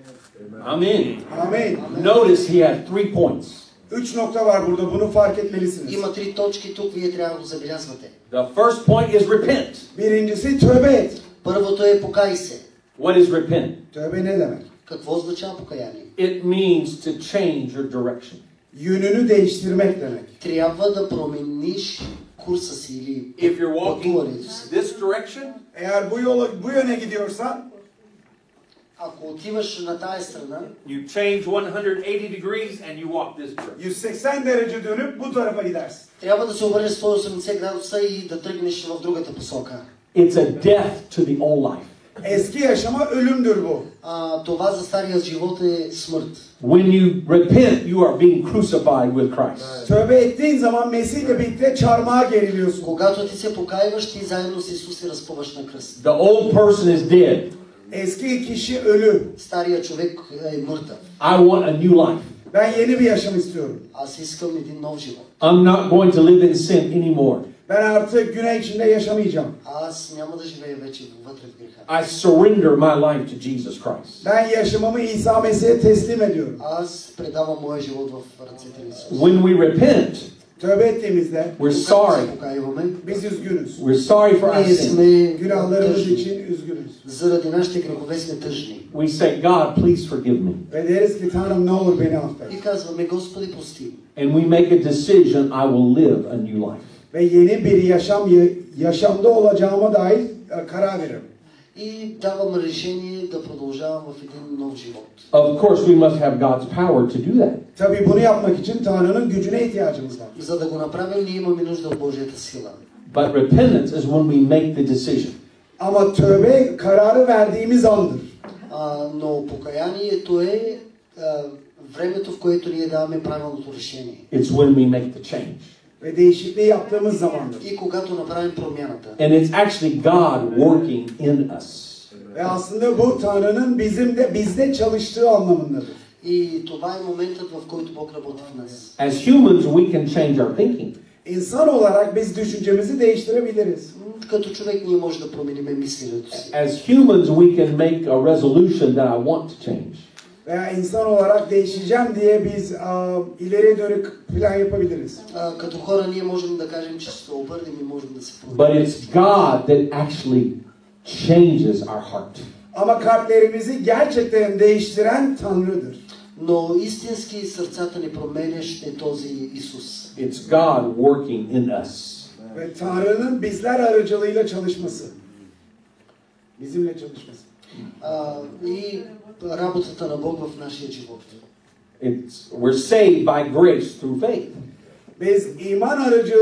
[SPEAKER 2] Amen.
[SPEAKER 3] Amin.
[SPEAKER 2] Notice he had three points.
[SPEAKER 3] Üç nokta var burada bunu fark etmelisiniz.
[SPEAKER 4] Има три точки тук, вие трябва да го забелязвате.
[SPEAKER 2] The first point is repent.
[SPEAKER 3] Birincisi tövbe et.
[SPEAKER 4] Първото е покай се.
[SPEAKER 2] What is repent?
[SPEAKER 3] Tövbe ne demek?
[SPEAKER 4] Какво означава покаяние?
[SPEAKER 2] It means to change your direction.
[SPEAKER 3] Yönünü değiştirmek demek.
[SPEAKER 4] Трябва да промениш курса си или
[SPEAKER 2] If you're walking
[SPEAKER 4] пътуването си.
[SPEAKER 2] this direction,
[SPEAKER 3] Eğer bu yola bu yöne gidiyorsan
[SPEAKER 4] Ако отиваш на тая страна,
[SPEAKER 2] you change 180 degrees and you walk this direction.
[SPEAKER 3] 180 derece dönüp bu tarafa gidersin.
[SPEAKER 4] трябва да се обърнеш 180 градуса и да тръгнеш в другата посока.
[SPEAKER 2] It's a death to the old life.
[SPEAKER 3] Eski yaşama ölümdür bu.
[SPEAKER 4] А, това за стария живот е смърт.
[SPEAKER 2] When you repent, you are being crucified with Christ.
[SPEAKER 3] Tövbe ettiğin zaman Mesih ile birlikte çarmıha geriliyorsun.
[SPEAKER 4] Когато ти се покаиваш, ти заедно с Исус се разпъваш на кръст.
[SPEAKER 2] The old person is dead.
[SPEAKER 3] Eski kişi ölü.
[SPEAKER 4] Стария човек е мъртъв.
[SPEAKER 2] I want a new life.
[SPEAKER 3] Ben yeni bir yaşam istiyorum.
[SPEAKER 4] Аз искам един нов живот.
[SPEAKER 2] I'm not going to live in sin anymore.
[SPEAKER 3] Ben artık günah içinde yaşamayacağım.
[SPEAKER 4] Аз няма да живея вече вътре в греха.
[SPEAKER 2] I surrender my life to Jesus Christ.
[SPEAKER 3] Ben yaşamımı İsa Mesih'e teslim ediyorum.
[SPEAKER 4] Аз предавам моя живот в ръцете на Исус.
[SPEAKER 2] When we repent,
[SPEAKER 3] Tövbe ettiğimizde
[SPEAKER 2] we're
[SPEAKER 4] Когато се
[SPEAKER 2] sorry.
[SPEAKER 4] покаиваме,
[SPEAKER 3] biz üzgünüz.
[SPEAKER 2] We're sorry for our
[SPEAKER 4] ние
[SPEAKER 2] sin.
[SPEAKER 4] сме
[SPEAKER 3] Günahlarımız
[SPEAKER 4] тъжни.
[SPEAKER 3] için üzgünüz.
[SPEAKER 4] Заради нашите грехове сме тъжни.
[SPEAKER 2] We say, God, please forgive me.
[SPEAKER 3] Ve deriz ki Tanrım ne olur beni affet.
[SPEAKER 4] И казваме, Господи, прости. ми.
[SPEAKER 2] And we make a decision, I will live a new life.
[SPEAKER 3] Ve yeni bir yaşam yaşamda olacağıma dair e, karar veririm.
[SPEAKER 4] И давам решение да продължавам в един нов живот.
[SPEAKER 2] Of course, we must have God's power to do that.
[SPEAKER 3] Tabii bunu yapmak için Tanrı'nın gücüne ihtiyacımız var.
[SPEAKER 4] За да го направим, ние имаме нужда от Божията сила.
[SPEAKER 2] But repentance is when we make the decision.
[SPEAKER 3] Ama tövbe kararı verdiğimiz andır.
[SPEAKER 4] А, но покаянието е а, времето, в което ние даваме правилното решение.
[SPEAKER 2] It's when we make the change.
[SPEAKER 3] Ve değişikliği yaptığımız zamandır.
[SPEAKER 4] И когато направим промяната.
[SPEAKER 2] And it's actually God working in us.
[SPEAKER 3] Ve aslında bu Tanrı'nın bizim de bizde çalıştığı anlamındadır.
[SPEAKER 4] И това е моментът, в който Бог работи в нас.
[SPEAKER 2] As humans, we can change our thinking.
[SPEAKER 3] İnsan olarak biz düşüncemizi değiştirebiliriz.
[SPEAKER 4] М, Като човек ние може да променим мисленето си.
[SPEAKER 2] As humans, we can make a resolution that I want to change.
[SPEAKER 3] Veya insan olarak değişeceğim diye biz aa, ileriye dönük plan yapabiliriz.
[SPEAKER 4] А, като хора ние можем да кажем, че ще се обърнем и можем да се променим.
[SPEAKER 2] But it's God that actually changes our heart.
[SPEAKER 3] Ama kalplerimizi gerçekten değiştiren Tanrı'dır.
[SPEAKER 4] Но истински сърцата ни променящ е този Исус.
[SPEAKER 2] It's God working in us.
[SPEAKER 3] Ve Tanrı'nın bizler aracılığıyla çalışması. Bizimle çalışması.
[SPEAKER 4] А, и работата на Бог в нашия живот.
[SPEAKER 2] It's, we're saved by grace through faith.
[SPEAKER 3] Biz iman aracı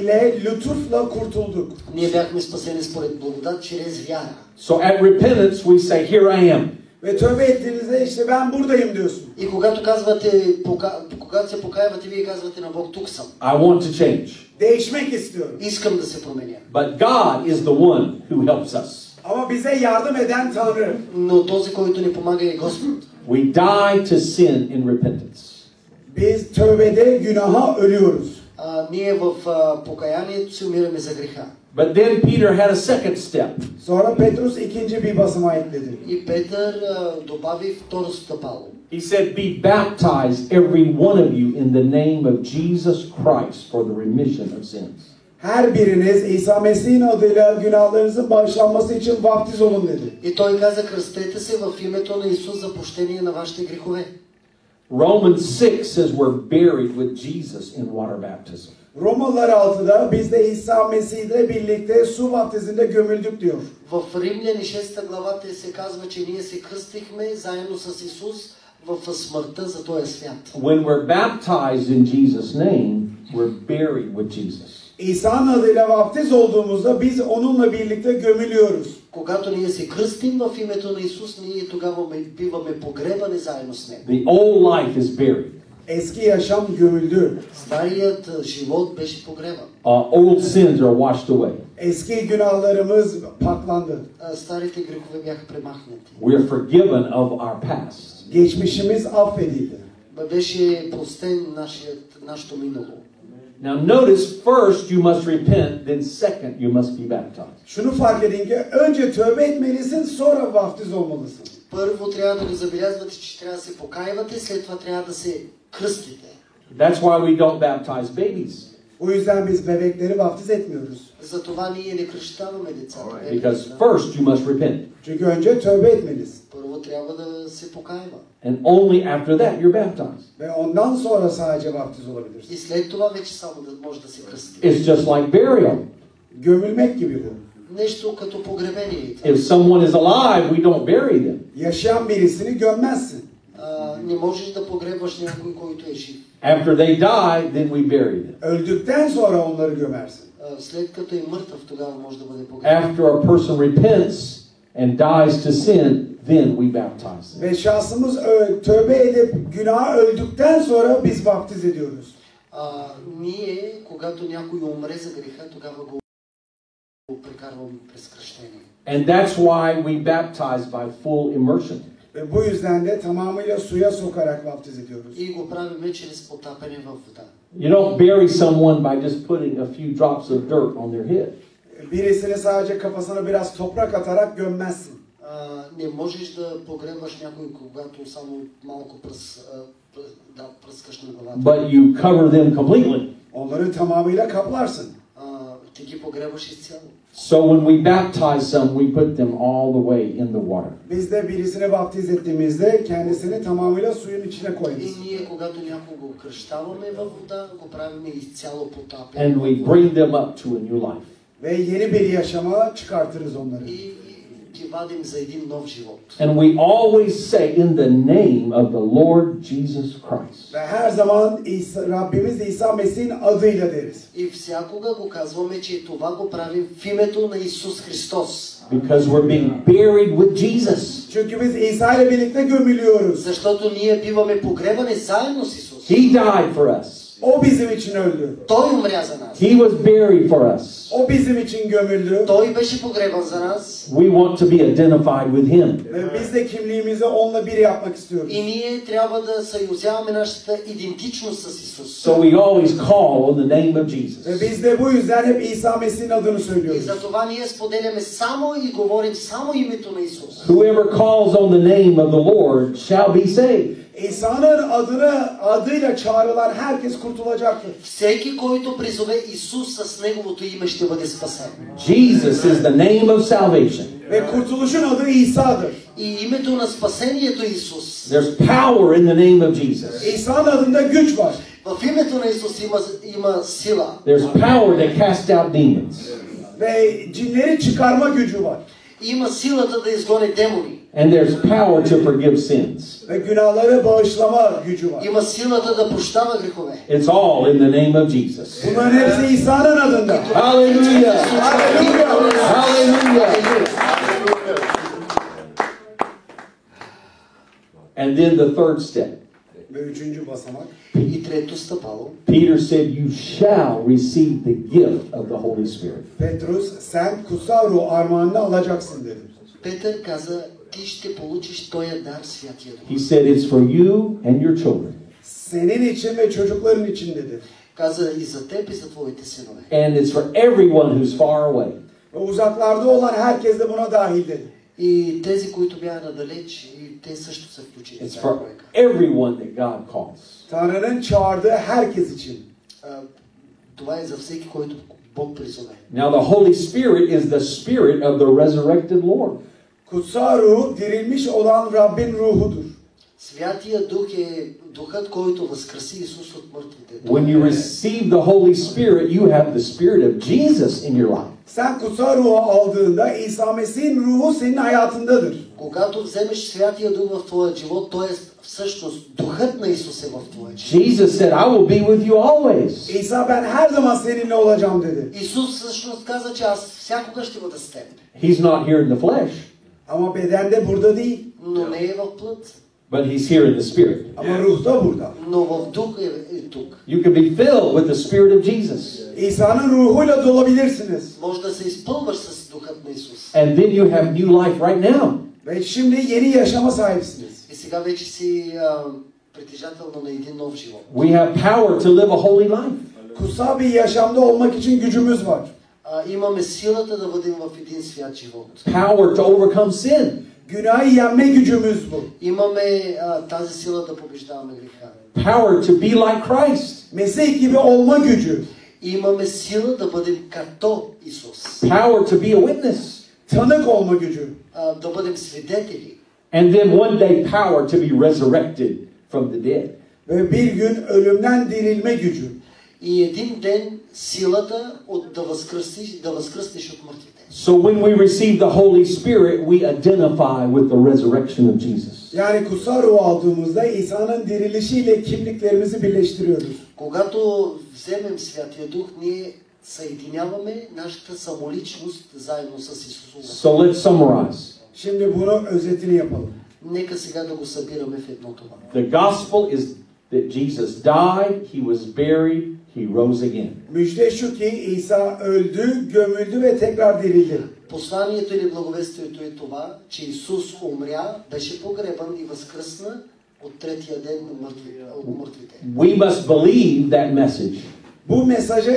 [SPEAKER 3] ile lütufla kurtulduk.
[SPEAKER 4] Ние бяхме спасени според благодат чрез вяра.
[SPEAKER 2] So at repentance, we say, Here I am.
[SPEAKER 3] Ve tövbe ettiğinizde işte ben buradayım diyorsun.
[SPEAKER 4] И когато казвате, пока- когато се покаявате, вие казвате на Бог, тук съм.
[SPEAKER 2] I want to change.
[SPEAKER 3] Değişmek istiyorum.
[SPEAKER 4] Искам да се променя.
[SPEAKER 2] But God is the one who helps us.
[SPEAKER 3] Ama bize yardım eden Tanrı.
[SPEAKER 4] Но този, който ни помага е Господ.
[SPEAKER 2] We die to sin in repentance.
[SPEAKER 3] Biz tövbede günaha ölüyoruz.
[SPEAKER 4] А, ние в а, покаянието си умираме за греха.
[SPEAKER 2] But then Peter had a second step.
[SPEAKER 3] Sonra Petrus ikinci bir basıma ekledi.
[SPEAKER 4] И Петър а, добави второ стъпало.
[SPEAKER 2] He said, Be baptized, every one of you, in the name of Jesus Christ for the remission of sins.
[SPEAKER 3] Her biriniz İsa Mesih'in adıyla günahlarınızın bağışlanması için vaftiz olun dedi.
[SPEAKER 4] И той каза, кръстете се в името на Исус за прощение на вашите грехове.
[SPEAKER 2] Romans 6 says we're buried with Jesus in water baptism.
[SPEAKER 3] Romalılar 6'da biz de İsa Mesih'le birlikte su vaftizinde gömüldük diyor.
[SPEAKER 4] В Римляни 6 глава те се казва, че ние се кръстихме заедно с Исус в смъртта за този свят.
[SPEAKER 2] When we're baptized in Jesus' name, we're buried with Jesus.
[SPEAKER 3] İsa'nın adıyla vaftiz olduğumuzda biz onunla birlikte gömülüyoruz.
[SPEAKER 4] Когато ние се кръстим в името на Исус, ние тогава ме- биваме погребани заедно с Него.
[SPEAKER 2] The old life is buried.
[SPEAKER 3] Eski yaşam gömüldü.
[SPEAKER 4] Старият а, живот беше погребан.
[SPEAKER 2] Uh, old sins are washed away.
[SPEAKER 3] Eski günahlarımız paklandı.
[SPEAKER 4] А, Старите грехове бяха премахнати.
[SPEAKER 2] We're forgiven of our past.
[SPEAKER 3] Geçmişimiz affedildi.
[SPEAKER 4] Бе- Беше простен нашият, нашето минало.
[SPEAKER 2] Now, notice first you must repent, then second you must be baptized.
[SPEAKER 3] Şunu fark edin ki önce tövbe etmelisin sonra vaftiz olmalısın.
[SPEAKER 4] Първо трябва да го забелязвате, че трябва да се покаивате, след това трябва да се кръстите.
[SPEAKER 2] That's why we don't baptize babies,
[SPEAKER 3] O yüzden biz bebekleri vaftiz etmiyoruz.
[SPEAKER 4] Затова ние не кръщаваме децата. Е,
[SPEAKER 2] because
[SPEAKER 4] да.
[SPEAKER 2] first you must repent,
[SPEAKER 3] Çünkü önce tövbe etmelisin.
[SPEAKER 4] Първо трябва да се покаива.
[SPEAKER 2] and only after that you're baptized.
[SPEAKER 3] Ve ondan sonra sadece vaftiz olabilirsin.
[SPEAKER 4] И след това вече само да може да се кръсти.
[SPEAKER 2] It's just like burial.
[SPEAKER 3] Gömülmek gibi bu.
[SPEAKER 4] Нещо като погребение.
[SPEAKER 2] If someone is alive, we don't bury them.
[SPEAKER 3] Yaşayan birisini gömmezsin.
[SPEAKER 4] А, не можеш да погребваш някой, който е жив.
[SPEAKER 2] After they die, then we bury them.
[SPEAKER 3] Öldükten sonra onları gömersin.
[SPEAKER 4] А, след като е мъртъв, тогава може да бъде погребан.
[SPEAKER 2] After a person repents and dies to sin, then we baptize them.
[SPEAKER 3] Ve şahsımız ö- tövbe edip günaha öldükten sonra biz vaftiz ediyoruz.
[SPEAKER 4] А, ние, когато някой умре за греха, тогава го прекарваме през кръщение.
[SPEAKER 2] And that's why we baptize by full immersion.
[SPEAKER 3] Ve bu yüzden de tamamıyla suya sokarak vaftiz ediyoruz.
[SPEAKER 4] И го правиме чрез потапене във вода.
[SPEAKER 2] You don't bury someone by just putting a few drops of dirt on their head.
[SPEAKER 3] Birisini sadece kafasına biraz toprak atarak gömmezsin.
[SPEAKER 4] А, не можеш да погребаш някой, когато само малко пръс, а, пръс, да, пръскаш на главата.
[SPEAKER 2] But you cover them completely.
[SPEAKER 3] Onları tamamıyla kaplarsın.
[SPEAKER 4] А, ти ги погребаш изцяло.
[SPEAKER 2] So when we baptize some, we put them all the way in the water.
[SPEAKER 3] Biz de birisini vaftiz ettiğimizde kendisini tamamıyla suyun içine
[SPEAKER 4] И
[SPEAKER 3] koyarız.
[SPEAKER 4] ние, когато някого кръщаваме във вода, го правим изцяло потапен.
[SPEAKER 2] And we bring them up to a new life.
[SPEAKER 3] Ve yeni bir yaşama çıkartırız onları.
[SPEAKER 4] И, и ги вадим за един нов живот.
[SPEAKER 2] And we always say, in the name of the Lord Jesus Christ.
[SPEAKER 3] Ve her zaman İsa, Rabbimiz İsa Mesih'in adıyla deriz.
[SPEAKER 4] И всякога го казваме, че това го правим в името на Исус Христос.
[SPEAKER 2] Because we're being buried with Jesus.
[SPEAKER 3] Çünkü biz İsa ile birlikte gömülüyoruz.
[SPEAKER 4] Защото ние биваме погребани заедно с Исус.
[SPEAKER 2] He died for us.
[SPEAKER 3] O bizim için öldü.
[SPEAKER 4] Той умря за нас.
[SPEAKER 2] He was buried for us.
[SPEAKER 3] O bizim için gömüldü.
[SPEAKER 4] Той беше погребан за нас.
[SPEAKER 2] We want to be identified with Him.
[SPEAKER 3] Ve biz de kimliğimizi onunla bir yapmak istiyoruz.
[SPEAKER 4] И ние трябва да съюзяваме нашата идентичност с Исус.
[SPEAKER 2] So we always call on the name of
[SPEAKER 3] Ve
[SPEAKER 2] Jesus.
[SPEAKER 3] biz de bu yüzden hep İsa Mesih'in adını
[SPEAKER 4] И
[SPEAKER 3] söylüyoruz.
[SPEAKER 4] за това ние споделяме само и говорим само името на Исус.
[SPEAKER 2] Whoever calls on the name of the Lord shall be saved.
[SPEAKER 3] İsa'nın adını adıyla çağrılan herkes kurtulacaktır.
[SPEAKER 4] Всеки, който призове Исус с Неговото име, ще бъде спасен.
[SPEAKER 2] Jesus is the name of salvation.
[SPEAKER 3] Ve kurtuluşun adı İsa'dır.
[SPEAKER 4] И името на спасението е Исус.
[SPEAKER 2] There's power in the name of Jesus.
[SPEAKER 3] İsa'nın adında güç var.
[SPEAKER 4] В името на Исус има, има сила.
[SPEAKER 2] There's power to cast out demons.
[SPEAKER 3] Ve cinleri çıkarma gücü var.
[SPEAKER 4] Има силата да изгони демони.
[SPEAKER 2] And there's power to forgive sins.
[SPEAKER 3] Ve günahları bağışlama gücü var.
[SPEAKER 4] Има силата да прощава грехове.
[SPEAKER 2] It's all in the name of Jesus.
[SPEAKER 3] Bunların hepsi İsa'nın adında.
[SPEAKER 2] Hallelujah.
[SPEAKER 3] Hallelujah.
[SPEAKER 2] Hallelujah. And then the third step.
[SPEAKER 3] Ve üçüncü basamak.
[SPEAKER 4] И трето стъпало.
[SPEAKER 2] Peter said, You shall receive the gift of the Holy Spirit.
[SPEAKER 3] Petrus sen kutsal ruh armağanını alacaksın dedi.
[SPEAKER 4] Петър каза, ти ще получиш този дар, Святия Дух.
[SPEAKER 2] He said, It's for you and your children,
[SPEAKER 3] Senin için ve çocukların için dedi.
[SPEAKER 4] Каза и за теб, и за твоите синове.
[SPEAKER 2] and it's for everyone who's far away.
[SPEAKER 3] Ve uzaklarda olan herkes de buna dahil dedi.
[SPEAKER 4] И тези, които бяха надалеч, и те също са включени. в
[SPEAKER 2] It's
[SPEAKER 4] тази
[SPEAKER 2] for
[SPEAKER 4] бройка.
[SPEAKER 2] everyone that God calls.
[SPEAKER 3] Tanrı'nın çağırdığı herkes için.
[SPEAKER 4] А, Това е за всеки, който Бог призове.
[SPEAKER 2] Now, the Holy Spirit is the spirit of the resurrected Lord.
[SPEAKER 3] Kutsal ruh dirilmiş olan Rabbin ruhudur.
[SPEAKER 4] Святия Дух е духът, който възкреси Исус от мъртвите.
[SPEAKER 2] When you receive the Holy Spirit, you have the spirit of Jesus in your life.
[SPEAKER 3] Sen kutsal ruhu aldığında İsa Mesih'in ruhu senin hayatındadır.
[SPEAKER 4] Когато вземеш Святия Дух в твоя живот, той е всъщност Духът на Исус е в твоя живот.
[SPEAKER 2] Jesus said, I will be with you always.
[SPEAKER 3] İsa ben her zaman seninle olacağım dedi.
[SPEAKER 4] Исус всъщност каза, че аз всякога ще бъда с теб.
[SPEAKER 2] He's not here in the flesh,
[SPEAKER 3] Ama bedende burada değil.
[SPEAKER 4] Но не е в плът,
[SPEAKER 2] but he's here in the spirit.
[SPEAKER 3] Ama ruhta burada.
[SPEAKER 4] но в дух е, е тук.
[SPEAKER 2] You can be filled with the spirit of Jesus,
[SPEAKER 3] İsa'nın ruhuyla dolabilirsiniz.
[SPEAKER 4] Може да се изпълваш с духът на Исус.
[SPEAKER 2] and then you have new life right now.
[SPEAKER 3] Ve şimdi yeni yaşama sahipsiniz.
[SPEAKER 4] И сега вече си а, притежател на един нов живот.
[SPEAKER 2] We have power to live a holy life.
[SPEAKER 3] Kutsal bir yaşamda olmak için gücümüz var.
[SPEAKER 4] А, имаме силата да бъдем в един свят живот.
[SPEAKER 2] Power to overcome sin.
[SPEAKER 3] Günahı yenme gücümüz bu.
[SPEAKER 4] Имаме а, тази сила да побеждаваме греха.
[SPEAKER 2] Power to be like Christ.
[SPEAKER 3] Mesih gibi olma gücü.
[SPEAKER 4] Имаме сила да бъдем като Исус.
[SPEAKER 2] Power to be a witness.
[SPEAKER 3] Tanık olma gücü.
[SPEAKER 4] А, да бъдем свидетели.
[SPEAKER 2] And then one day, power to be resurrected from the dead.
[SPEAKER 3] Ve bir gün ölümden dirilme gücü.
[SPEAKER 4] И един ден силата от да, възкръснеш, да възкръснеш от мъртвите.
[SPEAKER 2] So when we receive the Holy Spirit, we identify with the resurrection of Jesus.
[SPEAKER 3] Yani kutsal ruhu aldığımızda İsa'nın dirilişiyle kimliklerimizi birleştiriyoruz.
[SPEAKER 4] Когато вземем Святия Дух, ние съединяваме нашата самоличност заедно с Исус.
[SPEAKER 2] So let's summarize.
[SPEAKER 3] Şimdi bunu özetini yapalım.
[SPEAKER 4] Нека сега да го събираме в едно това.
[SPEAKER 2] The gospel is that Jesus died, he was buried, he rose again.
[SPEAKER 3] Müjde şu ki İsa öldü, gömüldü ve tekrar dirildi.
[SPEAKER 4] Посланието или благовестието е това, че Исус умря, беше погребан и възкръсна от третия ден на мъртви, от мъртвите.
[SPEAKER 2] We must believe that message
[SPEAKER 3] Bu mesaja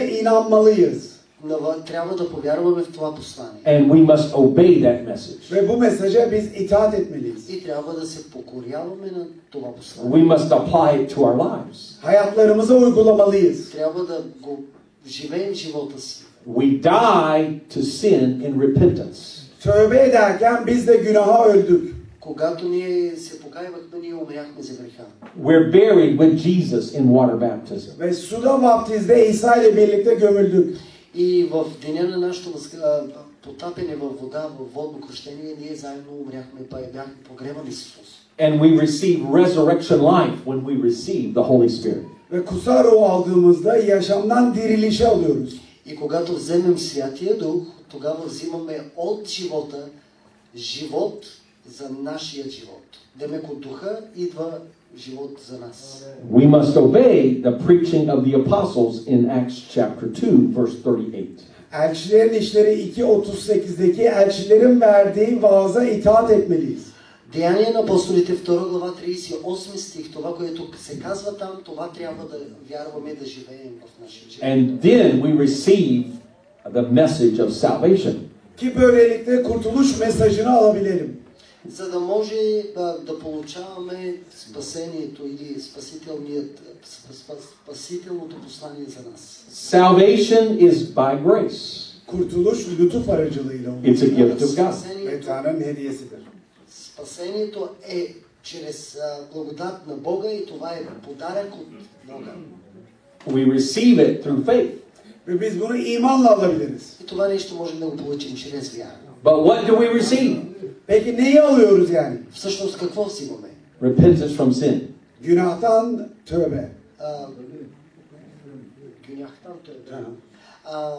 [SPEAKER 3] inanmalıyız
[SPEAKER 4] Нава- Трябва да повярваме в това послание.
[SPEAKER 2] and we must obey that message.
[SPEAKER 3] ve bu mesaja biz itaat etmeliyiz.
[SPEAKER 4] И трябва да се покоряваме на това послание.
[SPEAKER 2] We must apply it to our lives.
[SPEAKER 3] Hayatlarımıza uygulamalıyız.
[SPEAKER 4] Трябва да го живеем живота си.
[SPEAKER 2] We die to sin in repentance.
[SPEAKER 3] Tövbe ederken biz de günaha öldük.
[SPEAKER 4] Когато ние се покаявахме, ние умряхме за греха.
[SPEAKER 2] We're buried with Jesus in water baptism.
[SPEAKER 3] Ve suda vaftizde İsa ile birlikte gömüldük.
[SPEAKER 4] И в деня на нашето възк- а, потапене във вода, във водно кръщение, ние заедно умряхме, па и бяхме погребани с Исус.
[SPEAKER 2] And we receive resurrection life when we receive the Holy Spirit.
[SPEAKER 3] Ve kutsal ruhu aldığımızda yaşamdan dirilişe alıyoruz.
[SPEAKER 4] И когато вземем Святия Дух, тогава взимаме от живота живот за нашия живот. Демек от Духа идва живот за нас.
[SPEAKER 2] We must obey the preaching of the apostles in Acts chapter 2, verse 38.
[SPEAKER 3] Elçilerin İşleri 2.38'deki elçilerin verdiği vaaza itaat etmeliyiz.
[SPEAKER 4] Деяния на апостолите 2 глава 38 стих, това, което се казва там, това трябва да вярваме да живеем в нашия живот.
[SPEAKER 2] And then we receive the message of salvation.
[SPEAKER 3] Ki böylelikle kurtuluş mesajını alabilelim.
[SPEAKER 4] За да може да, да получаваме спасението или спасителният, спа- спа- спасителното послание за нас.
[SPEAKER 2] Salvation is by grace,
[SPEAKER 3] Kurtuluş lütuf aracılığıyla olur.
[SPEAKER 2] it's a gift of God.
[SPEAKER 3] Ve
[SPEAKER 4] Спасението
[SPEAKER 3] Tanrı'nın hediyesidir.
[SPEAKER 4] Спасението е чрез а, благодат на Бога и това е подарък от Бога.
[SPEAKER 2] We receive it through faith.
[SPEAKER 3] Ve biz bunu imanla alabiliriz.
[SPEAKER 4] И това нещо можем да го получим чрез вяра.
[SPEAKER 2] But what do we receive?
[SPEAKER 3] Peki neyi alıyoruz yani?
[SPEAKER 4] Всъщност какво взимаме?
[SPEAKER 2] Repentance from sin.
[SPEAKER 3] Günahtan tövbe.
[SPEAKER 4] А, Гюняхтан, той е.
[SPEAKER 3] Да.
[SPEAKER 4] А,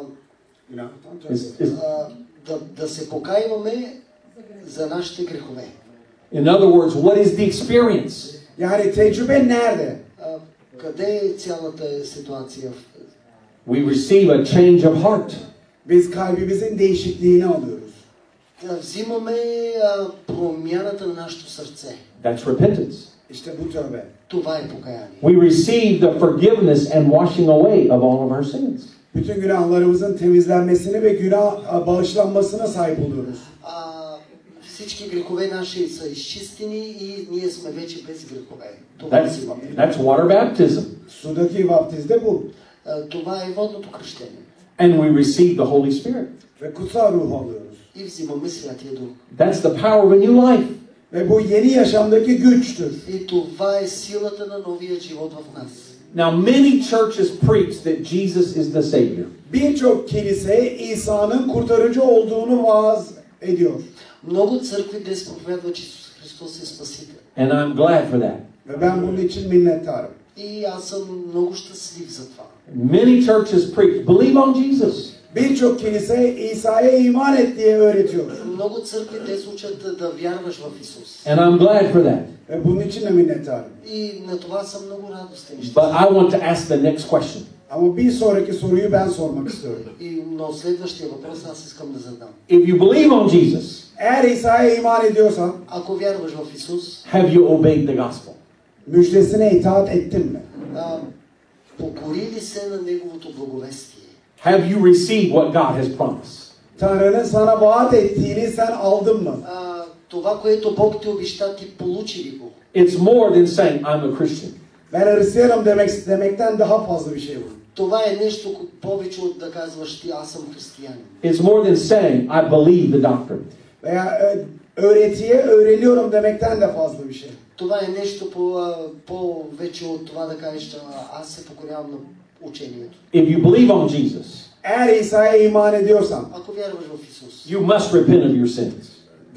[SPEAKER 3] Günahtan tövbe.
[SPEAKER 2] It's- it's-
[SPEAKER 4] а, да, да се покаиваме за нашите грехове.
[SPEAKER 2] in other words, what is the experience?
[SPEAKER 3] Yani tecrübe nerede?
[SPEAKER 4] А, къде е цялата ситуация?
[SPEAKER 2] We receive a change of heart.
[SPEAKER 3] Biz kalbimizin değişikliğini alıyoruz.
[SPEAKER 4] Да, Взимаме а, промяната на нашето сърце.
[SPEAKER 2] That's repentance.
[SPEAKER 3] İşte bu tövbe.
[SPEAKER 4] Това е покаяние.
[SPEAKER 2] We receive the forgiveness and washing away of all of our sins.
[SPEAKER 3] Bütün günahlarımızın temizlenmesini ve günah e, bağışlanmasına sahip oluyoruz.
[SPEAKER 4] А, всички грехове наши са изчистени и ние сме вече без грехове. Това
[SPEAKER 2] That's,
[SPEAKER 4] взимаме.
[SPEAKER 2] that's water baptism.
[SPEAKER 3] Sudaki vaftizde bu.
[SPEAKER 4] А, Това е водното кръщение.
[SPEAKER 2] And we receive the Holy Spirit.
[SPEAKER 3] Ve kutsal ruh alıyoruz.
[SPEAKER 4] И взимаме Святия Дух.
[SPEAKER 2] That's the power of a new life.
[SPEAKER 3] Ve bu yeni yaşamdaki güçtür.
[SPEAKER 4] И това е силата на новия живот в нас.
[SPEAKER 2] Now, many churches preach that Jesus is the Savior.
[SPEAKER 3] Birçok kilise İsa'nın kurtarıcı olduğunu vaaz ediyor.
[SPEAKER 4] Много църкви днес проповядват, че Исус Христос е Спасител.
[SPEAKER 2] And I'm glad for that.
[SPEAKER 3] Ve ben bunun için minnettarım.
[SPEAKER 4] И аз съм много щастлив за това.
[SPEAKER 2] Many churches preach, believe on Jesus.
[SPEAKER 3] Birçok kilise İsa'ya iman et diye öğretiyor.
[SPEAKER 4] Много църкви днес учат да, да вярваш в Исус.
[SPEAKER 2] And I'm glad for that.
[SPEAKER 3] Ve bunun için de minnettarım.
[SPEAKER 4] И на това съм много радостен. Ще-
[SPEAKER 2] But I want to ask the next question
[SPEAKER 3] Ama bir sonraki soruyu ben sormak istiyorum.
[SPEAKER 4] И, но следващия въпрос аз искам да задам.
[SPEAKER 2] If you believe on Jesus,
[SPEAKER 3] Eğer İsa'ya iman ediyorsan
[SPEAKER 4] Ако вярваш в Исус,
[SPEAKER 2] have you obeyed the gospel?
[SPEAKER 3] müjdesine itaat ettin mi?
[SPEAKER 4] а, покори ли се на Неговото благовестие?
[SPEAKER 2] Have you received what God has promised?
[SPEAKER 3] Tanrı'nın sana vaat ettiğini sen aldın mı?
[SPEAKER 4] А, това, което Бог ти обеща, ти получи ли го?
[SPEAKER 2] It's more than saying, I'm a Christian.
[SPEAKER 3] Ben Hristiyanım demek, demekten daha fazla bir şey bu.
[SPEAKER 4] Това е нещо ко- повече от да казваш ти, аз съм християнин.
[SPEAKER 2] It's more than saying, I believe the doctrine.
[SPEAKER 3] Veya ö- öğretiye öğreniyorum demekten de fazla bir şey.
[SPEAKER 4] Това е нещо по, а, по-вече от това да кажеш, а, аз се покорявам на учението.
[SPEAKER 2] If you believe on Jesus,
[SPEAKER 3] Eğer İsa'ya iman ediyorsan
[SPEAKER 4] Ако вярваш в Исус,
[SPEAKER 2] you must repent of your sins.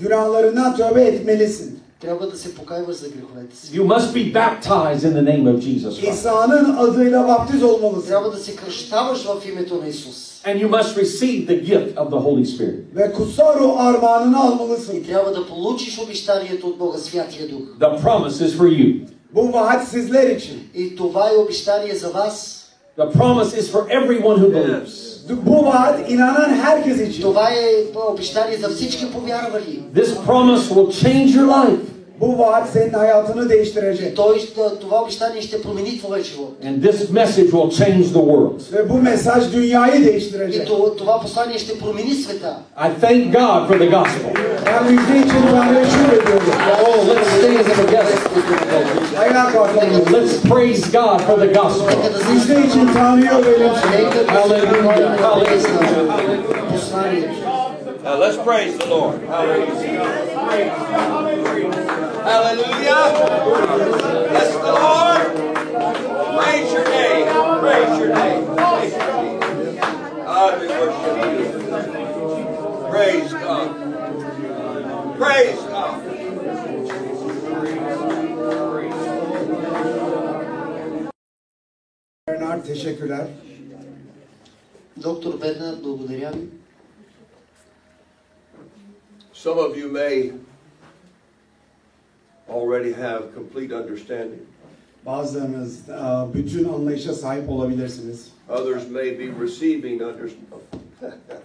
[SPEAKER 3] günahlarından tövbe etmelisin.
[SPEAKER 4] трябва да се покаиваш за греховете си.
[SPEAKER 2] You must be baptized in the name of Jesus Christ.
[SPEAKER 3] İsa'nın adıyla vaptiz
[SPEAKER 4] Трябва
[SPEAKER 3] olmalısın.
[SPEAKER 4] да се кръщаваш в името на Исус.
[SPEAKER 2] And you must receive the gift of the Holy Spirit.
[SPEAKER 3] Ve kutsal ruh armağanını
[SPEAKER 4] И
[SPEAKER 3] almalısın.
[SPEAKER 4] трябва да получиш обещанието от Бога, Святия Дух.
[SPEAKER 2] The promise is for you.
[SPEAKER 3] Bu vaat sizler için.
[SPEAKER 4] И това е обещание за вас.
[SPEAKER 2] The promise is for everyone who believes.
[SPEAKER 3] Bu vaat inanan herkes için.
[SPEAKER 4] Това е обещание за всички повярвали.
[SPEAKER 2] This promise will change your life.
[SPEAKER 3] Bu vaat senin hayatını
[SPEAKER 4] И
[SPEAKER 3] değiştirecek.
[SPEAKER 4] той, ще- това обещание ще промени твоя живот.
[SPEAKER 2] And this message will change the world.
[SPEAKER 3] Ve bu mesaj dünyayı
[SPEAKER 4] И
[SPEAKER 3] değiştirecek.
[SPEAKER 4] то- това послание ще промени света.
[SPEAKER 2] I thank God for the gospel.
[SPEAKER 3] Ben müjde için Tanrı'ya şükrediyorum.
[SPEAKER 2] Oh, let's stand together.
[SPEAKER 3] Ayağa kalkalım.
[SPEAKER 2] Let's praise God for the gospel.
[SPEAKER 4] Нека да се
[SPEAKER 3] Müjde için Tanrı'ya övelim.
[SPEAKER 4] Нека да се
[SPEAKER 2] Hallelujah.
[SPEAKER 4] Hallelujah. посланието.
[SPEAKER 1] Now let's praise the Lord. Hallelujah. Bless the Lord. Praise your name. Praise your name. Praise your name. God, we worship you. Praise God. Praise God.
[SPEAKER 3] Bernard teşekkürler.
[SPEAKER 4] Доктор Бернар, благодаря ви.
[SPEAKER 1] Some of you may already have complete understanding.
[SPEAKER 3] Bazılarınız e, bütün anlayışa sahip olabilirsiniz.
[SPEAKER 1] Others may be receiving under,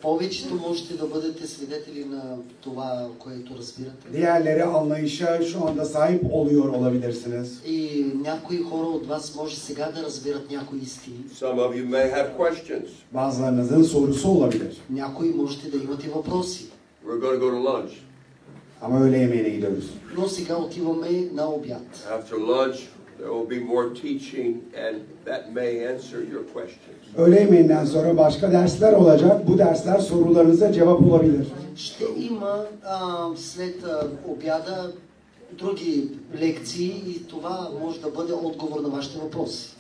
[SPEAKER 4] Повечето можете да бъдете свидетели на това, което разбирате.
[SPEAKER 3] Diğerleri anlayışa şu anda sahip oluyor olabilirsiniz.
[SPEAKER 4] И някои хора от вас може сега да разбират някои истини.
[SPEAKER 1] some of you may have questions.
[SPEAKER 3] Bazılarınızın sorusu olabilir.
[SPEAKER 4] Някои можете да имате въпроси.
[SPEAKER 1] We're going to go to lunch.
[SPEAKER 3] Ama öğle yemeğine gidiyoruz.
[SPEAKER 4] Но сега отиваме на обяд.
[SPEAKER 1] After lunch, there will be more teaching and that may answer your questions.
[SPEAKER 3] Öğle yemeğinden sonra başka dersler olacak. Bu dersler sorularınıza cevap olabilir.
[SPEAKER 4] Ще има а, след а, обяда други лекции и това може да бъде отговор на вашите въпроси.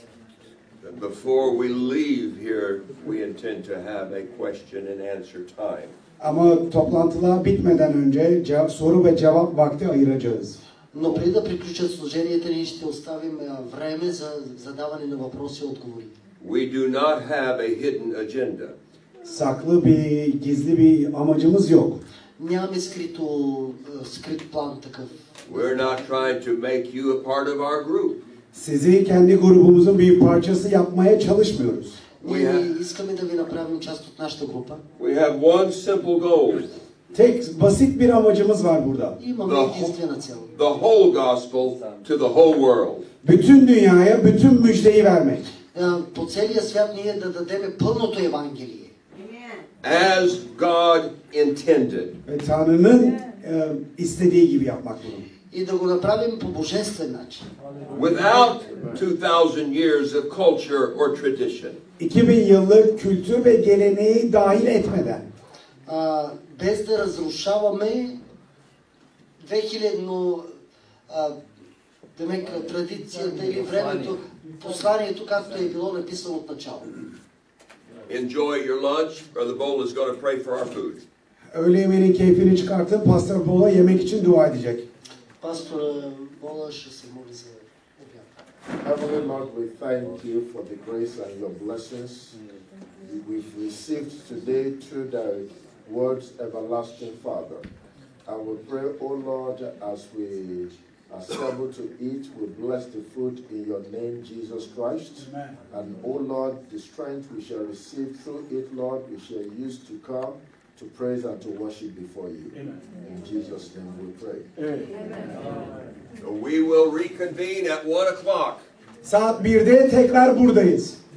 [SPEAKER 1] And Before we leave here, we intend to have a question and answer time.
[SPEAKER 3] Ama toplantılar bitmeden önce ce- soru ve cevap vakti ayıracağız.
[SPEAKER 4] Но преди да приключат служенията, ние ще оставим а, време за задаване на въпроси и отговори.
[SPEAKER 1] We do not have a hidden agenda.
[SPEAKER 3] Saklı bir, gizli bir amacımız yok.
[SPEAKER 4] Нямаме скрито, а, скрит план такъв.
[SPEAKER 1] We're not trying to make you a part of our group.
[SPEAKER 3] Sizi kendi grubumuzun bir parçası yapmaya çalışmıyoruz.
[SPEAKER 4] Ние
[SPEAKER 1] Ние-
[SPEAKER 4] ви искаме да ви направим част от нашата група.
[SPEAKER 1] We have one simple goal
[SPEAKER 3] Tek basit bir amacımız var burada.
[SPEAKER 4] Имаме
[SPEAKER 1] Да.
[SPEAKER 4] единствена цел.
[SPEAKER 1] the whole gospel to the whole world.
[SPEAKER 3] Bütün dünyaya bütün müjdeyi vermek.
[SPEAKER 4] А, По целия свят ние да дадеме пълното Евангелие.
[SPEAKER 1] As God intended.
[SPEAKER 3] Ve Tanrı'nın e, istediği gibi yapmak bunu.
[SPEAKER 4] И да го направим по божествен начин.
[SPEAKER 1] Without 2,000 years of culture or tradition.
[SPEAKER 3] 2000 yıllık kültür ve geleneği dahil etmeden.
[SPEAKER 4] а, без да разрушаваме 2000-но а, демек, традицията или времето, посланието, както е било написано от начало.
[SPEAKER 1] Enjoy your lunch. Brother Bowl is going to pray for our food.
[SPEAKER 3] Öğle yemeğinin keyfini çıkartıp Pastor Paul'a yemek için dua edecek.
[SPEAKER 4] Пастор Бола ще се моли за обяд.
[SPEAKER 8] Heavenly Lord, we thank you for the grace and your blessings we've received today through the words everlasting Father. And we pray, O Lord, as we assemble to eat, we bless the food in your name, Jesus Christ. And O Lord, the strength we shall receive through it, Lord, we shall use to come to praise and to worship before you. In Jesus' name we pray.
[SPEAKER 1] So we will reconvene at 1 o'clock.
[SPEAKER 3] Saat 1'de tekrar buradayız.